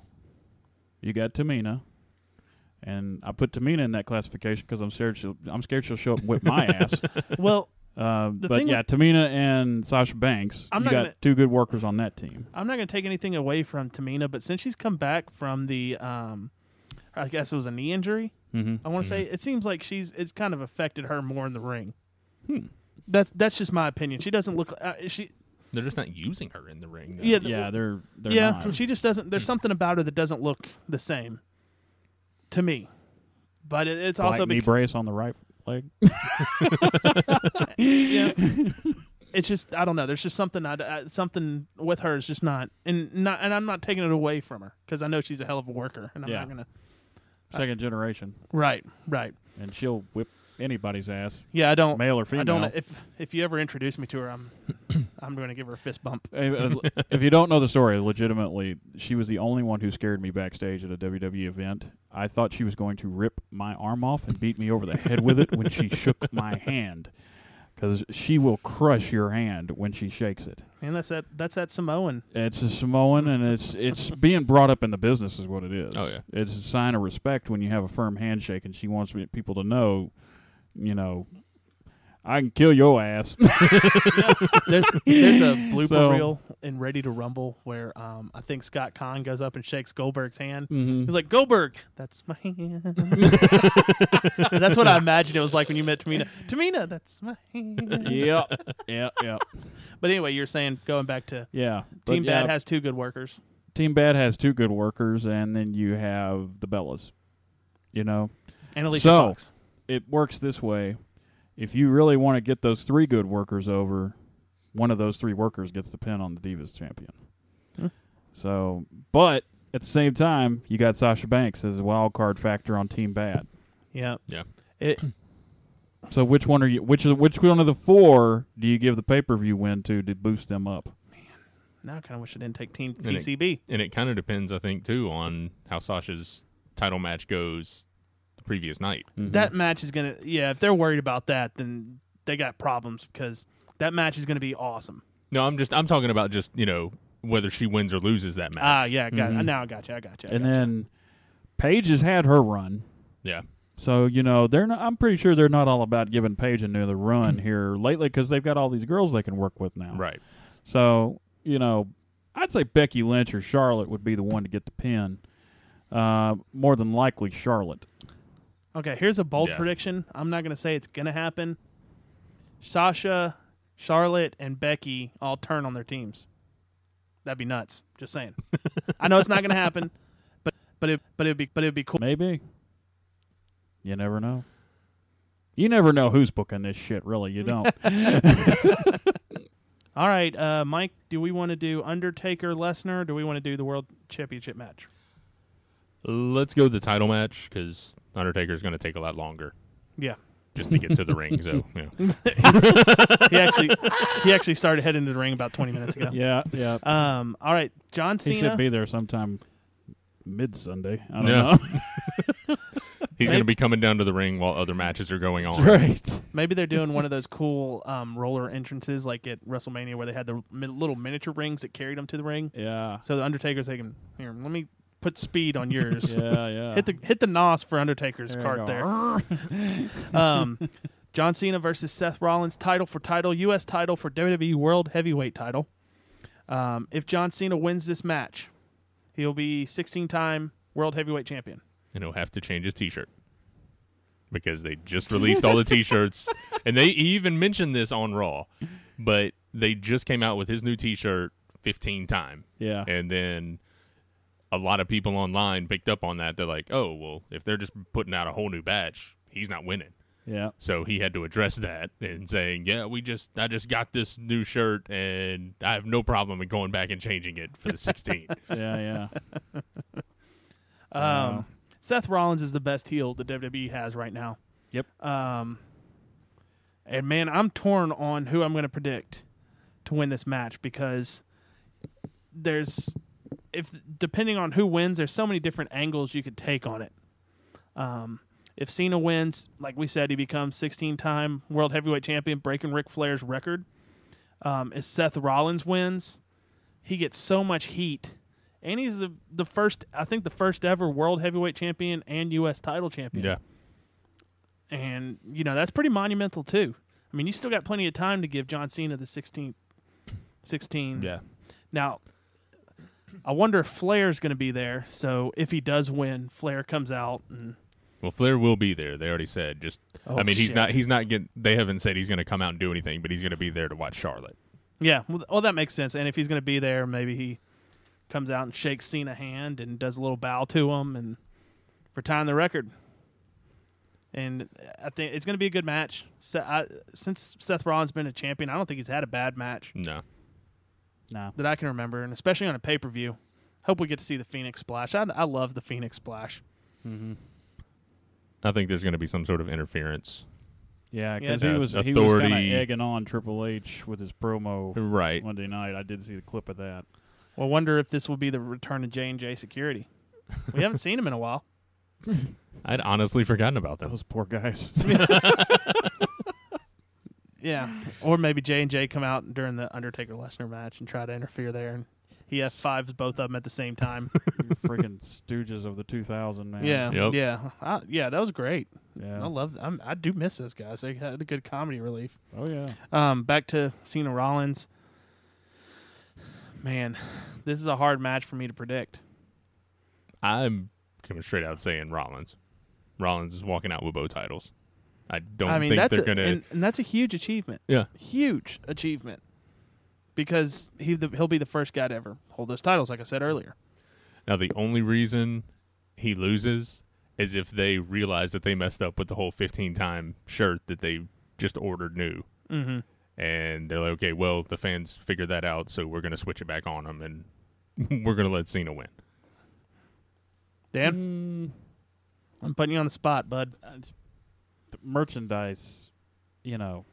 [SPEAKER 2] You got Tamina, and I put Tamina in that classification because I'm scared she'll I'm scared she'll show up and
[SPEAKER 1] [LAUGHS]
[SPEAKER 2] whip my ass.
[SPEAKER 1] well,
[SPEAKER 2] Uh,
[SPEAKER 1] The
[SPEAKER 2] but
[SPEAKER 1] thing
[SPEAKER 2] yeah, Tamina and Sasha Banks,
[SPEAKER 1] I'm
[SPEAKER 2] you
[SPEAKER 1] not
[SPEAKER 2] got
[SPEAKER 1] gonna-
[SPEAKER 2] two good workers on that team.
[SPEAKER 1] I'm not going to take anything away from Tamina, but since she's come back from the, um, I guess it was a knee injury.
[SPEAKER 2] Mm-hmm.
[SPEAKER 1] I want to say it seems like she's it's kind of affected her more in the ring.
[SPEAKER 2] Hmm.
[SPEAKER 1] That's that's just my opinion. She doesn't look. Uh, she
[SPEAKER 3] They're just not using her in the ring. though.
[SPEAKER 1] yeah
[SPEAKER 2] Yeah, they're they're
[SPEAKER 1] yeah,
[SPEAKER 2] not. Hmm.
[SPEAKER 1] she just doesn't. There's something about her that doesn't look the same to me. But it, it's
[SPEAKER 2] Black
[SPEAKER 1] also
[SPEAKER 2] knee
[SPEAKER 1] bec-
[SPEAKER 2] brace on the right leg.
[SPEAKER 1] yeah.
[SPEAKER 2] [LAUGHS]
[SPEAKER 1] it's just I don't know. There's just something I, I- something with her is just not and not and I'm not taking it away from her because I know she's a hell of a worker and I'm
[SPEAKER 2] Yeah.
[SPEAKER 1] not gonna
[SPEAKER 2] Second generation,
[SPEAKER 1] right right
[SPEAKER 2] and she'll whip anybody's ass,
[SPEAKER 1] yeah I don't
[SPEAKER 2] male or female.
[SPEAKER 1] I don't if if you ever introduce me to her
[SPEAKER 2] [CLEARS THROAT]
[SPEAKER 1] I'm I'm gonna give her a fist bump.
[SPEAKER 2] if uh, if you don't know the story, legitimately, she was the only one who scared me backstage at a WWE event. I thought she was going to rip my arm off and beat me over the head with it when she shook my hand, because she will crush your hand when she shakes it.
[SPEAKER 1] And that's that that's that Samoan.
[SPEAKER 2] It's a Samoan, and it's it's being brought up in the business is what it is.
[SPEAKER 3] Oh, yeah.
[SPEAKER 2] it's a sign of respect when you have a firm handshake, and she wants me- people to know, you know, I can kill your ass.
[SPEAKER 1] There's there's a blooper
[SPEAKER 2] [LAUGHS] So-
[SPEAKER 1] reel in Ready to Rumble where um I think Scott Kahn goes up and shakes Goldberg's hand.
[SPEAKER 2] Mhm.
[SPEAKER 1] He's like Goldberg, that's my hand. [LAUGHS] that's what I imagined it was like when you met Tamina. Tamina, that's my hand.
[SPEAKER 2] [LAUGHS] [LAUGHS] yep, yep, yep.
[SPEAKER 1] But anyway, you're saying going back to
[SPEAKER 2] Yeah, But
[SPEAKER 1] Team
[SPEAKER 2] yeah,
[SPEAKER 1] Bad has two good workers.
[SPEAKER 2] Team Bad has two good workers, and then you have the Bellas. You know,
[SPEAKER 1] And Alicia
[SPEAKER 2] So-
[SPEAKER 1] Fox.
[SPEAKER 2] it works this way. If you really want to get those three good workers over, one of those three workers gets the pin on the Divas champion. So, but at the same time, you got Sasha Banks as a wild card factor on Team Bad.
[SPEAKER 1] Yeah.
[SPEAKER 3] yeah.
[SPEAKER 1] It,
[SPEAKER 2] So, which one are you? Which of- which one of the four do you give the pay per view win to to boost them up?
[SPEAKER 1] now I kind of wish I didn't take Team
[SPEAKER 3] it-
[SPEAKER 1] PCB.
[SPEAKER 3] And it kind of depends, I think, too, on how Sasha's title match goes the previous night.
[SPEAKER 2] Mm-hmm.
[SPEAKER 1] That match is going to, yeah, if they're worried about that, then they got problems because that match is going to be awesome.
[SPEAKER 3] No, I'm just I'm talking about just you know whether she wins or loses that match.
[SPEAKER 1] Ah, yeah, I got now I got you. I got you. I
[SPEAKER 2] Mm-hmm. and
[SPEAKER 1] got you.
[SPEAKER 2] then Paige has had her run.
[SPEAKER 3] yeah,
[SPEAKER 2] So you know they're not. I'm pretty sure they're not all about giving Paige another run here lately because they've got all these girls they can work with now.
[SPEAKER 3] right.
[SPEAKER 2] So you know, I'd say Becky Lynch or Charlotte would be the one to get the pin. Uh, more than likely Charlotte.
[SPEAKER 1] okay, here's a bold
[SPEAKER 3] Yeah.
[SPEAKER 1] prediction. I'm not gonna say it's gonna happen. Sasha, Charlotte, and Becky all turn on their teams. That'd be nuts. Just saying. I know it's not gonna happen, [LAUGHS] but but it but it'd be but it'd be cool.
[SPEAKER 2] Maybe. You never know. You never know who's booking this shit, really. You don't.
[SPEAKER 1] All right, uh, Mike, do we want to do Undertaker Lesnar? Or do we want to do the World Championship match?
[SPEAKER 3] Let's go with the title match because Undertaker's going to take a lot longer
[SPEAKER 1] Yeah,
[SPEAKER 3] just to get to the ring. So you know.
[SPEAKER 1] he actually he actually started heading to the ring about 20 minutes ago.
[SPEAKER 2] [LAUGHS] [LAUGHS] yeah, yeah.
[SPEAKER 1] Um. All right, John
[SPEAKER 2] he
[SPEAKER 1] Cena.
[SPEAKER 2] should be there sometime mid Sunday. I don't
[SPEAKER 3] Yeah.
[SPEAKER 2] know. [LAUGHS]
[SPEAKER 3] he's
[SPEAKER 1] Maybe-
[SPEAKER 3] going to be coming down to the ring while other matches are going on.
[SPEAKER 2] right.
[SPEAKER 1] Maybe they're doing one of those cool um, roller entrances like at WrestleMania where they had the mi- little miniature rings that carried them to the ring.
[SPEAKER 2] Yeah.
[SPEAKER 1] So the Undertaker's thinking, here, let me put speed on yours.
[SPEAKER 2] [LAUGHS] Yeah, yeah.
[SPEAKER 1] Hit the hit the nos for Undertaker's
[SPEAKER 2] There you
[SPEAKER 1] card
[SPEAKER 2] go. [LAUGHS]
[SPEAKER 1] there. Um, John Cena versus Seth Rollins, title for title, U.S. title for WWE World Heavyweight title. Um, if John Cena wins this match, he'll be 16-time World Heavyweight Champion.
[SPEAKER 3] and he'll have to change his T-shirt because they just released all the T-shirts, and they even mentioned this on Raw, but they just came out with his new T-shirt 15 time,
[SPEAKER 2] Yeah.
[SPEAKER 3] and then a lot of people online picked up on that. They're like, "Oh, well, if they're just putting out a whole new batch, he's not winning."
[SPEAKER 2] Yeah.
[SPEAKER 3] So he had to address that and saying, "Yeah, we just I just got this new shirt, and I have no problem in going back and changing it for
[SPEAKER 1] [LAUGHS]
[SPEAKER 3] the 16."
[SPEAKER 2] Yeah, yeah.
[SPEAKER 1] Um, Seth Rollins is the best heel the WWE has right now.
[SPEAKER 2] Yep.
[SPEAKER 1] Um, and man, I'm torn on who I'm going to predict to win this match because there's if depending on who wins, there's so many different angles you could take on it. Um, if Cena wins, like we said, he becomes 16-time world heavyweight champion, breaking Ric Flair's record. Um, if Seth Rollins wins, he gets so much heat, and he's the the first, I think, the first ever world heavyweight champion and U.S. title champion and you know that's pretty monumental too. I mean, you still got plenty of time to give John Cena the 16th, 16. Now, I wonder if Flair's going to be there. So if he does win, Flair comes out and
[SPEAKER 3] Well, Flair will be there. They already said. Just,
[SPEAKER 1] Oh,
[SPEAKER 3] I mean, he's
[SPEAKER 1] shit.
[SPEAKER 3] not. He's not getting. They haven't said he's going to come out and do anything, but he's going to be there to watch Charlotte.
[SPEAKER 1] yeah, well, well that makes sense. And if he's going to be there, maybe he comes out and shakes Cena hand and does a little bow to him and for tying the record. And I think it's going to be a good match. Se- I, since Seth Rollins been a champion, I don't think he's had a bad match.
[SPEAKER 3] No,
[SPEAKER 2] No.
[SPEAKER 1] that I can remember, and especially on a pay per view. Hope we get to see the Phoenix Splash. I, I love the Phoenix Splash.
[SPEAKER 3] I think there's going to be some sort of interference.
[SPEAKER 2] Yeah,
[SPEAKER 1] Yeah,
[SPEAKER 2] because
[SPEAKER 3] uh,
[SPEAKER 2] he was he was
[SPEAKER 3] authority-
[SPEAKER 2] kind of egging on Triple H with his promo
[SPEAKER 3] Right.
[SPEAKER 2] Monday night. I did see the clip of that.
[SPEAKER 1] Well, I wonder if this will be the return of J and J Security. We haven't seen him in a while.
[SPEAKER 3] I'd honestly forgotten about them.
[SPEAKER 2] Those poor
[SPEAKER 3] [LAUGHS]
[SPEAKER 2] guys.
[SPEAKER 1] [LAUGHS] Yeah, or maybe J and J come out during the Undertaker Lesnar match and try to interfere there, and he F fives both of them at the same time.
[SPEAKER 2] freaking stooges of the 2000
[SPEAKER 1] [LAUGHS]
[SPEAKER 2] man.
[SPEAKER 1] yeah,
[SPEAKER 3] Yep.
[SPEAKER 1] yeah, I, yeah. That was great. I
[SPEAKER 2] Yeah.
[SPEAKER 1] love. I'm, I do miss those guys. They had a good comedy relief.
[SPEAKER 2] Oh yeah.
[SPEAKER 1] Um, back to Cena Rollins. Man, this is a hard match for me to predict.
[SPEAKER 3] I'm coming straight out saying Rollins. Rollins is walking out with both titles. I don't
[SPEAKER 1] I mean,
[SPEAKER 3] think
[SPEAKER 1] that's
[SPEAKER 3] they're
[SPEAKER 1] a,
[SPEAKER 3] going to.
[SPEAKER 1] and, and that's a huge achievement.
[SPEAKER 3] Yeah.
[SPEAKER 1] huge achievement because he the, he'll be the first guy to ever hold those titles. Like I said earlier,
[SPEAKER 3] Now the only reason he loses is if they realize that they messed up with the whole 15 time shirt that they just ordered new.
[SPEAKER 1] mm-hmm.
[SPEAKER 3] and they're like, okay, well, the fans figured that out, so we're going to switch it back on them, and [LAUGHS] we're going to let Cena win.
[SPEAKER 1] Dan,
[SPEAKER 2] Mm,
[SPEAKER 1] I'm putting you on the spot, bud.
[SPEAKER 2] The merchandise, you know,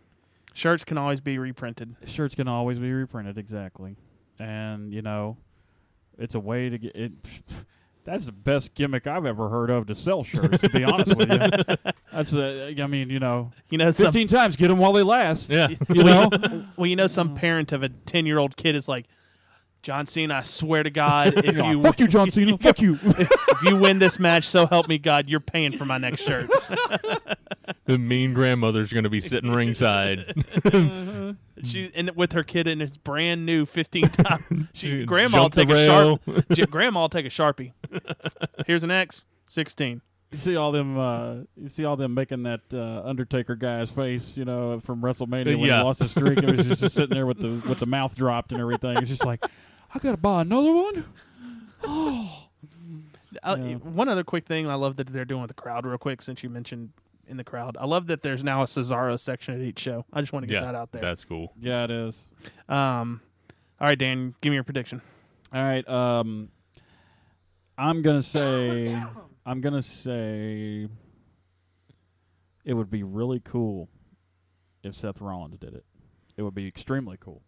[SPEAKER 1] Shirts can always be reprinted.
[SPEAKER 2] shirts can always be reprinted exactly, and you know, it's a way to get it. [LAUGHS] That's the best gimmick I've ever heard of to sell shirts. To be honest with
[SPEAKER 3] [LAUGHS]
[SPEAKER 2] you, that's a, I mean, you know,
[SPEAKER 1] You know, some,
[SPEAKER 2] fifteen times, get them while they last.
[SPEAKER 3] Yeah.
[SPEAKER 2] you know,
[SPEAKER 1] well, you know, some parent of a ten-year-old kid is like, John Cena. I swear to God, [LAUGHS] if you
[SPEAKER 2] fuck you, [LAUGHS] John Cena, fuck you.
[SPEAKER 1] if you win this match, so help me God, you're paying for my next shirt.
[SPEAKER 3] [LAUGHS] The mean grandmother's going to be sitting ringside. [LAUGHS]
[SPEAKER 2] Mm.
[SPEAKER 1] She and with her kid and it's brand new,
[SPEAKER 2] [LAUGHS]
[SPEAKER 1] fifteen times. She
[SPEAKER 3] She
[SPEAKER 1] grandma will
[SPEAKER 3] jumped the
[SPEAKER 1] take a sharp. [LAUGHS] j- grandma will take a
[SPEAKER 2] [LAUGHS]
[SPEAKER 1] sharpie. Here's an X, sixteen.
[SPEAKER 2] you see all them, uh, you see all them making that uh, Undertaker guy's face, you know, from WrestleMania when
[SPEAKER 3] Yeah.
[SPEAKER 2] he lost his streak. It was just, just sitting there with the [LAUGHS] with the mouth dropped and everything. It's just like, I gotta buy another one.
[SPEAKER 1] Uh,
[SPEAKER 2] Yeah.
[SPEAKER 1] One other quick thing I love that they're doing with the crowd, real quick, since you mentioned in the crowd. I love that there's now a Cesaro section at each show. I just want to get
[SPEAKER 3] yeah,
[SPEAKER 1] that out there.
[SPEAKER 3] that's cool.
[SPEAKER 2] Yeah, it is.
[SPEAKER 1] Um, all right, Dan, give me your prediction.
[SPEAKER 2] All right. Um, I'm gonna say, I'm gonna say, it would be really cool if Seth Rollins did it. It would be extremely cool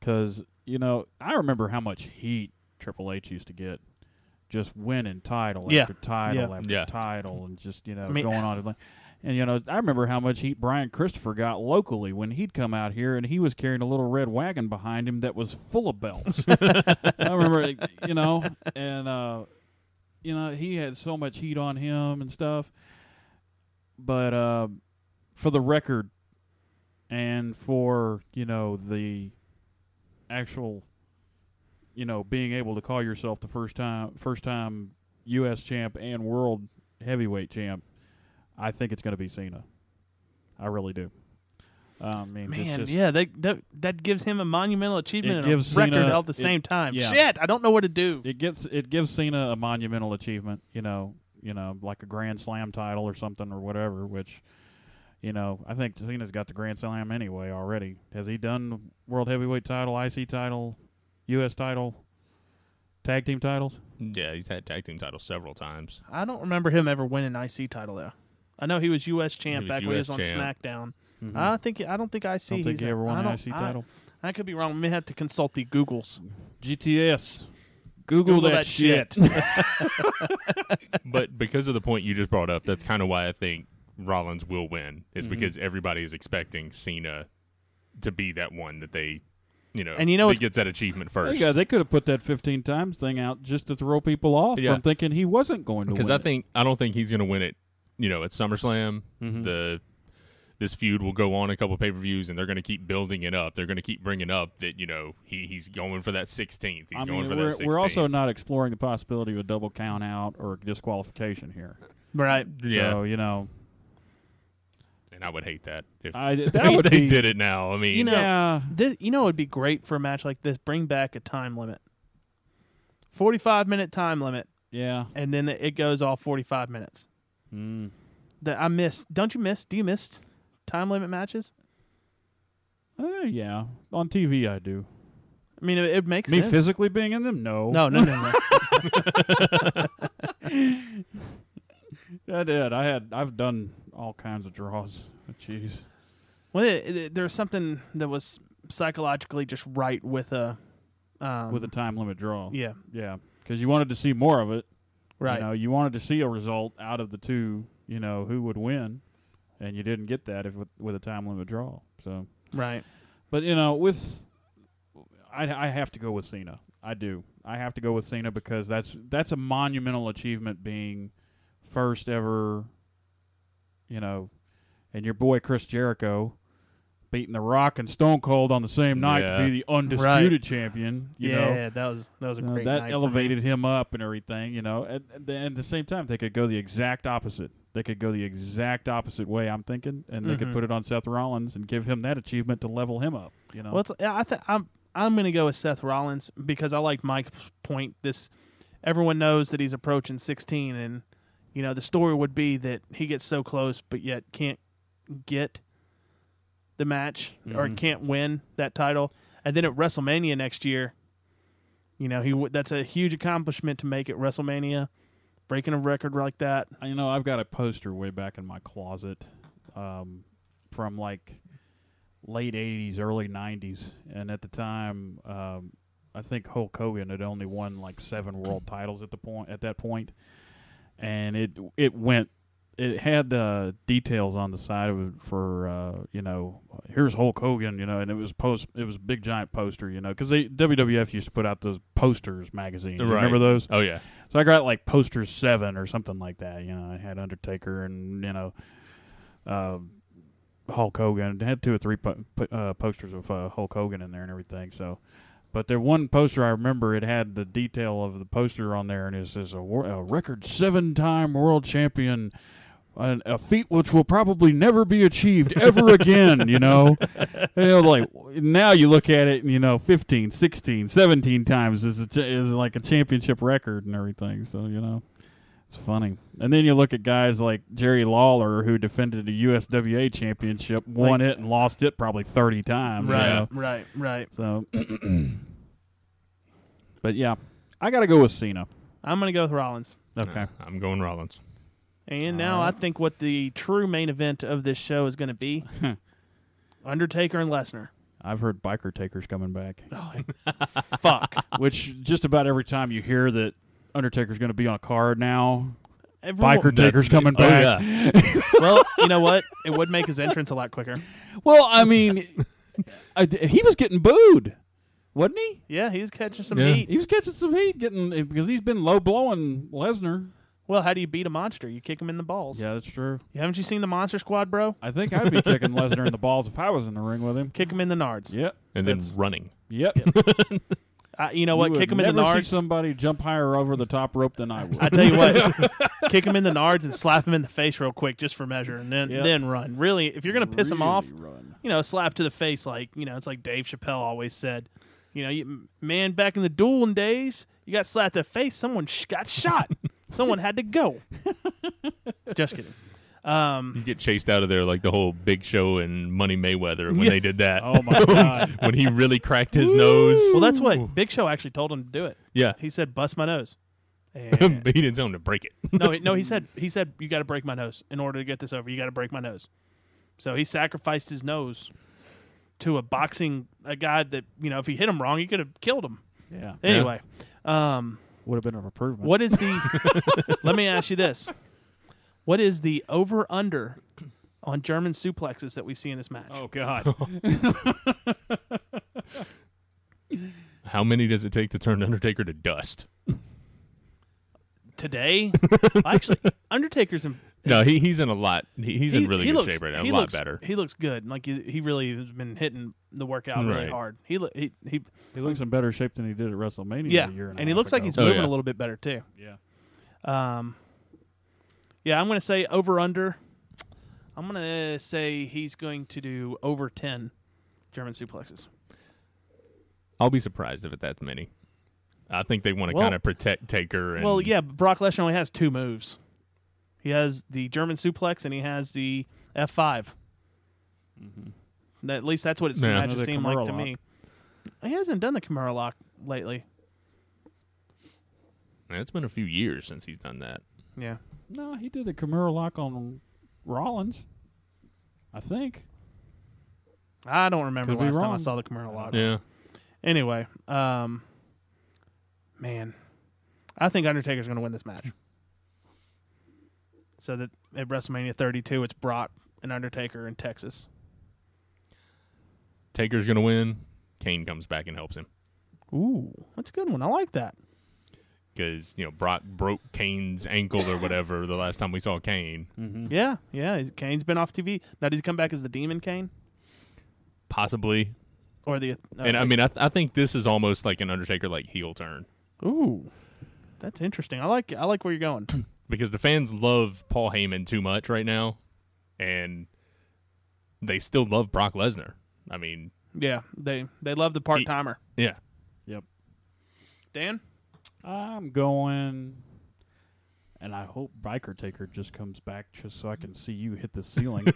[SPEAKER 2] because you know I remember how much heat Triple H used to get, just winning title
[SPEAKER 1] Yeah.
[SPEAKER 2] after title
[SPEAKER 1] Yeah.
[SPEAKER 2] after
[SPEAKER 3] Yeah.
[SPEAKER 2] title, and just you know
[SPEAKER 1] I mean-
[SPEAKER 2] going on and like. And you know, I remember how much heat Brian Christopher got locally when he'd come out here, and he was carrying a little red wagon behind him that was full of belts. I remember, like, you know, and uh, you know he had so much heat on him and stuff. But uh, for the record, and for you know the actual, you know, being able to call yourself the first time, first time U.S. champ and world heavyweight champ, I think it's going to be Cena. I really do. Uh, I mean, it's
[SPEAKER 1] Man,
[SPEAKER 2] just-
[SPEAKER 1] yeah, that, that that gives him a monumental achievement
[SPEAKER 2] It
[SPEAKER 1] and
[SPEAKER 2] gives
[SPEAKER 1] a record
[SPEAKER 2] Cena-
[SPEAKER 1] all at the
[SPEAKER 2] it-
[SPEAKER 1] same time.
[SPEAKER 2] yeah.
[SPEAKER 1] Shit, I don't know what to do.
[SPEAKER 2] it gets it gives Cena a monumental achievement, you know, you know, like a Grand Slam title or something or whatever. Which, you know, I think Cena's got the Grand Slam anyway already. Has he done World Heavyweight title, IC title, U.S. title, tag team titles?
[SPEAKER 3] Yeah, he's had tag team titles several times.
[SPEAKER 1] I don't remember him ever winning IC title though. I know he was U.S. champ
[SPEAKER 3] was
[SPEAKER 1] back when he
[SPEAKER 3] US
[SPEAKER 1] was on
[SPEAKER 3] champ.
[SPEAKER 1] SmackDown. I don't think I don't think IC.
[SPEAKER 2] I Mm-hmm. don't think
[SPEAKER 1] he's
[SPEAKER 2] he ever won
[SPEAKER 1] I
[SPEAKER 2] an
[SPEAKER 1] don't-
[SPEAKER 2] IC
[SPEAKER 1] I-
[SPEAKER 2] title.
[SPEAKER 1] I could be wrong. We may have to consult the Googles.
[SPEAKER 2] GTS. Google,
[SPEAKER 1] Google
[SPEAKER 2] that,
[SPEAKER 1] that
[SPEAKER 2] shit.
[SPEAKER 3] But because of the point you just brought up, that's kind of why I think Rollins will win. Is
[SPEAKER 2] Mm-hmm.
[SPEAKER 3] because everybody is expecting Cena to be that one that they, you know,
[SPEAKER 1] And you know
[SPEAKER 3] he
[SPEAKER 1] it's-
[SPEAKER 3] gets that achievement first.
[SPEAKER 2] Yeah, they could have put that 15 times thing out just to throw people off
[SPEAKER 3] Yeah.
[SPEAKER 2] from thinking he wasn't going to win.
[SPEAKER 3] because I
[SPEAKER 2] it.
[SPEAKER 3] think I don't think he's going to win it. You know, at SummerSlam,
[SPEAKER 2] Mm-hmm.
[SPEAKER 3] the this feud will go on a couple pay per views, and they're going to keep building it up. They're going to keep bringing up that you know he he's going for that sixteenth. He's
[SPEAKER 2] I
[SPEAKER 3] going
[SPEAKER 2] mean,
[SPEAKER 3] for
[SPEAKER 2] we're,
[SPEAKER 3] that. 16th.
[SPEAKER 2] we're also not exploring the possibility of a double count out or disqualification here.
[SPEAKER 1] [LAUGHS] right?
[SPEAKER 3] yeah,
[SPEAKER 2] So, you know,
[SPEAKER 3] and I would hate that if,
[SPEAKER 2] I, that
[SPEAKER 3] if
[SPEAKER 2] would
[SPEAKER 3] [LAUGHS] they
[SPEAKER 2] be,
[SPEAKER 3] did it now. I mean,
[SPEAKER 1] You know-
[SPEAKER 2] Yeah.
[SPEAKER 1] This, you know, it would be great for a match like this. Bring back a time limit, forty-five minute time limit,
[SPEAKER 2] Yeah.
[SPEAKER 1] and then it goes all forty-five minutes.
[SPEAKER 2] Mm.
[SPEAKER 1] That I miss. Don't you miss? Do you miss time limit matches?
[SPEAKER 2] Uh, yeah. On TV, I do.
[SPEAKER 1] I mean, it, it makes
[SPEAKER 2] Me
[SPEAKER 1] sense.
[SPEAKER 2] physically being in them? No.
[SPEAKER 1] no, no,
[SPEAKER 2] [LAUGHS]
[SPEAKER 1] no, no.
[SPEAKER 2] I did. I had. I've done all kinds of draws. [LAUGHS] Jeez.
[SPEAKER 1] well, it, it, there was something that was psychologically just right with a um,
[SPEAKER 2] With a time limit draw.
[SPEAKER 1] yeah,
[SPEAKER 2] Yeah. Because you wanted to see more of it.
[SPEAKER 1] right.
[SPEAKER 2] You know, you wanted to see a result out of the two. You know who would win, and you didn't get that if with, with a time limit draw. So.
[SPEAKER 1] Right.
[SPEAKER 2] But you know, with I, I have to go with Cena. I do. I have to go with Cena because that's that's a monumental achievement, being first ever. You know, and your boy Chris Jericho beating The Rock and Stone Cold on the same night to
[SPEAKER 3] Yeah.
[SPEAKER 2] be the undisputed champion. You
[SPEAKER 1] yeah,
[SPEAKER 2] know.
[SPEAKER 1] that was that was a
[SPEAKER 2] You know,
[SPEAKER 1] great night
[SPEAKER 2] that
[SPEAKER 1] for me.
[SPEAKER 2] elevated him up and everything, you know. And, and then at the same time, they could go the exact opposite. They could go the exact opposite way. I'm thinking, and they
[SPEAKER 1] Mhm.
[SPEAKER 2] could put it on Seth Rollins and give him that achievement to level him up. You know,
[SPEAKER 1] Well, it's, yeah, I th- I'm I'm going to go with Seth Rollins because I like Mike's point. This everyone knows that he's approaching 16, and you know the story would be that he gets so close, but yet can't get the match or
[SPEAKER 2] Mhm.
[SPEAKER 1] can't win that title, and then at WrestleMania next year, you know he w- that's a huge accomplishment to make at WrestleMania, breaking a record like that.
[SPEAKER 2] I- you know, I've got a poster way back in my closet um, from like late 80s, early 90s. And at the time, um, I think Hulk Hogan had only won like seven world titles at the point at that point, and it it went. It had uh, details on the side of it for uh, you know here's Hulk Hogan you know and it was post it was a big giant poster you know because they WWF used to put out those posters magazines You
[SPEAKER 3] Right.
[SPEAKER 2] remember those
[SPEAKER 3] Oh yeah.
[SPEAKER 2] so I got like poster seven or something like that. You know, I had Undertaker and you know, uh, Hulk Hogan. I had two or three po- po- uh, posters of uh, Hulk Hogan in there and everything. So, but there one poster I remember it had the detail of the poster on there, and it says a, wor- a record seven time world champion. An, a feat which will probably never be achieved ever again, you know? you know, like now you look at it and you know 15 16 17 times is a ch- is like a championship record and everything so you know it's funny and then you look at guys like jerry lawler who defended the uswa championship won it and lost it probably 30 times you
[SPEAKER 1] Right,
[SPEAKER 2] know?
[SPEAKER 1] right, right.
[SPEAKER 2] so but yeah i gotta go with cena
[SPEAKER 1] I'm going to go with Rollins.
[SPEAKER 2] okay
[SPEAKER 3] Uh, I'm going Rollins.
[SPEAKER 1] And now I think what the true main event of this show is going to be
[SPEAKER 2] [LAUGHS]
[SPEAKER 1] Undertaker and Lesnar.
[SPEAKER 2] i've heard biker takers coming back
[SPEAKER 3] Oh.
[SPEAKER 2] [LAUGHS]
[SPEAKER 1] Fuck.
[SPEAKER 2] which just about every time you hear that undertaker's gonna be on a card now
[SPEAKER 1] Everyone-
[SPEAKER 2] biker takers coming
[SPEAKER 3] Oh
[SPEAKER 2] back
[SPEAKER 3] yeah.
[SPEAKER 1] [LAUGHS] well, you know what? It would make his entrance a lot quicker.
[SPEAKER 2] Well, I mean, I d he was getting booed, wasn't he?
[SPEAKER 1] Yeah, he was catching some
[SPEAKER 3] Yeah.
[SPEAKER 1] heat.
[SPEAKER 2] He was catching some heat, getting eh, because he's been low blowing Lesnar.
[SPEAKER 1] Well, how do you beat a monster? You kick him in the balls.
[SPEAKER 2] Yeah, that's true.
[SPEAKER 1] Haven't you seen the Monster Squad, bro?
[SPEAKER 2] I think I'd be kicking Lesnar in the balls if I was in the ring with him.
[SPEAKER 1] Kick him in the nards.
[SPEAKER 2] Yep.
[SPEAKER 3] And then
[SPEAKER 2] That's-
[SPEAKER 3] running.
[SPEAKER 2] Yep.
[SPEAKER 1] I, you know what?
[SPEAKER 2] You
[SPEAKER 1] kick him
[SPEAKER 2] would
[SPEAKER 1] in the
[SPEAKER 2] never see
[SPEAKER 1] nards.
[SPEAKER 2] somebody jump higher over the top rope than I would.
[SPEAKER 1] [LAUGHS] I tell you
[SPEAKER 2] [LAUGHS]
[SPEAKER 1] what, kick him in the nards and slap him in the face real quick just for measure, and then
[SPEAKER 2] Yeah.
[SPEAKER 1] then run. Really, if you're gonna piss him
[SPEAKER 2] Really
[SPEAKER 1] off, [LAUGHS]
[SPEAKER 2] Run.
[SPEAKER 1] you know, slap to the face, like you know, it's like Dave Chappelle always said. You know, you, man, back in the dueling days, you got slapped to the face, someone sh- got shot, someone had to go. just kidding. Um,
[SPEAKER 3] You get chased out of there like the whole Big Show and Money Mayweather when they did that.
[SPEAKER 2] Oh [LAUGHS] my god.
[SPEAKER 3] [LAUGHS] when he really cracked his nose.
[SPEAKER 1] well, that's what Big Show actually told him to do it. [LAUGHS]
[SPEAKER 3] Yeah.
[SPEAKER 1] He said, "Bust my nose." And-
[SPEAKER 3] but [LAUGHS] he didn't tell him to break it.
[SPEAKER 1] no, he- no, he said he said you got to break my nose in order to get this over. You got to break my nose. So he sacrificed his nose to a boxing a guy that you know if he hit him wrong he could have killed him.
[SPEAKER 2] Yeah.
[SPEAKER 1] Anyway, um,
[SPEAKER 2] Would have been an improvement.
[SPEAKER 1] what is the? [LAUGHS] let me ask you this: What is the over under on German suplexes that we see in this match?
[SPEAKER 2] Oh god.
[SPEAKER 3] How many does it take to turn Undertaker to dust?
[SPEAKER 1] Today, actually, Undertaker's in
[SPEAKER 3] No, he, he's in a lot. He, he's in really good
[SPEAKER 1] looks-
[SPEAKER 3] shape right now.
[SPEAKER 1] He
[SPEAKER 3] a lot
[SPEAKER 1] looks,
[SPEAKER 3] better.
[SPEAKER 1] He looks good. Like he, he really has been hitting the workout really
[SPEAKER 3] Right.
[SPEAKER 1] hard. He lo- he he
[SPEAKER 2] [LAUGHS] he looks in better shape than he did at WrestleMania.
[SPEAKER 1] yeah,
[SPEAKER 2] a year and,
[SPEAKER 1] he looks like he's
[SPEAKER 3] Oh,
[SPEAKER 1] moving
[SPEAKER 3] yeah.
[SPEAKER 1] a little bit better too.
[SPEAKER 2] yeah.
[SPEAKER 1] Um, yeah, I'm going to say over under. I'm going to say he's going to do over ten German suplexes.
[SPEAKER 3] I'll be surprised if it that many. I think they want to
[SPEAKER 1] Well-
[SPEAKER 3] kind of protect Taker. And,
[SPEAKER 1] Well, yeah, but Brock Lesnar only has two moves. He has the German suplex and he has the F5. At least that's what it
[SPEAKER 3] Yeah.
[SPEAKER 1] yeah,
[SPEAKER 2] Another
[SPEAKER 1] just seemed like to
[SPEAKER 2] Kimura
[SPEAKER 1] me. He hasn't done the Kimura lock lately.
[SPEAKER 3] Man, it's been a few years since he's done that.
[SPEAKER 1] Yeah.
[SPEAKER 2] No, he did a Kimura lock on Rollins. I think.
[SPEAKER 1] I don't remember
[SPEAKER 2] Could be
[SPEAKER 1] last time I
[SPEAKER 2] wrong.
[SPEAKER 1] saw the Kimura lock.
[SPEAKER 3] Yeah,
[SPEAKER 1] Anyway, um, man, I think Undertaker's going to win this match. So that at WrestleMania 32, it's Brock and Undertaker in Texas.
[SPEAKER 3] Taker's gonna win. Kane comes back and helps him
[SPEAKER 1] Ooh, that's a good one. I like that.
[SPEAKER 3] because you know Brock broke Kane's ankle or whatever the last time we saw Kane.
[SPEAKER 1] Yeah, yeah. he's- Kane's been off TV. Now does he come back as the Demon Kane
[SPEAKER 3] Possibly,
[SPEAKER 1] or the? uh, no,
[SPEAKER 3] and I
[SPEAKER 1] like-
[SPEAKER 3] mean, I, th- I think this is almost like an Undertaker like heel turn
[SPEAKER 1] ooh, that's interesting. I like I like where you're going. [CLEARS THROAT]
[SPEAKER 3] because the fans love Paul Heyman too much right now, and they still love Brock Lesnar. I mean,
[SPEAKER 1] yeah, they they love the part timer.
[SPEAKER 3] yeah,
[SPEAKER 2] Yep.
[SPEAKER 1] Dan,
[SPEAKER 2] I'm going, and I hope Biker Taker just comes back just so I can see you hit
[SPEAKER 1] [LAUGHS]
[SPEAKER 2] the ceiling.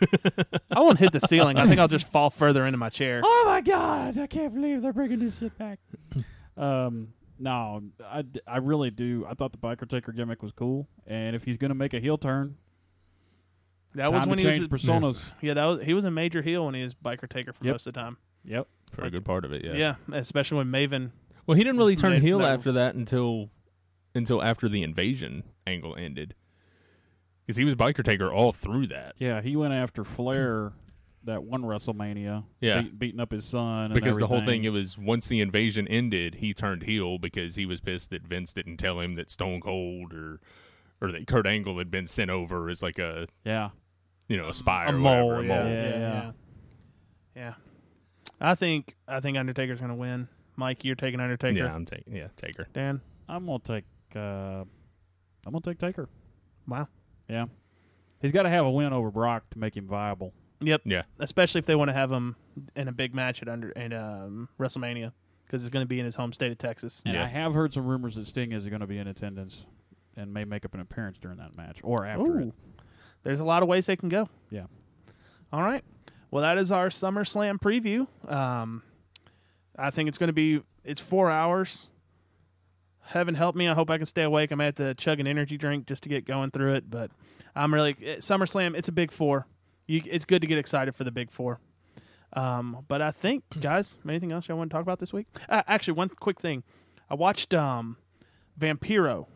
[SPEAKER 1] I won't hit the ceiling. I think I'll just fall further into my chair.
[SPEAKER 2] oh my god! I can't believe they're bringing this shit back. [LAUGHS] um, no, I, d- I really do. I thought the Biker Taker gimmick was cool, and if he's gonna make a heel turn,
[SPEAKER 1] That
[SPEAKER 2] time
[SPEAKER 1] was when
[SPEAKER 2] to
[SPEAKER 1] he was
[SPEAKER 2] change personas.
[SPEAKER 1] Yeah, that was, he was a major heel when he was biker taker for
[SPEAKER 2] Yep.
[SPEAKER 1] most of the time.
[SPEAKER 2] Yep.
[SPEAKER 3] for a good part of it.
[SPEAKER 1] Yeah. especially when Maven
[SPEAKER 3] Well, he didn't really turn
[SPEAKER 1] James
[SPEAKER 3] heel
[SPEAKER 1] Neville.
[SPEAKER 3] after that until until after the invasion angle ended, because he was biker taker all through that.
[SPEAKER 2] Yeah, he went after Flair that one WrestleMania.
[SPEAKER 3] Yeah.
[SPEAKER 2] beat- beating up his son. and
[SPEAKER 3] Because the whole
[SPEAKER 2] everything.
[SPEAKER 3] thing, it was once the invasion ended, he turned heel because he was pissed that Vince didn't tell him that Stone Cold or or that Kurt Angle had been sent over as like a
[SPEAKER 2] Yeah,
[SPEAKER 3] you know a spy
[SPEAKER 1] a
[SPEAKER 3] or
[SPEAKER 1] mole,
[SPEAKER 3] whatever, a
[SPEAKER 1] yeah,
[SPEAKER 3] mole.
[SPEAKER 1] yeah,
[SPEAKER 2] Yeah.
[SPEAKER 1] yeah, yeah. I think I think Undertaker's gonna win. Mike, you're taking Undertaker.
[SPEAKER 3] Yeah, I'm taking yeah Taker.
[SPEAKER 1] Dan,
[SPEAKER 2] I'm gonna take. Uh, I'm gonna take Taker.
[SPEAKER 1] wow.
[SPEAKER 2] Yeah, he's got to have a win over Brock to make him viable.
[SPEAKER 1] Yep.
[SPEAKER 3] Yeah.
[SPEAKER 1] Especially if they want to have him in a big match at under and um, WrestleMania because it's going to be in his home state of Texas.
[SPEAKER 2] And
[SPEAKER 3] Yeah.
[SPEAKER 2] I have heard some rumors that Sting is going to be in attendance and may make up an appearance during that match or after it.
[SPEAKER 1] Ooh. There's a lot of ways they can go.
[SPEAKER 2] Yeah.
[SPEAKER 1] All right. Well, that is our SummerSlam preview. Um, I think it's going to be it's four hours. Heaven help me. I hope I can stay awake. I may have to chug an energy drink just to get going through it, but I'm really eh, SummerSlam. It's a big four. You, it's good to get excited for the big four. Um, but I
[SPEAKER 2] [CLEARS THROAT]
[SPEAKER 1] think, guys, anything else y'all want to talk about this week? Uh, actually, one quick thing. I watched um, Vampiro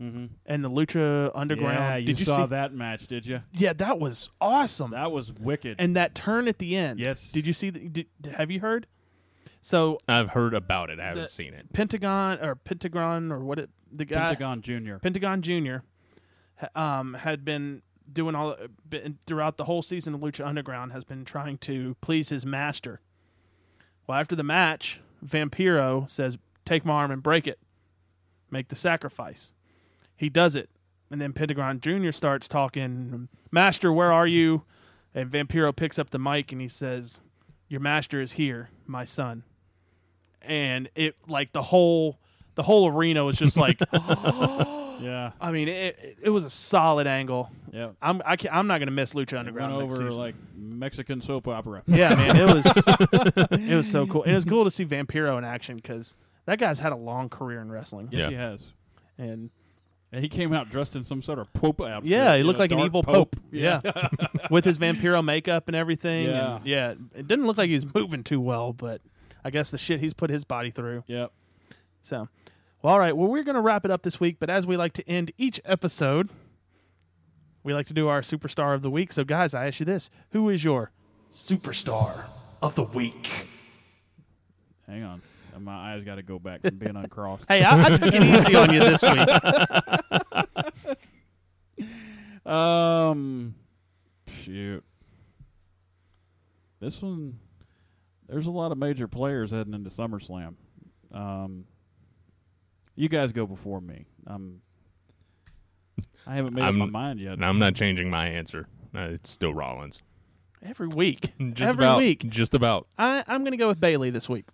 [SPEAKER 2] Mm-hmm.
[SPEAKER 1] and the Lucha Underground.
[SPEAKER 2] Yeah, you,
[SPEAKER 1] Did you
[SPEAKER 2] saw
[SPEAKER 1] see?
[SPEAKER 2] that match, did you?
[SPEAKER 1] Yeah, that was awesome.
[SPEAKER 2] That was wicked.
[SPEAKER 1] and that turn at the end.
[SPEAKER 2] Yes.
[SPEAKER 1] Did you see? The, did, have you heard? So
[SPEAKER 3] I've heard about it. I haven't
[SPEAKER 1] The-
[SPEAKER 3] seen it.
[SPEAKER 1] Pentagon or Pentagon or what it the guy
[SPEAKER 2] Pentagon Junior.
[SPEAKER 1] Pentagon Junior um, had been doing all been, throughout the whole season of Lucha Underground has been trying to please his master. Well, after the match, Vampiro says, "Take my arm and break it. Make the sacrifice." He does it, and then Pentagon Junior starts talking. Master, where are you? And Vampiro picks up the mic and he says, "Your master is here, my son." And it like the whole the whole arena was just like
[SPEAKER 2] yeah,
[SPEAKER 1] I mean, it, it it was a solid angle.
[SPEAKER 2] yeah.
[SPEAKER 1] I'm I can, I'm not gonna miss Lucha
[SPEAKER 2] It went
[SPEAKER 1] Underground next
[SPEAKER 2] over
[SPEAKER 1] season.
[SPEAKER 2] like Mexican soap opera.
[SPEAKER 1] yeah, man, it was
[SPEAKER 2] [LAUGHS]
[SPEAKER 1] it was so cool. And it was cool to see Vampiro in action because that guy's had a long career in wrestling.
[SPEAKER 2] Yes,
[SPEAKER 3] Yeah.
[SPEAKER 2] he has.
[SPEAKER 1] And
[SPEAKER 2] And he came out dressed in some sort of pope outfit.
[SPEAKER 1] yeah, he
[SPEAKER 2] you
[SPEAKER 1] looked
[SPEAKER 2] know,
[SPEAKER 1] like an
[SPEAKER 2] dark
[SPEAKER 1] evil pope. Yeah, [LAUGHS] with his Vampiro makeup and everything.
[SPEAKER 2] Yeah.
[SPEAKER 1] and yeah. It didn't look like he was moving too well, but I guess the shit he's put his body through.
[SPEAKER 2] Yep.
[SPEAKER 1] So, well, all right. Well, we're going to wrap it up this week, but as we like to end each episode, we like to do our superstar of the week. So, guys, I ask you this who is your superstar of the week?
[SPEAKER 2] Hang on. My eyes got to go back from being [LAUGHS] uncrossed.
[SPEAKER 1] Hey, I, I took it easy on you this week.
[SPEAKER 2] Um, shoot. This one, there's a lot of major players heading into SummerSlam. Um, you guys go before me. I'm. I haven't made
[SPEAKER 3] I'm-
[SPEAKER 2] up my mind yet.
[SPEAKER 3] And I'm not changing my answer. Uh, it's still Rollins.
[SPEAKER 1] Every week.
[SPEAKER 3] Just
[SPEAKER 1] Every
[SPEAKER 3] about,
[SPEAKER 1] week.
[SPEAKER 3] Just about.
[SPEAKER 1] I, I'm going to go with Bailey this week.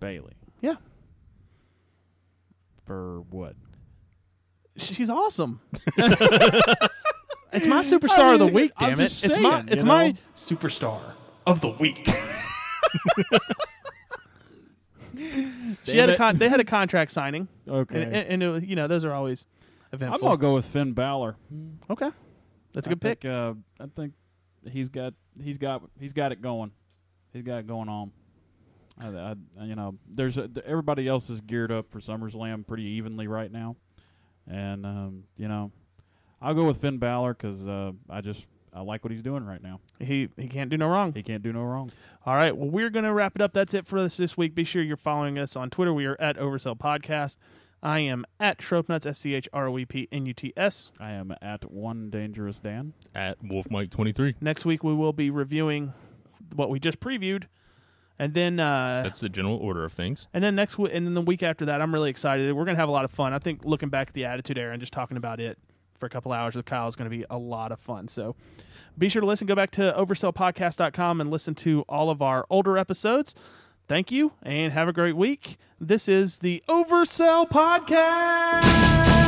[SPEAKER 2] Bailey
[SPEAKER 1] Yeah.
[SPEAKER 2] for what?
[SPEAKER 1] She's
[SPEAKER 2] [LAUGHS]
[SPEAKER 1] awesome. it's my superstar of the
[SPEAKER 2] mean,
[SPEAKER 1] week,
[SPEAKER 2] I'm
[SPEAKER 1] damn it.
[SPEAKER 2] just
[SPEAKER 1] it's my
[SPEAKER 2] saying, you
[SPEAKER 1] it's my
[SPEAKER 2] know.
[SPEAKER 1] superstar of the
[SPEAKER 2] [LAUGHS]
[SPEAKER 1] week. she had a
[SPEAKER 2] it.
[SPEAKER 1] con- they had a contract signing.
[SPEAKER 2] Okay,
[SPEAKER 1] And, and, and it, was- you know, those are always
[SPEAKER 2] I'm
[SPEAKER 1] eventful.
[SPEAKER 2] gonna go with Finn Balor.
[SPEAKER 1] okay. That's a
[SPEAKER 2] I
[SPEAKER 1] good pick.
[SPEAKER 2] Think, uh, I think he's got he's got he's got it going. He's got it going on. I, I, I- you know, there's a, th- everybody else is geared up for SummerSlam pretty evenly right now, and um, you know, I'll go with Finn Balor because uh, I just I like what he's doing right now.
[SPEAKER 1] He he can't do no wrong.
[SPEAKER 2] He can't do no wrong.
[SPEAKER 1] All right. Well, we're going to wrap it up. That's it for us this week. Be sure you're following us on Twitter. We are at Oversell Podcast. I am at Tropenuts, S C H R O E P N U T S.
[SPEAKER 2] I am at one dangerous Dan.
[SPEAKER 3] At Wolf Mike 23.
[SPEAKER 1] Next week, we will be reviewing what we just previewed. And then, uh,
[SPEAKER 3] That's the general order of things.
[SPEAKER 1] and then next week, and then the week after that, I'm really excited. We're going to have a lot of fun. I think looking back at the Attitude Era and just talking about it for a couple hours with Kyle is going to be a lot of fun. So be sure to listen. Go back to oversellpodcast.com and listen to all of our older episodes. Thank you and have a great week. This is the Oversell Podcast.